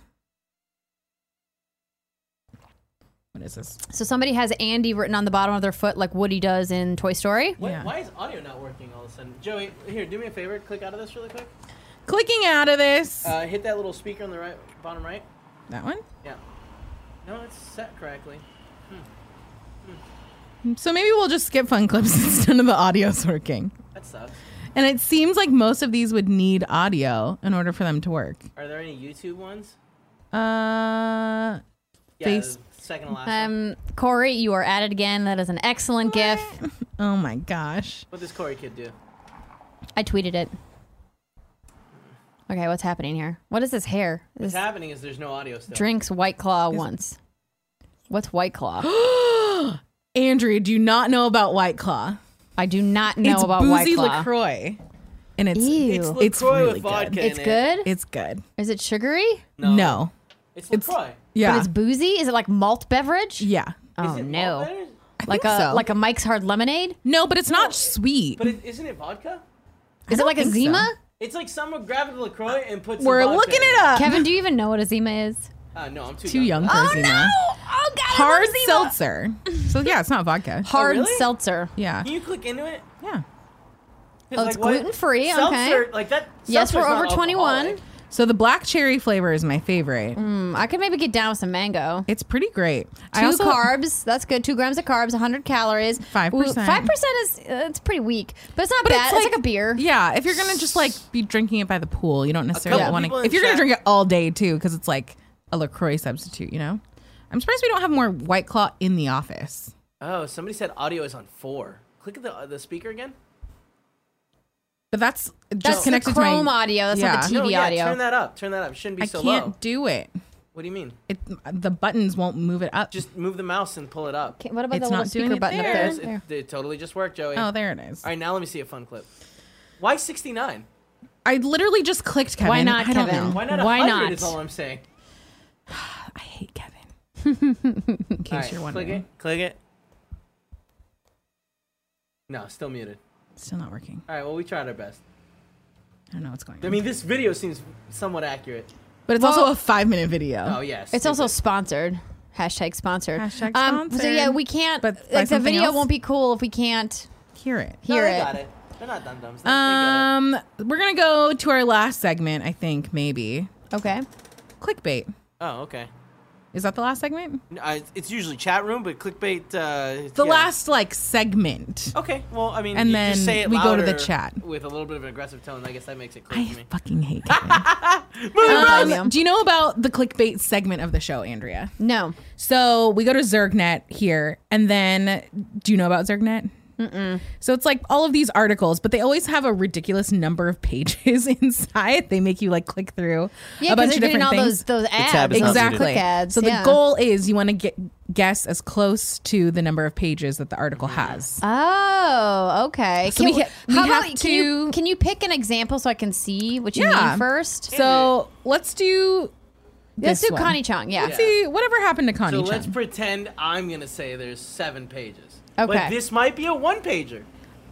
[SPEAKER 1] What is this?
[SPEAKER 2] So somebody has Andy written on the bottom of their foot like Woody does in Toy Story.
[SPEAKER 5] What,
[SPEAKER 1] yeah.
[SPEAKER 5] Why is audio not working all of a sudden? Joey, here, do me a favor. Click out of this really quick.
[SPEAKER 1] Clicking out of this.
[SPEAKER 5] Uh, hit that little speaker on the right, bottom right.
[SPEAKER 1] that one.
[SPEAKER 5] Yeah. No, it's set correctly.
[SPEAKER 1] So maybe we'll just skip fun clips <laughs> since none of the audio's working.
[SPEAKER 5] That sucks.
[SPEAKER 1] And it seems like most of these would need audio in order for them to work.
[SPEAKER 5] Are there any YouTube ones?
[SPEAKER 1] Uh,
[SPEAKER 5] Yeah,
[SPEAKER 1] Face-
[SPEAKER 5] the second to last. one.
[SPEAKER 2] Um, Corey, you are at it again. That is an excellent gif.
[SPEAKER 1] oh my gosh.
[SPEAKER 5] What does Corey kid do?
[SPEAKER 2] I tweeted it. Okay, what's happening here? What is this hair?
[SPEAKER 5] What's
[SPEAKER 2] This
[SPEAKER 5] happening is there's no audio still.
[SPEAKER 2] drinks White Claw once. What's White Claw?
[SPEAKER 1] Andrew, do you not know about White Claw?
[SPEAKER 2] I do not know
[SPEAKER 1] it's
[SPEAKER 2] about
[SPEAKER 1] boozy
[SPEAKER 2] White Claw.
[SPEAKER 1] Lacroix, and it's
[SPEAKER 2] Ew.
[SPEAKER 1] it's
[SPEAKER 5] LaCroix
[SPEAKER 1] it's really
[SPEAKER 5] with
[SPEAKER 1] good.
[SPEAKER 5] vodka in
[SPEAKER 2] It's
[SPEAKER 5] it.
[SPEAKER 2] good.
[SPEAKER 1] It's good.
[SPEAKER 2] Is it sugary?
[SPEAKER 1] No.
[SPEAKER 5] It's
[SPEAKER 1] It's-
[SPEAKER 5] LaCroix.
[SPEAKER 1] Yeah.
[SPEAKER 2] But it's boozy. Is it like malt beverage?
[SPEAKER 1] yeah.
[SPEAKER 2] Oh
[SPEAKER 5] Is it malt
[SPEAKER 2] no.
[SPEAKER 5] beverage?
[SPEAKER 2] Like
[SPEAKER 1] think
[SPEAKER 2] a
[SPEAKER 1] so.
[SPEAKER 2] like a Mike's Hard Lemonade?
[SPEAKER 1] No, but it's not sweet.
[SPEAKER 5] But it, isn't it vodka?
[SPEAKER 2] Is it
[SPEAKER 1] don't
[SPEAKER 2] like a
[SPEAKER 1] think so.
[SPEAKER 2] Zima?
[SPEAKER 5] It's like someone grabbed the LaCroix and put some
[SPEAKER 1] Uh, We're
[SPEAKER 5] vodka
[SPEAKER 1] looking
[SPEAKER 5] in
[SPEAKER 1] it up.
[SPEAKER 2] Kevin, do you even know what a Zima is?
[SPEAKER 5] Uh, no, I'm too,
[SPEAKER 1] Too young for
[SPEAKER 2] Oh
[SPEAKER 1] Zima.
[SPEAKER 2] no! Oh god!
[SPEAKER 1] Hard seltzer. So yeah, it's not vodka.
[SPEAKER 2] Hard
[SPEAKER 5] really?
[SPEAKER 2] seltzer.
[SPEAKER 1] Oh, Yeah.
[SPEAKER 5] Can you click into it?
[SPEAKER 1] Yeah.
[SPEAKER 2] Oh, it's
[SPEAKER 5] what-
[SPEAKER 2] gluten-free, okay.
[SPEAKER 5] Seltzer, like that.
[SPEAKER 2] Yes,
[SPEAKER 5] seltzer's
[SPEAKER 2] we're
[SPEAKER 5] not
[SPEAKER 2] over 21.
[SPEAKER 5] alcoholic.
[SPEAKER 1] So the black cherry flavor is my favorite.
[SPEAKER 2] Mm, I could maybe get down with some mango.
[SPEAKER 1] It's pretty great.
[SPEAKER 2] Two carbs. That's good. Two grams of carbs. 100 calories.
[SPEAKER 1] 5%.
[SPEAKER 2] Five percent is uh, it's pretty weak, but it's not
[SPEAKER 1] But
[SPEAKER 2] bad.
[SPEAKER 1] it's
[SPEAKER 2] It's like,
[SPEAKER 1] like-
[SPEAKER 2] a beer.
[SPEAKER 1] Yeah, if you're gonna just like be drinking it by the pool, you don't necessarily
[SPEAKER 5] couple
[SPEAKER 1] want to.
[SPEAKER 5] people
[SPEAKER 1] If
[SPEAKER 5] in
[SPEAKER 1] you're gonna
[SPEAKER 5] chat-
[SPEAKER 1] drink it all day too, because it's like a Lacroix substitute, you know. I'm surprised we don't have more White Claw in the office.
[SPEAKER 5] Oh, somebody said audio is on four. Click at the uh, the speaker again.
[SPEAKER 1] But that's
[SPEAKER 2] That's
[SPEAKER 1] just
[SPEAKER 2] the
[SPEAKER 1] connected to my
[SPEAKER 2] Chrome audio. That's
[SPEAKER 1] Yeah.
[SPEAKER 2] not the TV
[SPEAKER 5] no, yeah,
[SPEAKER 2] audio.
[SPEAKER 5] turn that up. Turn that up. Shouldn't be
[SPEAKER 1] I
[SPEAKER 5] so
[SPEAKER 1] can't
[SPEAKER 5] low.
[SPEAKER 1] do it.
[SPEAKER 5] What do you mean?
[SPEAKER 1] It the buttons won't move it up.
[SPEAKER 5] Just move the mouse and pull it up.
[SPEAKER 2] Okay, what about
[SPEAKER 1] It's
[SPEAKER 2] the little
[SPEAKER 1] not doing
[SPEAKER 2] speaker
[SPEAKER 1] it
[SPEAKER 2] button
[SPEAKER 1] there.
[SPEAKER 2] up
[SPEAKER 5] Yes,
[SPEAKER 2] there?
[SPEAKER 5] it, it totally just worked, Joey.
[SPEAKER 1] oh,
[SPEAKER 5] All
[SPEAKER 1] there it is.
[SPEAKER 5] right, now let me see a fun clip. Why 69?
[SPEAKER 1] I literally just clicked Kevin.
[SPEAKER 2] Why not,
[SPEAKER 1] I don't
[SPEAKER 2] Kevin?
[SPEAKER 1] know.
[SPEAKER 5] Why not?
[SPEAKER 2] Why
[SPEAKER 5] 100
[SPEAKER 2] not?
[SPEAKER 5] Is all I'm saying.
[SPEAKER 1] I hate Kevin.
[SPEAKER 5] <laughs>
[SPEAKER 1] in case
[SPEAKER 5] All right,
[SPEAKER 1] you're
[SPEAKER 5] click
[SPEAKER 1] wondering,
[SPEAKER 5] it. Click it. No, still muted.
[SPEAKER 1] still not working.
[SPEAKER 5] All right, well we tried our best.
[SPEAKER 1] I don't know what's going on.
[SPEAKER 5] I mean, this video seems somewhat accurate.
[SPEAKER 1] but it's also
[SPEAKER 2] Well-
[SPEAKER 1] a five minute video.
[SPEAKER 5] Oh yes.
[SPEAKER 2] It's also sponsored. Hashtag sponsored. Um,
[SPEAKER 1] Hashtag
[SPEAKER 2] So yeah,
[SPEAKER 1] sponsored.
[SPEAKER 2] we can't.
[SPEAKER 1] But by
[SPEAKER 2] like the
[SPEAKER 1] something
[SPEAKER 2] video
[SPEAKER 1] else?
[SPEAKER 2] won't be cool if we can't
[SPEAKER 1] Hear it.
[SPEAKER 2] hear
[SPEAKER 5] no, they
[SPEAKER 2] it.
[SPEAKER 5] got it. They're not dumb dumbs. They, um,
[SPEAKER 1] Um, we're gonna go to our last segment. I think maybe
[SPEAKER 2] Okay.
[SPEAKER 1] clickbait.
[SPEAKER 5] Oh okay.
[SPEAKER 1] Is that the last segment?
[SPEAKER 5] No, I- Uh, it's usually chat room, but clickbait.
[SPEAKER 1] The
[SPEAKER 5] Uh, yeah. Oh,
[SPEAKER 1] last like segment.
[SPEAKER 5] Okay. Well, I mean,
[SPEAKER 1] And
[SPEAKER 5] you
[SPEAKER 1] then
[SPEAKER 5] just say it
[SPEAKER 1] we go to the
[SPEAKER 5] louder
[SPEAKER 1] chat.
[SPEAKER 5] with a little bit of an aggressive tone. I guess that makes it clear to
[SPEAKER 1] I
[SPEAKER 5] me.
[SPEAKER 1] fucking
[SPEAKER 5] <laughs>
[SPEAKER 1] hate. Kevin.
[SPEAKER 2] I don't blame
[SPEAKER 1] um,
[SPEAKER 2] you.
[SPEAKER 1] do you know about the clickbait segment of the show, Andrea?
[SPEAKER 2] No.
[SPEAKER 1] So we go to Zergnet here, and then do you know about Zergnet? Mm-mm. So it's like all of these articles, but they always have a ridiculous number of pages <laughs> inside. They make you like click through
[SPEAKER 2] Yeah,
[SPEAKER 1] a bunch
[SPEAKER 2] because
[SPEAKER 1] of
[SPEAKER 2] they're getting
[SPEAKER 1] different
[SPEAKER 2] all
[SPEAKER 1] things.
[SPEAKER 2] those those ads,
[SPEAKER 4] tab
[SPEAKER 2] those
[SPEAKER 4] is not muted.
[SPEAKER 1] exactly.
[SPEAKER 2] click ads.
[SPEAKER 1] so the
[SPEAKER 2] yeah.
[SPEAKER 1] goal is you want to get guess as close to the number of pages that the article has.
[SPEAKER 2] Oh, okay.
[SPEAKER 1] So we ha- we
[SPEAKER 2] how
[SPEAKER 1] have
[SPEAKER 2] about, can you
[SPEAKER 1] to-
[SPEAKER 2] can you pick an example so I can see what you
[SPEAKER 1] Yeah.
[SPEAKER 2] mean first?
[SPEAKER 1] So let's do
[SPEAKER 2] Let's
[SPEAKER 1] this
[SPEAKER 2] do
[SPEAKER 1] one.
[SPEAKER 2] Connie Chong. Yeah.
[SPEAKER 1] Let's see whatever happened to Connie.
[SPEAKER 5] So let's
[SPEAKER 1] Chung.
[SPEAKER 5] pretend I'm gonna say there's seven pages.
[SPEAKER 2] Okay.
[SPEAKER 5] But this might be a one pager.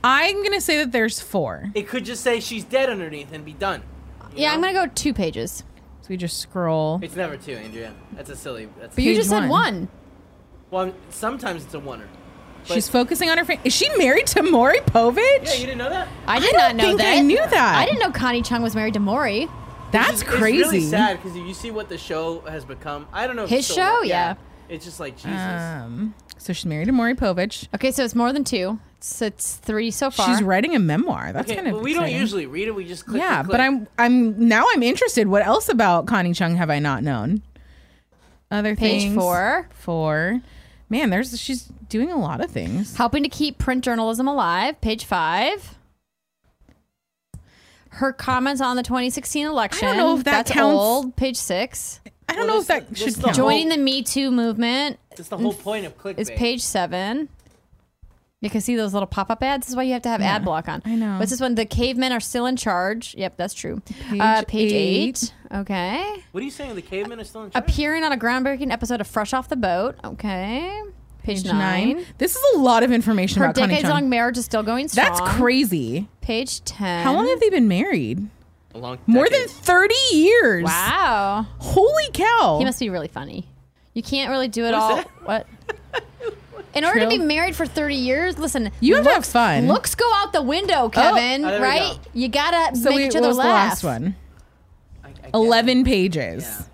[SPEAKER 1] I'm gonna say that there's four.
[SPEAKER 5] It could just say she's dead underneath and be done. you
[SPEAKER 2] Yeah,
[SPEAKER 5] know?
[SPEAKER 2] I'm gonna go two pages.
[SPEAKER 1] So we just scroll.
[SPEAKER 5] It's never two, Andrea. That's a silly. That's
[SPEAKER 2] But you
[SPEAKER 1] Page
[SPEAKER 2] just
[SPEAKER 1] one.
[SPEAKER 2] said one.
[SPEAKER 5] well. I'm- Sometimes it's a oneer.
[SPEAKER 1] She's focusing on her. Fa- is she married to Maury Povich?
[SPEAKER 5] Yeah, you didn't know that.
[SPEAKER 2] I did
[SPEAKER 1] I
[SPEAKER 2] not know
[SPEAKER 1] think
[SPEAKER 2] that.
[SPEAKER 1] I knew that.
[SPEAKER 2] I didn't know Connie Chung was married to Maury.
[SPEAKER 1] That's
[SPEAKER 5] It's-
[SPEAKER 1] crazy.
[SPEAKER 5] It's really sad because you see what the show has become. I don't know. if
[SPEAKER 2] His
[SPEAKER 5] it's still
[SPEAKER 2] show?
[SPEAKER 5] work-
[SPEAKER 2] Yeah.
[SPEAKER 5] It's just like Jesus.
[SPEAKER 1] Um, so she's married to Maury Povich.
[SPEAKER 2] Okay, so it's more than two. So it's three so far.
[SPEAKER 1] She's writing a memoir. That's
[SPEAKER 5] okay,
[SPEAKER 1] kind of.
[SPEAKER 5] well, we don't
[SPEAKER 1] exciting.
[SPEAKER 5] usually read it. We just click.
[SPEAKER 1] Yeah,
[SPEAKER 5] click,
[SPEAKER 1] but
[SPEAKER 5] click.
[SPEAKER 1] I'm I'm now I'm interested. What else about Connie Chung have I not known? Other
[SPEAKER 2] Page
[SPEAKER 1] things.
[SPEAKER 2] four.
[SPEAKER 1] Four. Man, there's she's doing a lot of things.
[SPEAKER 2] Helping to keep print journalism alive, page five. Her comments on the 2016 election.
[SPEAKER 1] I don't know if that
[SPEAKER 2] that's
[SPEAKER 1] counts. Oh.
[SPEAKER 2] old, page six.
[SPEAKER 1] I don't
[SPEAKER 5] Well,
[SPEAKER 1] know if
[SPEAKER 5] this-
[SPEAKER 1] that
[SPEAKER 5] this
[SPEAKER 1] should
[SPEAKER 5] the
[SPEAKER 1] count.
[SPEAKER 5] whole-
[SPEAKER 2] Joining the Me Too movement
[SPEAKER 5] That's the whole point of clickbait.
[SPEAKER 2] is page seven. You can see those little pop up ads. This is why you have to have ad block on.
[SPEAKER 1] I know.
[SPEAKER 2] What's this one? The cavemen are still in charge. Yep, that's true. uh, page
[SPEAKER 1] eight.
[SPEAKER 2] eight. Okay.
[SPEAKER 5] What are you saying? The cavemen are still in charge.
[SPEAKER 2] Appearing on a groundbreaking episode of Fresh Off the Boat. Okay. Page, nine.
[SPEAKER 1] This is a lot of information
[SPEAKER 2] Her
[SPEAKER 1] about Connie
[SPEAKER 2] decades long
[SPEAKER 1] Chung.
[SPEAKER 2] marriage is still going strong.
[SPEAKER 1] That's crazy.
[SPEAKER 2] Page 10.
[SPEAKER 1] How long have they been married?
[SPEAKER 5] A long
[SPEAKER 1] More than
[SPEAKER 5] decade.
[SPEAKER 1] 30 years.
[SPEAKER 2] Wow.
[SPEAKER 1] Holy cow.
[SPEAKER 2] He must be really funny. You can't really do it all.
[SPEAKER 5] that? <laughs>
[SPEAKER 2] What? In order to
[SPEAKER 1] True.
[SPEAKER 2] be married for 30 years, listen,
[SPEAKER 1] You have to have fun.
[SPEAKER 2] looks go out the window, Kevin,
[SPEAKER 5] Oh, there we
[SPEAKER 2] right?
[SPEAKER 5] go.
[SPEAKER 2] You gotta
[SPEAKER 1] so
[SPEAKER 2] make
[SPEAKER 1] we,
[SPEAKER 2] each
[SPEAKER 1] what
[SPEAKER 2] other
[SPEAKER 1] was the
[SPEAKER 2] laugh.
[SPEAKER 1] last one?
[SPEAKER 5] I- I get it.
[SPEAKER 1] 11 pages.
[SPEAKER 5] Yeah.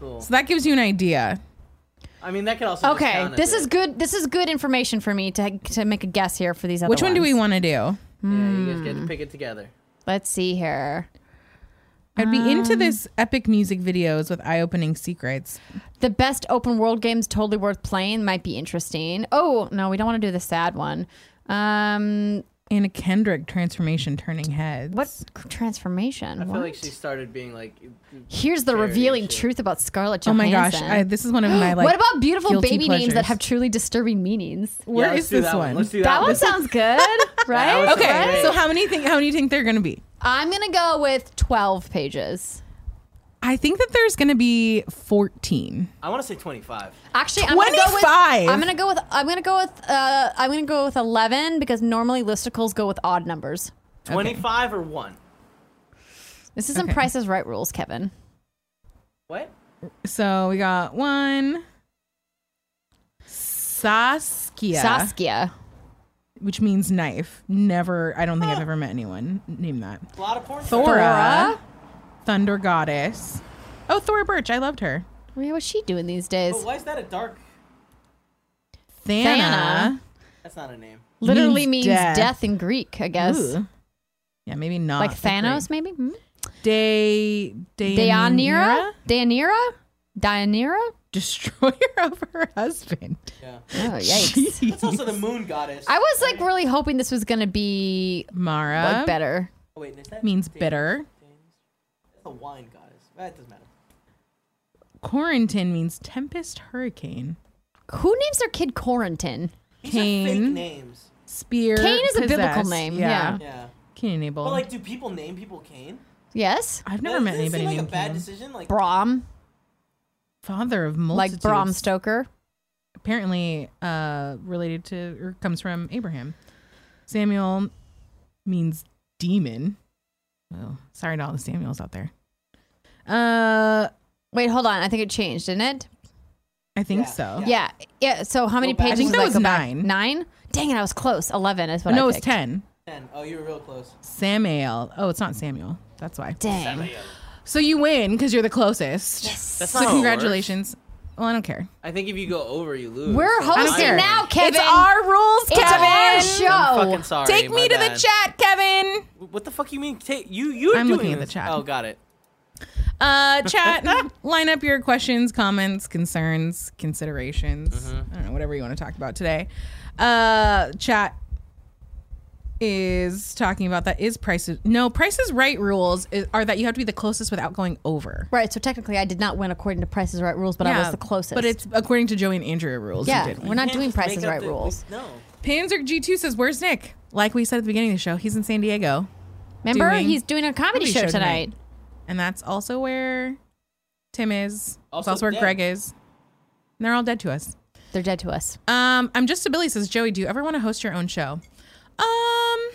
[SPEAKER 5] Cool.
[SPEAKER 1] So that gives you an idea.
[SPEAKER 5] I mean, that could also. just
[SPEAKER 2] Okay,
[SPEAKER 5] count as
[SPEAKER 2] this
[SPEAKER 5] a-
[SPEAKER 2] is good. This is good information for me to to make a guess here for these other
[SPEAKER 1] Which one do we
[SPEAKER 2] ones.
[SPEAKER 1] want to do?
[SPEAKER 5] Yeah, you guys get
[SPEAKER 1] Hmm.
[SPEAKER 5] to pick it together.
[SPEAKER 2] Let's see here.
[SPEAKER 1] I'd be
[SPEAKER 2] Um,
[SPEAKER 1] into this epic music videos with eye-opening secrets.
[SPEAKER 2] The best open world games totally worth playing might be interesting. Oh, no, we don't want to do the sad one. Um,
[SPEAKER 1] Anna Kendrick transformation turning heads.
[SPEAKER 2] what transformation?
[SPEAKER 5] I
[SPEAKER 2] what?
[SPEAKER 5] feel like she started being like.
[SPEAKER 2] Here's the
[SPEAKER 5] Charity
[SPEAKER 2] revealing
[SPEAKER 5] shit.
[SPEAKER 2] truth about Scarlett
[SPEAKER 1] Oh my
[SPEAKER 2] Johansson.
[SPEAKER 1] gosh! I, this is one of my like.
[SPEAKER 2] <gasps> what about beautiful
[SPEAKER 1] guilty
[SPEAKER 2] baby names that
[SPEAKER 1] pleasures.
[SPEAKER 2] have truly disturbing meanings?
[SPEAKER 1] Where
[SPEAKER 5] yeah, let's
[SPEAKER 1] is
[SPEAKER 5] do
[SPEAKER 1] this
[SPEAKER 5] that
[SPEAKER 1] one?
[SPEAKER 5] Let's do that,
[SPEAKER 2] That one
[SPEAKER 5] This-
[SPEAKER 2] sounds
[SPEAKER 5] <laughs>
[SPEAKER 2] good, right?
[SPEAKER 5] was
[SPEAKER 1] Okay,
[SPEAKER 5] Right.
[SPEAKER 1] so how many think? How many think they're going to be?
[SPEAKER 2] I'm gonna go with 12 pages.
[SPEAKER 1] I think that there's going to be 14.
[SPEAKER 5] I want to say 25.
[SPEAKER 2] Actually, I'm gonna go with.
[SPEAKER 1] 25.
[SPEAKER 2] I'm gonna go with. I'm gonna go with. Uh, I'm gonna go with 11 because normally listicles go with odd numbers.
[SPEAKER 5] 25 or one.
[SPEAKER 2] This is some
[SPEAKER 1] Okay.
[SPEAKER 2] Price is Right rules, Kevin.
[SPEAKER 5] What?
[SPEAKER 1] So we got one. Saskia,
[SPEAKER 2] Saskia.
[SPEAKER 1] which means
[SPEAKER 2] Oh.
[SPEAKER 1] knife. Never. I don't think I've ever met anyone named that.
[SPEAKER 5] A lot of porn.
[SPEAKER 1] Thora. Thunder Goddess. Oh, Thora Birch. I loved her.
[SPEAKER 2] I mean, what's she doing these days?
[SPEAKER 5] But Oh, why is that a dark?
[SPEAKER 1] Thana.
[SPEAKER 5] That's not a name.
[SPEAKER 1] <laughs>
[SPEAKER 2] Literally
[SPEAKER 1] means
[SPEAKER 2] means,
[SPEAKER 1] death.
[SPEAKER 2] death. in Greek, I guess.
[SPEAKER 1] Ooh. Yeah, maybe not.
[SPEAKER 2] Like
[SPEAKER 1] That's great.
[SPEAKER 2] Thanos, maybe. Hmm?
[SPEAKER 1] Day
[SPEAKER 2] Deianira,
[SPEAKER 1] Deianira
[SPEAKER 2] Deianira, Deianira.
[SPEAKER 1] <laughs> destroyer of her husband.
[SPEAKER 5] Yeah.
[SPEAKER 2] Oh
[SPEAKER 1] <laughs>
[SPEAKER 2] yikes!
[SPEAKER 1] Jeez.
[SPEAKER 5] It's also the moon goddess.
[SPEAKER 2] I was like really hoping this was gonna be
[SPEAKER 1] Mara
[SPEAKER 2] like better.
[SPEAKER 5] oh, wait, is that
[SPEAKER 1] means
[SPEAKER 5] Danes?
[SPEAKER 1] bitter.
[SPEAKER 5] Danes? That's a wine goddess. That doesn't matter.
[SPEAKER 1] Quarantine means tempest hurricane.
[SPEAKER 2] Who names their kid Corentin?
[SPEAKER 5] These are fake
[SPEAKER 1] Cain.
[SPEAKER 5] names.
[SPEAKER 1] Spear.
[SPEAKER 2] Cain is a biblical
[SPEAKER 1] possessed.
[SPEAKER 2] name, yeah.
[SPEAKER 5] Yeah.
[SPEAKER 1] Cain and Abel.
[SPEAKER 5] But like, do people name people Cain?
[SPEAKER 2] Yes,
[SPEAKER 1] I've never
[SPEAKER 5] That
[SPEAKER 1] met
[SPEAKER 5] doesn't
[SPEAKER 1] anybody
[SPEAKER 5] seem like
[SPEAKER 1] named
[SPEAKER 5] a bad
[SPEAKER 1] Cain.
[SPEAKER 5] decision. Like,
[SPEAKER 2] Brom,
[SPEAKER 1] Father of multitudes.
[SPEAKER 2] like Brom Stoker.
[SPEAKER 1] Apparently uh, related to or comes from Abraham. Samuel means demon. Oh, sorry to all the Samuels out there. Uh,
[SPEAKER 2] Wait, hold on. I think it changed, didn't it?
[SPEAKER 1] I think
[SPEAKER 5] Yeah,
[SPEAKER 1] so.
[SPEAKER 2] Yeah, yeah. So how many
[SPEAKER 5] back.
[SPEAKER 2] pages?
[SPEAKER 5] I think
[SPEAKER 2] does
[SPEAKER 1] that was
[SPEAKER 2] go back?
[SPEAKER 1] nine.
[SPEAKER 2] Nine. Dang it! I was close. Eleven is what I
[SPEAKER 1] no, it's
[SPEAKER 2] picked.
[SPEAKER 1] ten.
[SPEAKER 5] Ten. Oh, you were real close.
[SPEAKER 1] Samuel. Oh, it's not Samuel. That's why.
[SPEAKER 2] Dang.
[SPEAKER 1] So you win because you're the closest.
[SPEAKER 5] That's
[SPEAKER 1] So congratulations. Well, I don't care.
[SPEAKER 5] I think if you go over, you lose.
[SPEAKER 2] We're
[SPEAKER 5] So I-
[SPEAKER 1] don't care.
[SPEAKER 2] hosting now, Kevin.
[SPEAKER 1] It's our rules,
[SPEAKER 2] It's our
[SPEAKER 1] Kevin.
[SPEAKER 2] show.
[SPEAKER 5] I'm fucking sorry.
[SPEAKER 1] Take
[SPEAKER 5] my
[SPEAKER 1] me to the
[SPEAKER 5] bad.
[SPEAKER 1] chat, Kevin.
[SPEAKER 5] What the fuck you mean? Take you? You're
[SPEAKER 1] I'm
[SPEAKER 5] doing
[SPEAKER 1] looking at the
[SPEAKER 5] this.
[SPEAKER 1] chat.
[SPEAKER 5] Oh, got it.
[SPEAKER 1] Uh,
[SPEAKER 5] <laughs>
[SPEAKER 1] chat. line up your questions, comments, concerns, considerations.
[SPEAKER 5] Mm-hmm.
[SPEAKER 1] I don't know, whatever you want to talk about today. Uh, chat is talking about that is prices. No, prices right rules is, are that you have to be the closest without going over.
[SPEAKER 2] Right. So technically, I did not win according to Prices Right rules, but I was the closest.
[SPEAKER 1] But it's according to Joey and Andrea rules. you
[SPEAKER 2] yeah.
[SPEAKER 1] did win.
[SPEAKER 2] We're not
[SPEAKER 5] Can't
[SPEAKER 2] doing
[SPEAKER 5] just make
[SPEAKER 2] Prices
[SPEAKER 5] up
[SPEAKER 2] Right
[SPEAKER 5] the-
[SPEAKER 1] <laughs>
[SPEAKER 2] rules.
[SPEAKER 5] No.
[SPEAKER 1] Panzer G2 says, Where's Nick? Like we said at the beginning of the show, he's in San Diego.
[SPEAKER 2] Remember,
[SPEAKER 1] doing
[SPEAKER 2] he's doing a comedy
[SPEAKER 1] comedy
[SPEAKER 2] show
[SPEAKER 1] show
[SPEAKER 2] tonight.
[SPEAKER 1] And that's also where Tim is. Also
[SPEAKER 5] Also
[SPEAKER 1] that's where
[SPEAKER 5] dead.
[SPEAKER 1] Greg is. And they're all dead to us.
[SPEAKER 2] They're dead to us.
[SPEAKER 1] Um, I'm just a Billy says, Joey, do you ever want to host your own show? Um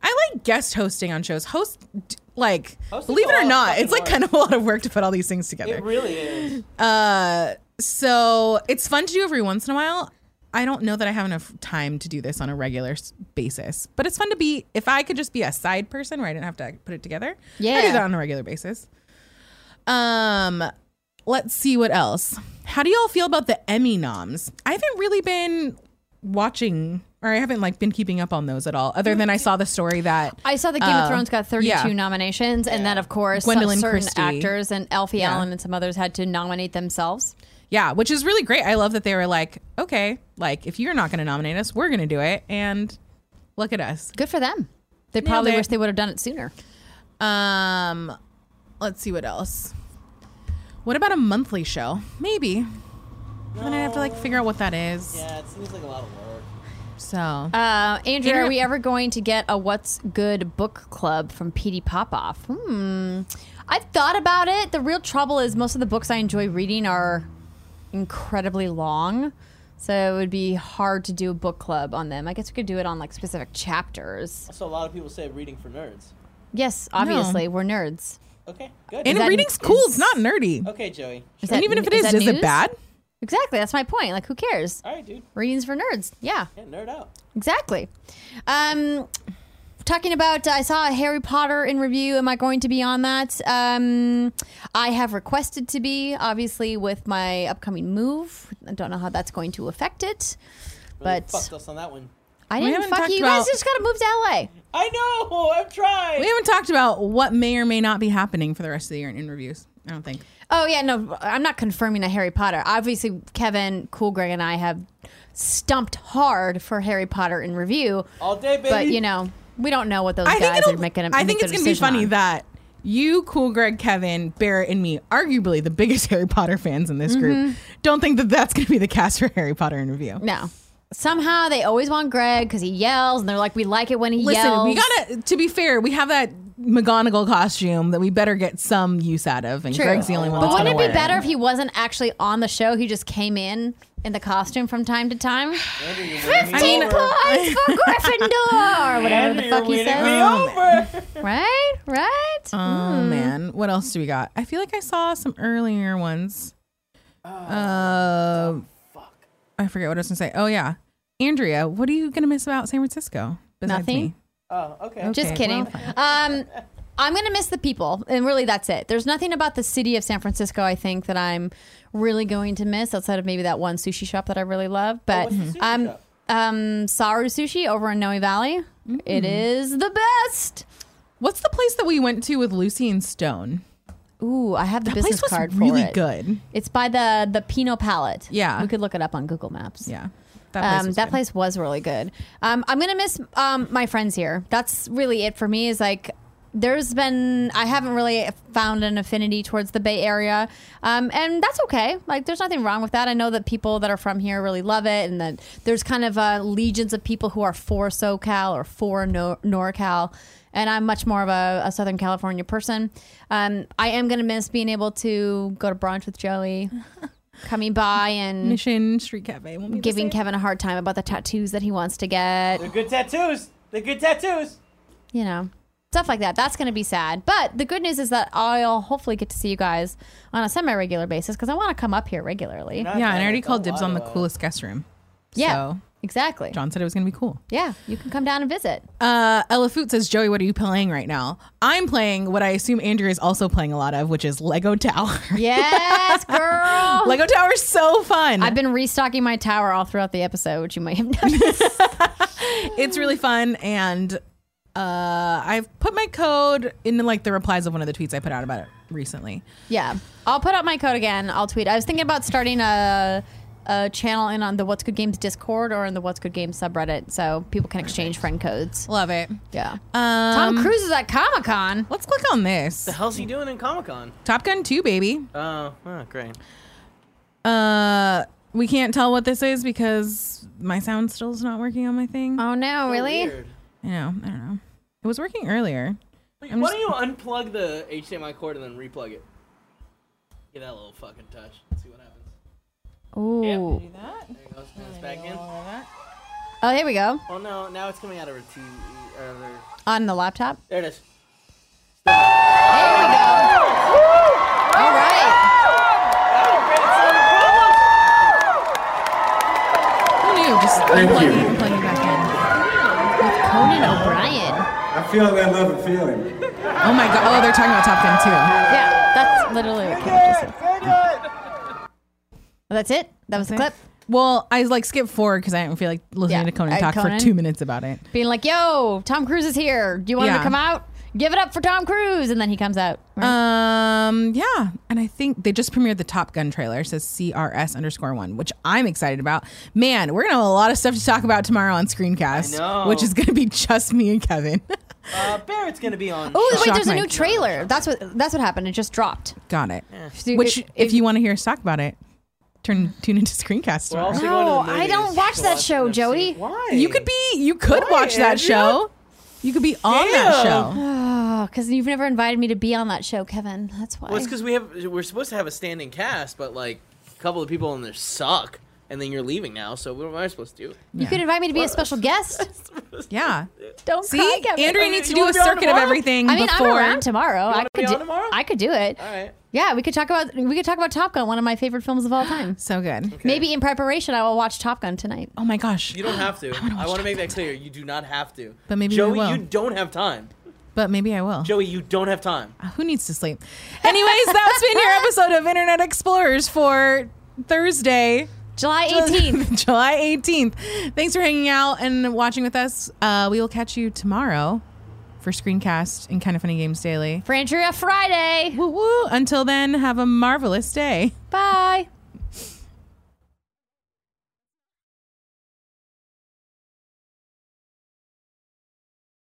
[SPEAKER 1] I like guest hosting on shows. Host d- like
[SPEAKER 5] Hosting's
[SPEAKER 1] believe
[SPEAKER 5] a
[SPEAKER 1] it
[SPEAKER 5] lot
[SPEAKER 1] or
[SPEAKER 5] of
[SPEAKER 1] not,
[SPEAKER 5] fucking
[SPEAKER 1] it's like
[SPEAKER 5] work.
[SPEAKER 1] kind of a lot of work to put all these things together.
[SPEAKER 5] It really is.
[SPEAKER 1] Uh, so it's fun to do every once in a while. I don't know that I have enough time to do this on a regular s- basis, but it's fun to be. If I could just be a side person where I didn't have to put it together, I do
[SPEAKER 2] Yeah.
[SPEAKER 1] that on a regular basis. Um, let's see what else. How do y'all feel about the Emmy noms? I haven't really been watching, or I haven't like been keeping up on those at all. Other than I saw the story that
[SPEAKER 2] I saw that Game
[SPEAKER 1] Uh,
[SPEAKER 2] of Thrones got 32
[SPEAKER 1] yeah.
[SPEAKER 2] nominations, and then of course some-
[SPEAKER 1] Gwendolyn
[SPEAKER 2] certain
[SPEAKER 1] Christie.
[SPEAKER 2] actors and Alfie Allen and some others had to nominate themselves.
[SPEAKER 1] Yeah, which is really great. I love that they were like, okay, like if you're not going to nominate us, we're going to do it. And look at us.
[SPEAKER 2] Good for them. They probably
[SPEAKER 1] it.
[SPEAKER 2] wish they would have done it sooner.
[SPEAKER 1] Um, let's see what else. What about a monthly show? Maybe. But Then I have to like figure out what that is.
[SPEAKER 5] Yeah, it seems like a lot of work.
[SPEAKER 1] So
[SPEAKER 2] Uh, Andrew,
[SPEAKER 1] Andrew-
[SPEAKER 2] are we ever going to get a What's Good book club from PD Popoff? Hmm. I've thought about it. The real trouble is most of the books I enjoy reading are incredibly long. So it would be hard to do a book club on them. I guess we could do it on like specific chapters.
[SPEAKER 5] Also, a lot of people say reading for nerds.
[SPEAKER 2] Yes, obviously, we're nerds.
[SPEAKER 5] Okay, good.
[SPEAKER 1] and
[SPEAKER 2] that-
[SPEAKER 1] reading's cool. It's
[SPEAKER 2] is-
[SPEAKER 1] not nerdy.
[SPEAKER 5] okay, Joey.
[SPEAKER 2] Is
[SPEAKER 1] and
[SPEAKER 2] that-
[SPEAKER 1] even if it is,
[SPEAKER 2] that
[SPEAKER 1] is, it
[SPEAKER 2] news?
[SPEAKER 1] bad?
[SPEAKER 2] Exactly. That's my point. Like, who cares?
[SPEAKER 5] All right, dude.
[SPEAKER 2] Readings for nerds. Yeah.
[SPEAKER 5] Yeah, nerd out.
[SPEAKER 2] Exactly. Um, talking about, I saw Harry Potter in review. Am I going to be on that? Um, I have requested to be, obviously, with my upcoming move. I don't know how that's going to affect it,
[SPEAKER 5] Really
[SPEAKER 2] but
[SPEAKER 5] fucked us on that one.
[SPEAKER 2] I
[SPEAKER 1] We
[SPEAKER 2] didn't
[SPEAKER 1] haven't
[SPEAKER 2] fuck
[SPEAKER 1] talked
[SPEAKER 2] you. You guys
[SPEAKER 1] about-
[SPEAKER 2] just got to move to LA.
[SPEAKER 5] I know. <laughs> I've tried.
[SPEAKER 1] We haven't talked about what may or may not be happening for the rest of the year in interviews. I don't think.
[SPEAKER 2] Oh yeah, no, I'm not confirming a Harry Potter. Obviously, Kevin, Cool Greg, and I have stumped hard for Harry Potter in review,
[SPEAKER 5] All day, baby.
[SPEAKER 2] but you know, we don't know what those
[SPEAKER 1] I think
[SPEAKER 2] guys
[SPEAKER 1] it'll,
[SPEAKER 2] are making.
[SPEAKER 1] I think it's
[SPEAKER 2] going
[SPEAKER 1] gonna
[SPEAKER 2] to
[SPEAKER 1] be funny that you, Cool Greg, Kevin, Barrett, and me, arguably the biggest <laughs> Harry Potter fans in this group, don't think that that's gonna be the cast for Harry Potter interview.
[SPEAKER 2] Mm-hmm. No. Somehow they always want Greg because he yells, and they're like, "We like it when he
[SPEAKER 1] Listen,
[SPEAKER 2] yells."
[SPEAKER 1] we gotta. To be fair, we have that McGonagall costume that we better get some use out of, and
[SPEAKER 2] True.
[SPEAKER 1] Greg's the only one.
[SPEAKER 2] But
[SPEAKER 1] that's
[SPEAKER 2] wouldn't it
[SPEAKER 1] gonna wear
[SPEAKER 2] be better if he wasn't actually on the show? He just came in in the costume from time to time.
[SPEAKER 5] Andrew, you're winning me
[SPEAKER 2] Fifteen
[SPEAKER 5] over.
[SPEAKER 2] points
[SPEAKER 1] <laughs>
[SPEAKER 2] for Gryffindor, or whatever
[SPEAKER 5] Andrew,
[SPEAKER 2] the
[SPEAKER 5] you're
[SPEAKER 2] fuck he
[SPEAKER 5] winning me <laughs>
[SPEAKER 2] says.
[SPEAKER 1] Um,
[SPEAKER 5] over.
[SPEAKER 2] Right, right.
[SPEAKER 1] Oh
[SPEAKER 2] Mm.
[SPEAKER 1] man, what else do we got? I feel like I saw some earlier ones. Uh,
[SPEAKER 5] Fuck.
[SPEAKER 1] I forget what I was gonna say. Oh yeah, Andrea, what are you gonna miss about San Francisco? besides
[SPEAKER 2] Nothing.
[SPEAKER 1] me?
[SPEAKER 5] Oh, okay.
[SPEAKER 2] Just
[SPEAKER 1] Okay,
[SPEAKER 2] kidding.
[SPEAKER 1] well,
[SPEAKER 2] um, I'm gonna miss the people, and really, that's it. There's nothing about the city of San Francisco I think that I'm really going to miss outside of maybe that one sushi shop that I really love. But um, um, Saru Sushi over in Noe Valley,
[SPEAKER 1] Mm.
[SPEAKER 2] It is the best.
[SPEAKER 1] What's the place that we went to with Lucy and Stone?
[SPEAKER 2] Ooh, I have the
[SPEAKER 1] That
[SPEAKER 2] business
[SPEAKER 1] place was
[SPEAKER 2] card
[SPEAKER 1] really
[SPEAKER 2] for it.
[SPEAKER 1] good.
[SPEAKER 2] It's by the the Pinot Palette.
[SPEAKER 1] Yeah.
[SPEAKER 2] we could look it up on Google Maps.
[SPEAKER 1] Yeah,
[SPEAKER 2] That, um,
[SPEAKER 1] was
[SPEAKER 2] that
[SPEAKER 1] good.
[SPEAKER 2] place was really good. Um, I'm gonna miss um, my friends here. That's really it for me. Is like there's been I haven't really found an affinity towards the Bay Area, um, and that's okay. Like there's nothing wrong with that. I know that people that are from here really love it, and that there's kind of uh, legions of people who are for SoCal or for Nor- NorCal. And I'm much more of a, a Southern California person. Um, I am gonna miss being able to go to brunch with Joey, coming by and
[SPEAKER 1] Mission Street Cafe. Won't be the
[SPEAKER 2] giving
[SPEAKER 1] same.
[SPEAKER 2] Kevin a hard time about the tattoos that he wants to get,
[SPEAKER 5] They're good tattoos. They're good tattoos.
[SPEAKER 2] you know, stuff like that. That's going to be sad. But the good news is that I'll hopefully get to see you guys on a semi regular basis because I want to come up here regularly.
[SPEAKER 5] Not
[SPEAKER 1] Yeah,
[SPEAKER 5] that
[SPEAKER 1] and I already
[SPEAKER 5] it's a
[SPEAKER 1] called dibs
[SPEAKER 5] lot
[SPEAKER 1] on the
[SPEAKER 5] of-
[SPEAKER 1] coolest guest room.
[SPEAKER 2] yeah,
[SPEAKER 1] So
[SPEAKER 2] exactly.
[SPEAKER 1] John said it was going to be cool.
[SPEAKER 2] Yeah, you can come down and visit.
[SPEAKER 1] Uh, Ella Foot says, Joey, what are you playing right now? I'm playing what I assume Andrew is also playing a lot of, which is Lego Tower. <laughs>
[SPEAKER 2] Yes, girl.
[SPEAKER 1] Lego Tower is so fun.
[SPEAKER 2] I've been restocking my tower all throughout the episode, which you might have <laughs> noticed.
[SPEAKER 1] it's really fun and uh, I've put my code in like the replies of one of the tweets I put out about it recently.
[SPEAKER 2] yeah, I'll put up my code again. I'll tweet. I was thinking about starting a. A channel in on the What's Good Games Discord or in the What's Good Games subreddit, so people can exchange friend codes.
[SPEAKER 1] Love it.
[SPEAKER 2] Yeah,
[SPEAKER 1] Um,
[SPEAKER 2] Tom Cruise is at Comic Con.
[SPEAKER 1] Let's click on this.
[SPEAKER 5] The hell's he doing in Comic Con?
[SPEAKER 1] Top Gun 2, baby.
[SPEAKER 5] Oh, oh, great.
[SPEAKER 1] Uh, we can't tell what this is because my sound still is not working on my thing.
[SPEAKER 2] Oh no, really?
[SPEAKER 5] Weird.
[SPEAKER 1] I know. I don't know. It was working earlier.
[SPEAKER 5] Wait,
[SPEAKER 1] I'm
[SPEAKER 5] why don't you unplug the HDMI cord and then replug it? Get that little fucking touch. Let's see what happens. Oh,
[SPEAKER 2] Ooh.
[SPEAKER 5] There it goes. Now it's back in.
[SPEAKER 2] Oh, there we go.
[SPEAKER 5] Oh no! Now it's coming out of her TV. uh, Or her-
[SPEAKER 2] On the laptop.
[SPEAKER 5] There it is.
[SPEAKER 2] There we go. All right. Oh,
[SPEAKER 1] Who knew? Just
[SPEAKER 7] Thank
[SPEAKER 1] plug
[SPEAKER 7] you.
[SPEAKER 1] it plug it back in.
[SPEAKER 2] Conan O'Brien.
[SPEAKER 7] I feel that love and feeling.
[SPEAKER 1] Oh my god! Oh, they're talking about Top Gun
[SPEAKER 2] Yeah, that's literally what Conan just said. Well, that's it. That was the clip.
[SPEAKER 1] too. Well, I like skipped forward because I didn't feel like listening
[SPEAKER 2] Yeah.
[SPEAKER 1] to Conan
[SPEAKER 2] Uh,
[SPEAKER 1] talk
[SPEAKER 2] Conan?
[SPEAKER 1] for two minutes about it.
[SPEAKER 2] Being like, "Yo, Tom Cruise is here. Do you want him
[SPEAKER 1] Yeah.
[SPEAKER 2] to come out? Give it up for Tom Cruise." And then he comes out. right?
[SPEAKER 1] Um, yeah, and I think they just premiered the Top Gun trailer. It says CRS underscore one, which I'm excited about. Man, we're gonna have a lot of stuff to talk about tomorrow on Screencast,
[SPEAKER 5] I know.
[SPEAKER 1] which is gonna be just me and Kevin. <laughs>
[SPEAKER 5] Uh, Barrett's gonna be on.
[SPEAKER 2] oh, wait,
[SPEAKER 1] Shock
[SPEAKER 2] there's a
[SPEAKER 1] Mike.
[SPEAKER 2] new trailer. That's what that's what happened. It just dropped.
[SPEAKER 1] Got it.
[SPEAKER 2] So
[SPEAKER 1] Which,
[SPEAKER 2] it-
[SPEAKER 1] if you want to hear us talk about it, turn tune into Screencast
[SPEAKER 5] We're
[SPEAKER 1] tomorrow.
[SPEAKER 5] also
[SPEAKER 2] No,
[SPEAKER 5] going to the
[SPEAKER 2] I don't
[SPEAKER 5] movies
[SPEAKER 2] watch
[SPEAKER 5] to
[SPEAKER 2] that
[SPEAKER 5] watch
[SPEAKER 2] show,
[SPEAKER 5] an
[SPEAKER 2] Jody.
[SPEAKER 5] episode. Why?
[SPEAKER 1] You could be, you could
[SPEAKER 5] Why,
[SPEAKER 1] watch that
[SPEAKER 5] Andrea?
[SPEAKER 1] show. You could be on that
[SPEAKER 5] Damn.
[SPEAKER 1] show.
[SPEAKER 2] Oh, because you've never invited me to be on that show, Kevin. That's why.
[SPEAKER 5] Well, it's because we have we're supposed to have a standing cast, but like a couple of people in there suck, and then you're leaving now. So what am I supposed to do?
[SPEAKER 2] you could invite me to be a special guest.
[SPEAKER 1] Yeah.
[SPEAKER 2] <laughs> Don't
[SPEAKER 1] See,
[SPEAKER 2] cry, Kevin.
[SPEAKER 1] Andrea
[SPEAKER 5] You
[SPEAKER 1] needs to do
[SPEAKER 5] wanna
[SPEAKER 1] a
[SPEAKER 5] be on
[SPEAKER 1] circuit of
[SPEAKER 5] tomorrow?
[SPEAKER 1] everything
[SPEAKER 2] I mean,
[SPEAKER 1] before.
[SPEAKER 2] I'm around tomorrow. I
[SPEAKER 5] wanna
[SPEAKER 2] could
[SPEAKER 5] be
[SPEAKER 2] do,
[SPEAKER 5] on tomorrow?
[SPEAKER 2] I could do it.
[SPEAKER 5] All right.
[SPEAKER 2] Yeah, we could talk about we could talk about Top Gun, one of my favorite films of all
[SPEAKER 5] <gasps>
[SPEAKER 2] time.
[SPEAKER 1] So good.
[SPEAKER 2] Maybe in preparation, I will watch Top Gun tonight.
[SPEAKER 1] Oh my gosh.
[SPEAKER 5] You don't have to. I want to make that clear. You do not have to.
[SPEAKER 1] But maybe I
[SPEAKER 5] Joey,
[SPEAKER 1] will.
[SPEAKER 5] you don't have time.
[SPEAKER 1] But maybe I will.
[SPEAKER 5] Joey, you don't have time.
[SPEAKER 1] Who needs to sleep? Anyways, that's been
[SPEAKER 2] <laughs>
[SPEAKER 1] your episode of Internet Explorers for Thursday.
[SPEAKER 2] July
[SPEAKER 5] <laughs>
[SPEAKER 1] <laughs>
[SPEAKER 2] 18th.
[SPEAKER 1] July 18th. Thanks for hanging out and watching with us. Uh, we will catch you tomorrow for Screencast and Kind of Funny Games Daily.
[SPEAKER 2] For Andrea Friday.
[SPEAKER 1] Woo woo. Until then, have a marvelous day.
[SPEAKER 2] Bye.